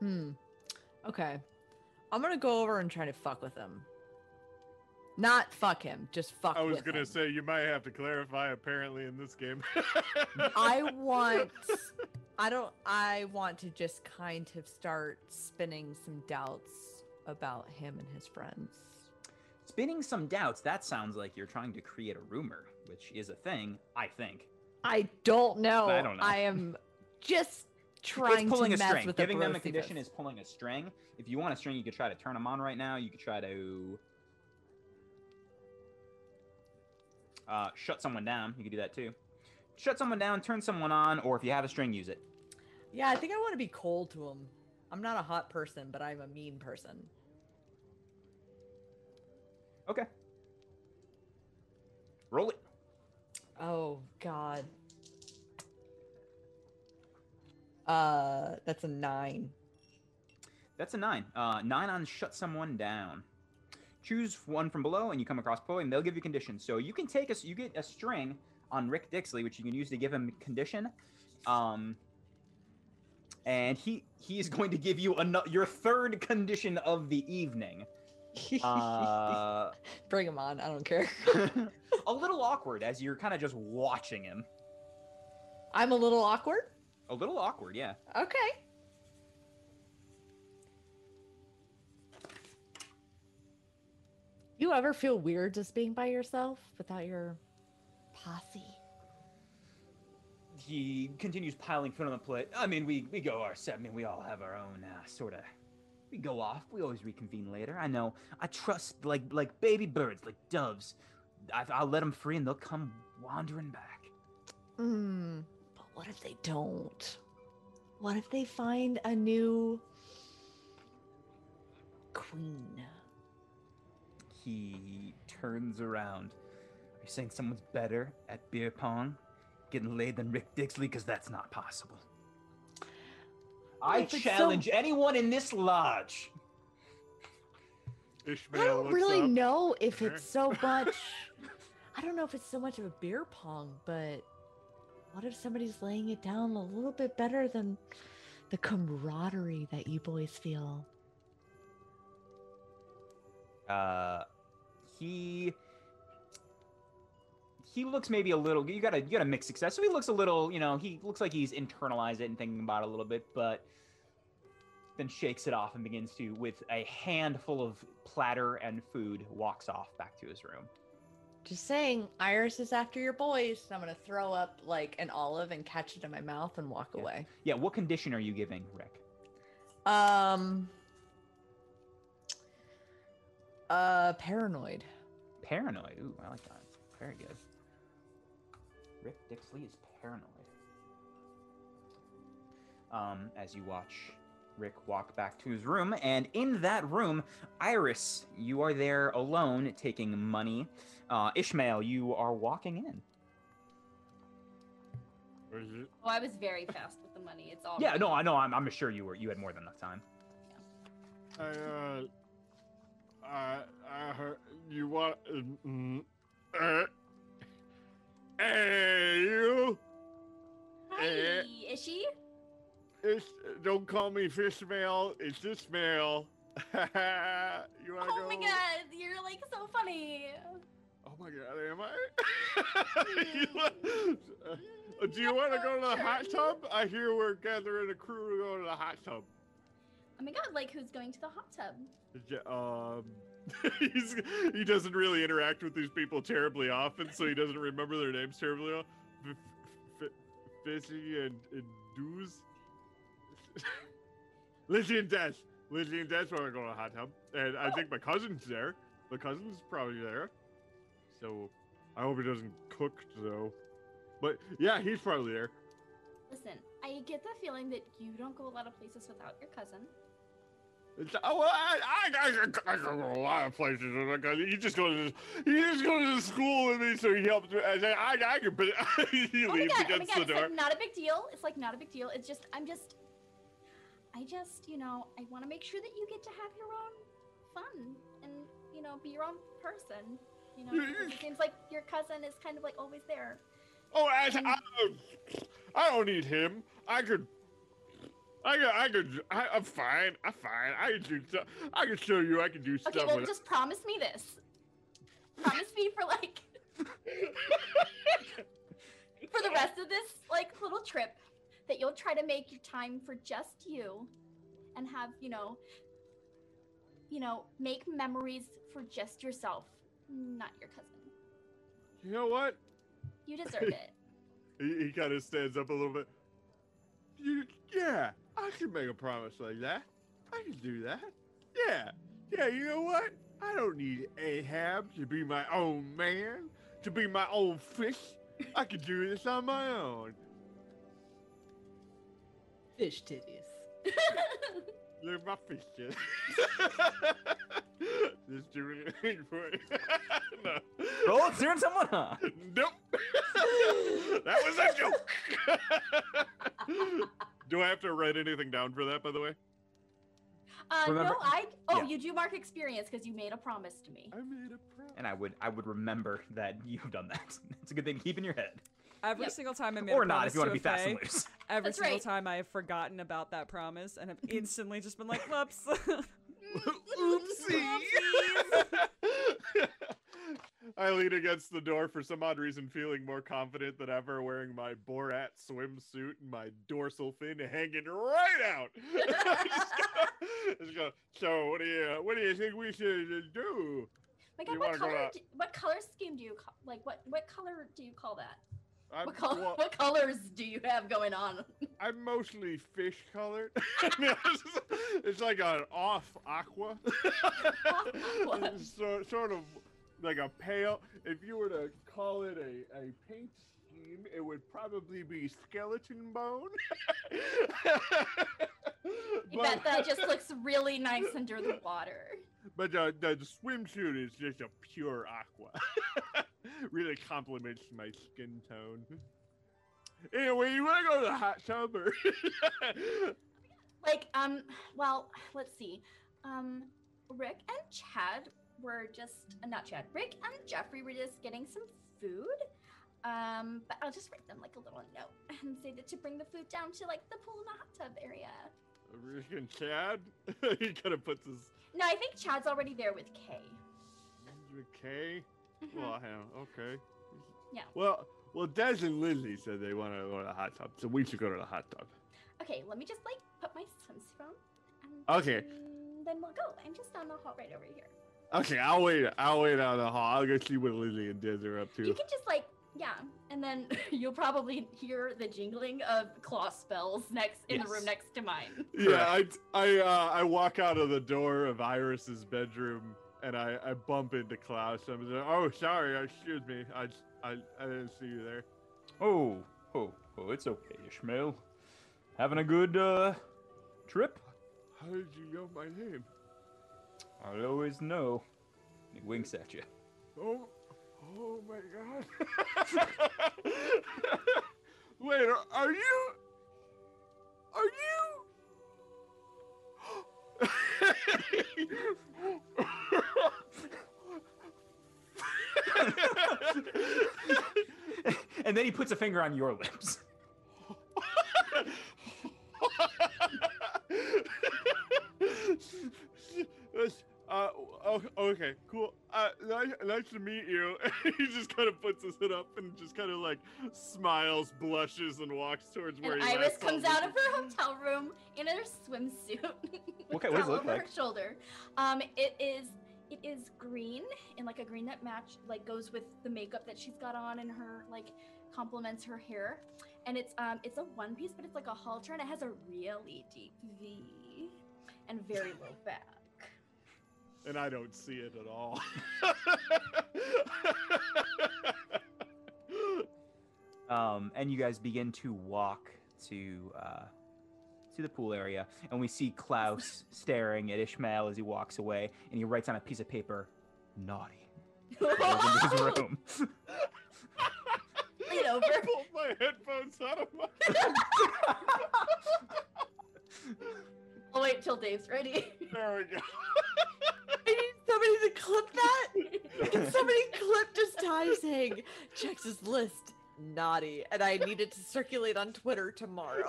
Hmm. Okay. I'm gonna go over and try to fuck with him. Not fuck him, just fuck. I was with gonna him. say you might have to clarify. Apparently, in this game, I want I don't I want to just kind of start spinning some doubts about him and his friends. Spinning some doubts, that sounds like you're trying to create a rumor, which is a thing, I think. I don't know. I don't know. I am just trying it's pulling to a mess string. with Giving the them a Barosievas. condition is pulling a string. If you want a string, you could try to turn them on right now. You could try to uh, shut someone down. You could do that too. Shut someone down, turn someone on, or if you have a string, use it. Yeah, I think I want to be cold to him. I'm not a hot person, but I'm a mean person. Okay. Roll it. Oh god. Uh that's a 9. That's a nine. Uh, nine on shut someone down. Choose one from below, and you come across Poe, and they'll give you conditions. So you can take us. You get a string on Rick Dixley, which you can use to give him condition. Um, and he he is going to give you another your third condition of the evening. Uh, Bring him on. I don't care. a little awkward as you're kind of just watching him. I'm a little awkward. A little awkward, yeah. Okay. You ever feel weird just being by yourself without your posse? he continues piling food on the plate. I mean, we we go our se- I mean, we all have our own uh, sort of. We go off. We always reconvene later. I know. I trust like like baby birds, like doves. I, I'll let them free, and they'll come wandering back. Hmm. But what if they don't? What if they find a new queen? He turns around. Are you saying someone's better at beer pong, getting laid than Rick Dixley? Because that's not possible. I If it's so- challenge anyone in this lodge. Ishmael I don't looks really up. know if Sure. it's so much. I don't know if it's so much of a beer pong, but what if somebody's laying it down a little bit better than the camaraderie that you boys feel? uh he he looks maybe a little you gotta you gotta mix success so he looks a little you know he looks like he's internalized it and thinking about it a little bit but then shakes it off and begins to with a handful of platter and food walks off back to his room Just saying, Iris is after your boys. I'm gonna throw up like an olive and catch it in my mouth and walk Yeah. away. yeah what condition are you giving rick Um, uh, paranoid. paranoid ooh i like that very good rick dixley is paranoid um, as you watch Rick walk back to his room. And in that room, Iris, you are there alone taking money. Uh, Ishmael, you are walking in. What is it? Oh, I was very fast with the money. It's all. Yeah, me. no, I know. I'm, I'm sure you were. You had more than enough time. I, uh, I, I heard you want. Mm, uh, hey, you. Hi, Eh. is she? Eh. It's, don't call me Fishmail. It's Ishmael. you want to Oh go? my god, you're like so funny. Oh my god, am I? You wa- Oh Uh, Do you want to go to the hot tub? I hear we're gathering a crew to go to the hot tub. Oh my god, like who's going to the hot tub? J- Um, he's, he doesn't really interact with these people terribly often, so he doesn't remember their names terribly well. F- f- Fizzy and, and Doos. Lizzie and Des. Lizzie and Des want to go to the hot tub. And I think my cousin's there. My cousin's probably there. So I hope he doesn't cook, though. But yeah, he's probably there. Listen, I get the feeling that you don't go a lot of places without your cousin. It's, oh, well, I, I, I, I go to a lot of places. and I go- He just goes, to, he just goes to school with me, so he helps me. I say, I, I can, but he Oh leaves my god, oh my against god, the it's door. like not a big deal. It's like not a big deal. It's just I'm just I just, you know, I want to make sure that you get to have your own fun and, you know, be your own person. You know, because it seems like your cousin is kind of like always there. oh, I, I, I don't need him. I could, I could, I could, I, I'm fine. I'm fine. I can do stuff. I can show you. I can do stuff. Okay, well, with- just promise me this. Promise me for like for the rest of this like little trip that you'll try to make your time for just you and have, you know, you know, make memories for just yourself, not your cousin. you know what? You deserve it. He, he kind of stands up a little bit. You, yeah, I can make a promise like that. I can do that. Yeah, yeah. You know what? I don't need Ahab to be my own man, to be my own fish. I can do this on my own. Fish titties. Look at my fish. kid. Just doing it for it. no. Oh, it's doing someone, huh? Nope. that was a joke. Do I have to write anything down for that, by the way? Uh, Remember- no, I. Oh, Yeah. you do mark experience because you made a promise to me. I made a promise. And I would I would remember that you've done that. It's a good thing to keep in your head. Every Yep. single time I made a Or not if promise you want to to be a fast and fae, loose. Every That's single right. time I have forgotten about that promise and have instantly just been like, whoops. Oopsie. I lean against the door for some odd reason, feeling more confident than ever, wearing my Borat swimsuit and my dorsal fin hanging right out. Just go- just go, so, what do you what do you think we should do? My You God, wanna what go color? out? Do, what color scheme do you call? Like, what what color do you call that? I'm, What color? well, What colors do you have going on? I'm mostly fish colored. it's like an off aqua. aqua. so, sort of like a pale. If you were to call it a, a paint scheme, it would probably be skeleton bone. You bet that just looks really nice under the water. but the, the, swimsuit is just a pure aqua. really complements my skin tone. Anyway, you want to go to the hot tub or? Like, um, well, let's see. Um, Rick and Chad were just uh, not Chad. Rick and Jeffrey were just getting some food. Um, but I'll just write them like a little note and say that to bring the food down to like the pool and the hot tub area. Rick and Chad. he kind of puts his No, I think Chad's already there with Kay. with K. Mhm. Well, hang on, okay. Yeah. Well, well, Des and Lizzie said they want to go to the hot tub, so we should go to the hot tub. Okay, let me just like put my swimsuit on. And Okay. Then, then we'll go. I'm just on the hall right over here. Okay, I'll wait. I'll wait out in the hall. I'll go see what Lizzie and Des are up to. You can just like, yeah, and then you'll probably hear the jingling of claw spells next in the room Yes. next to mine. yeah, I I uh, I walk out of the door of Iris's bedroom and I, I bump into Klaus. I'm like, oh, sorry, excuse me, I, I I didn't see you there. Oh, oh, oh, it's okay, Ishmael. Having a good uh trip? How did you know my name? I always know. He winks at you. Oh, oh my god. Wait, are- are you? Are you? and then he puts a finger on your lips. This, uh, o- okay, cool. Uh, nice, nice to meet you. he just kind of puts his hood up and just kind of like smiles, blushes, and walks towards where And he Iris last comes saw out of Lucy. her hotel room in her swimsuit. with Okay, what does it towel look over like? Her shoulder. Um, it is it is green and like a green that match like goes with the makeup that she's got on and her like complements her hair. And it's um it's a one piece, but it's like a halter and it has a really deep V and very low back. and I don't see it at all. Um, and you guys begin to walk to uh, to the pool area, and we see Klaus staring at Ishmael as he walks away, and he writes on a piece of paper, "Naughty." Goes into his room. Lean over. I pulled my headphones out of my. I'll wait till Dave's ready. There we go. I need somebody to clip that. Can somebody clip just Ty saying checks his list naughty, and I need it to circulate on Twitter tomorrow.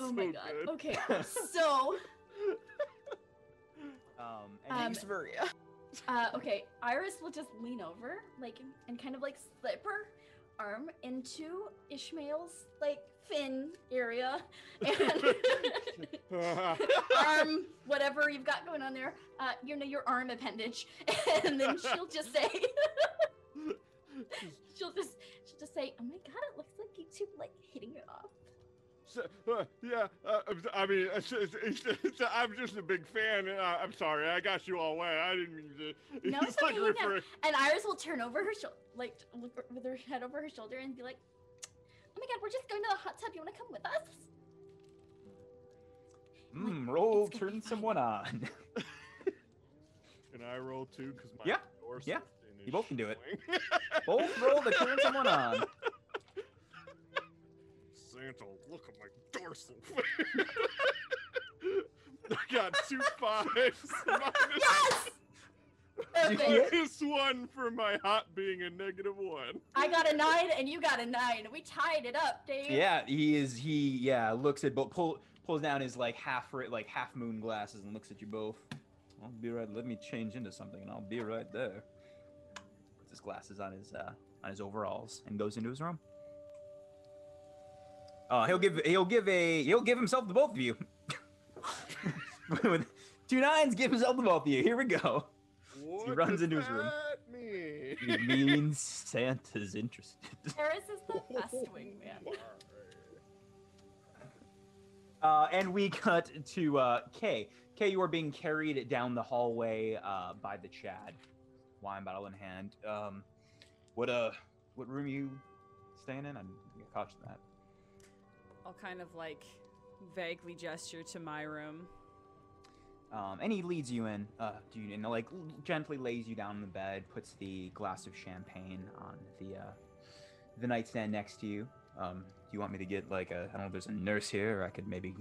oh my So god. good. Okay. So Um, and Um, Thanks, Maria. Uh, okay, Iris will just lean over, like, and kind of like slip her arm into Ishmael's like fin area, and arm, whatever you've got going on there, uh, you know, your arm appendage, and then she'll just say, she'll just, she'll just say, oh my god, it looks like you two like hitting it off. So, uh, yeah, uh, I'm s- I mean, it's, it's, it's, it's, I'm just a big fan. and, Uh, I'm sorry, I got you all wet. I didn't mean to. No, it's like okay, you can- referring- And Iris will turn over her shoulder, like, look o- with her head over her shoulder, and be like, oh my god, we're just going to the hot tub. You want to come with us? mm, roll, it's gonna turn be fine. someone on. Can I roll too? Because my Yeah, door's yeah. in You is both can do it. showing. Both roll to turn someone on. Santa, look at my dorsal. I got two fives. minus- Yes! You Perfect. see it? minus one for my hot being a negative one. I got a nine and you got a nine. We tied it up, Dave. Yeah, he is. He yeah looks at both. Pull, pulls down his like half ri- like half moon glasses and looks at you both. I'll be right. Let me change into something, and I'll be right there. Puts his glasses on his uh, on his overalls and goes into his room. Uh, he'll give he'll give a he'll give himself to both of you. With two nines, give himself to both of you. Here we go. What runs does into his room. that mean? It means Santa's interested. Harris is the best wingman. Uh, and we cut to uh, Kay. Kay, you are being carried down the hallway uh, by the Chad, wine bottle in hand. Um, what uh, what room you staying in? I'm gonna catch that. I'll kind of like vaguely gesture to my room. Um, and he leads you in. Uh, do you and like l- gently lays you down in the bed, puts the glass of champagne on the uh, the nightstand next to you. Um, do you want me to get like a? I don't know. if There's a nurse here. Or I could maybe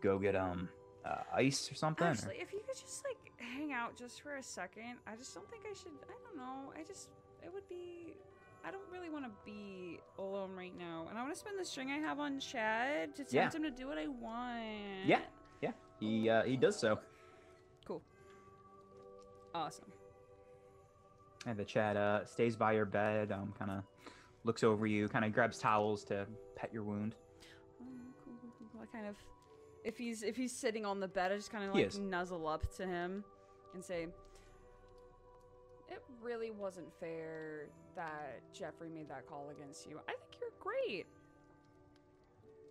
go get um uh, ice or something. or- Actually, if you could just like hang out just for a second, I just don't think I should. I don't know. I just it would be. I don't really want to be alone right now, and I want to spend the string I have on Chad to tempt Yeah. him to do what I want. Yeah. yeah, he uh, he does so. Awesome. And the Chad uh, stays by your bed, um, kind of looks over you, kind of grabs towels to pet your wound. Oh, cool, cool, cool, cool. I kind of, if he's if he's sitting on the bed, I just kind of He like is. nuzzle up to him, and say, "It really wasn't fair that Jeffrey made that call against you. I think you're great.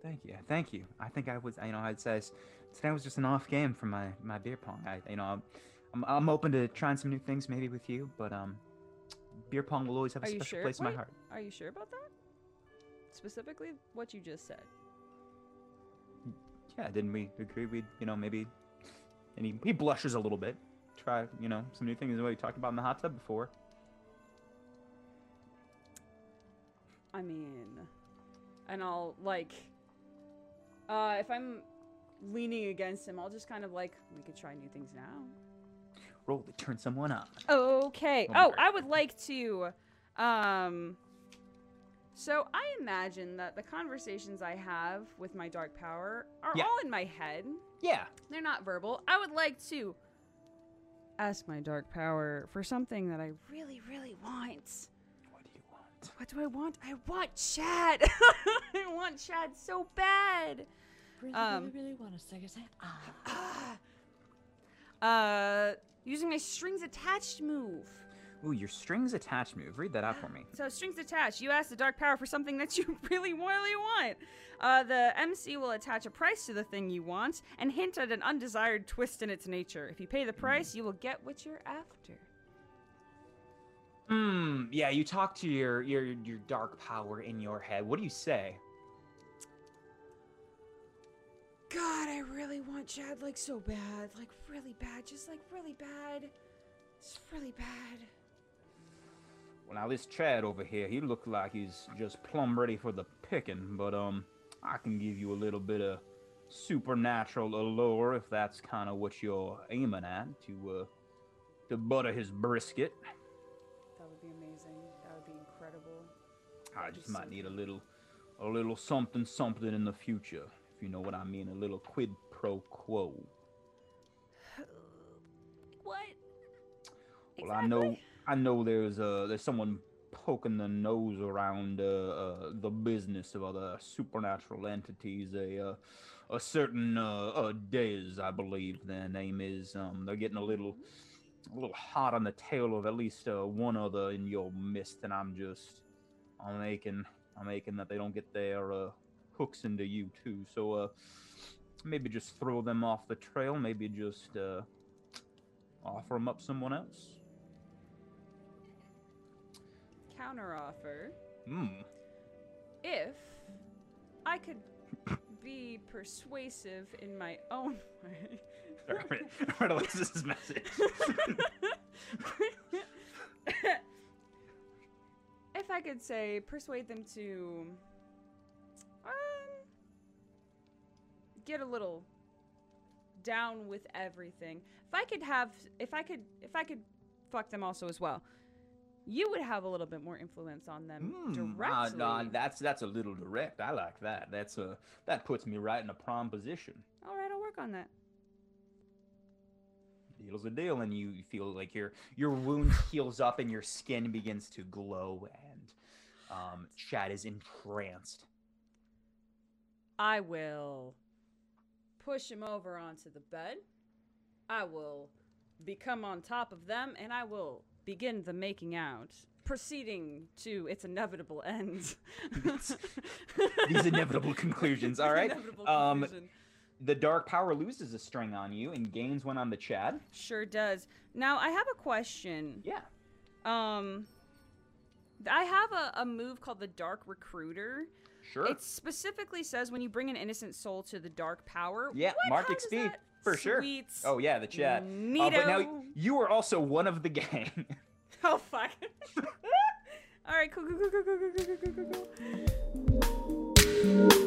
Thank you, thank you. I think I was, you know, I'd says today was just an off game for my my beer pong. I, you know, I'm, I'm, I'm open to trying some new things maybe with you, but um, beer pong will always have a Are you special sure? place in Wait. my heart. Are you sure about that? Specifically, what you just said. Yeah, didn't we agree we'd, you know, maybe? And he, he blushes a little bit. Try, you know, some new things that we talked about in the hot tub before. I mean, and I'll like, uh, if I'm leaning against him, I'll just kind of like, we could try new things now. Roll to turn someone up. Okay. One Oh, more. I would like to. Um. So I imagine that the conversations I have with my dark power are Yeah. all in my head. Yeah, They're not verbal. I would like to ask my dark power for something that I really, really want. What do you want? What do I want? I want Chad. I want Chad so bad. Really, Um, really, really want to stick his head. Ah. Uh, using my strings attached move. Ooh, your strings attached move. Read that out for me. So strings attached. You ask the dark power for something that you really, really want. Uh, the MC will attach a price to the thing you want and hint at an undesired twist in its nature. If you pay the price, you will get what you're after. Hmm. Yeah, you talk to your your your dark power in your head. What do you say? God, I really want Chad like so bad, like really bad, just like really bad, just really bad. Well, now this Chad over here, he looked like he's just plumb ready for the picking, but um, I can give you a little bit of supernatural allure if that's kind of what you're aiming at to uh to butter his brisket. That would be amazing. That would be incredible. I just might need a little, a little something something in the future, if you know what I mean. A little quid pro quo. What? Well, I know, I know. There's uh, there's someone poking the nose around uh, uh the business of other supernatural entities. A uh, a certain uh, uh Dez, I believe their name is. Um, they're getting a little, a little hot on the tail of at least uh, one other in your midst, and I'm just, I'm making, I'm making that they don't get their uh hooks into you too. So uh, maybe just throw them off the trail. Maybe just uh. Offer them up someone else. Counteroffer. Hmm. If I could be persuasive in my own way. Redolis's message. if I could say persuade them to um get a little down with everything. If I could have if I could if I could fuck them also as well. You would have a little bit more influence on them Hmm, uh, directly. no, that's that's a little direct. I like that. That's a that puts me right in a prime position. All right, I'll work on that. Deal's a deal, and you feel like your your wound heals up and your skin begins to glow. And um, Chad is entranced. I will push him over onto the bed. I will become on top of them and I will begin the making out, proceeding to its inevitable end. These inevitable conclusions. All right. Inevitable Um, conclusion. the dark power loses a string on you and gains one on the Chad. Sure does. Now, I have a question. Yeah. Um th- I have a, a move called the Dark Recruiter. Sure. It specifically says when you bring an innocent soul to the dark power. Yeah, what? Mark How does XP that- for sure. Sweet. Oh yeah, the chat. Uh, but now Neato. you are also one of the gang. Oh fuck. All right, cool, cool, cool, cool, cool, cool, cool, cool, cool, cool.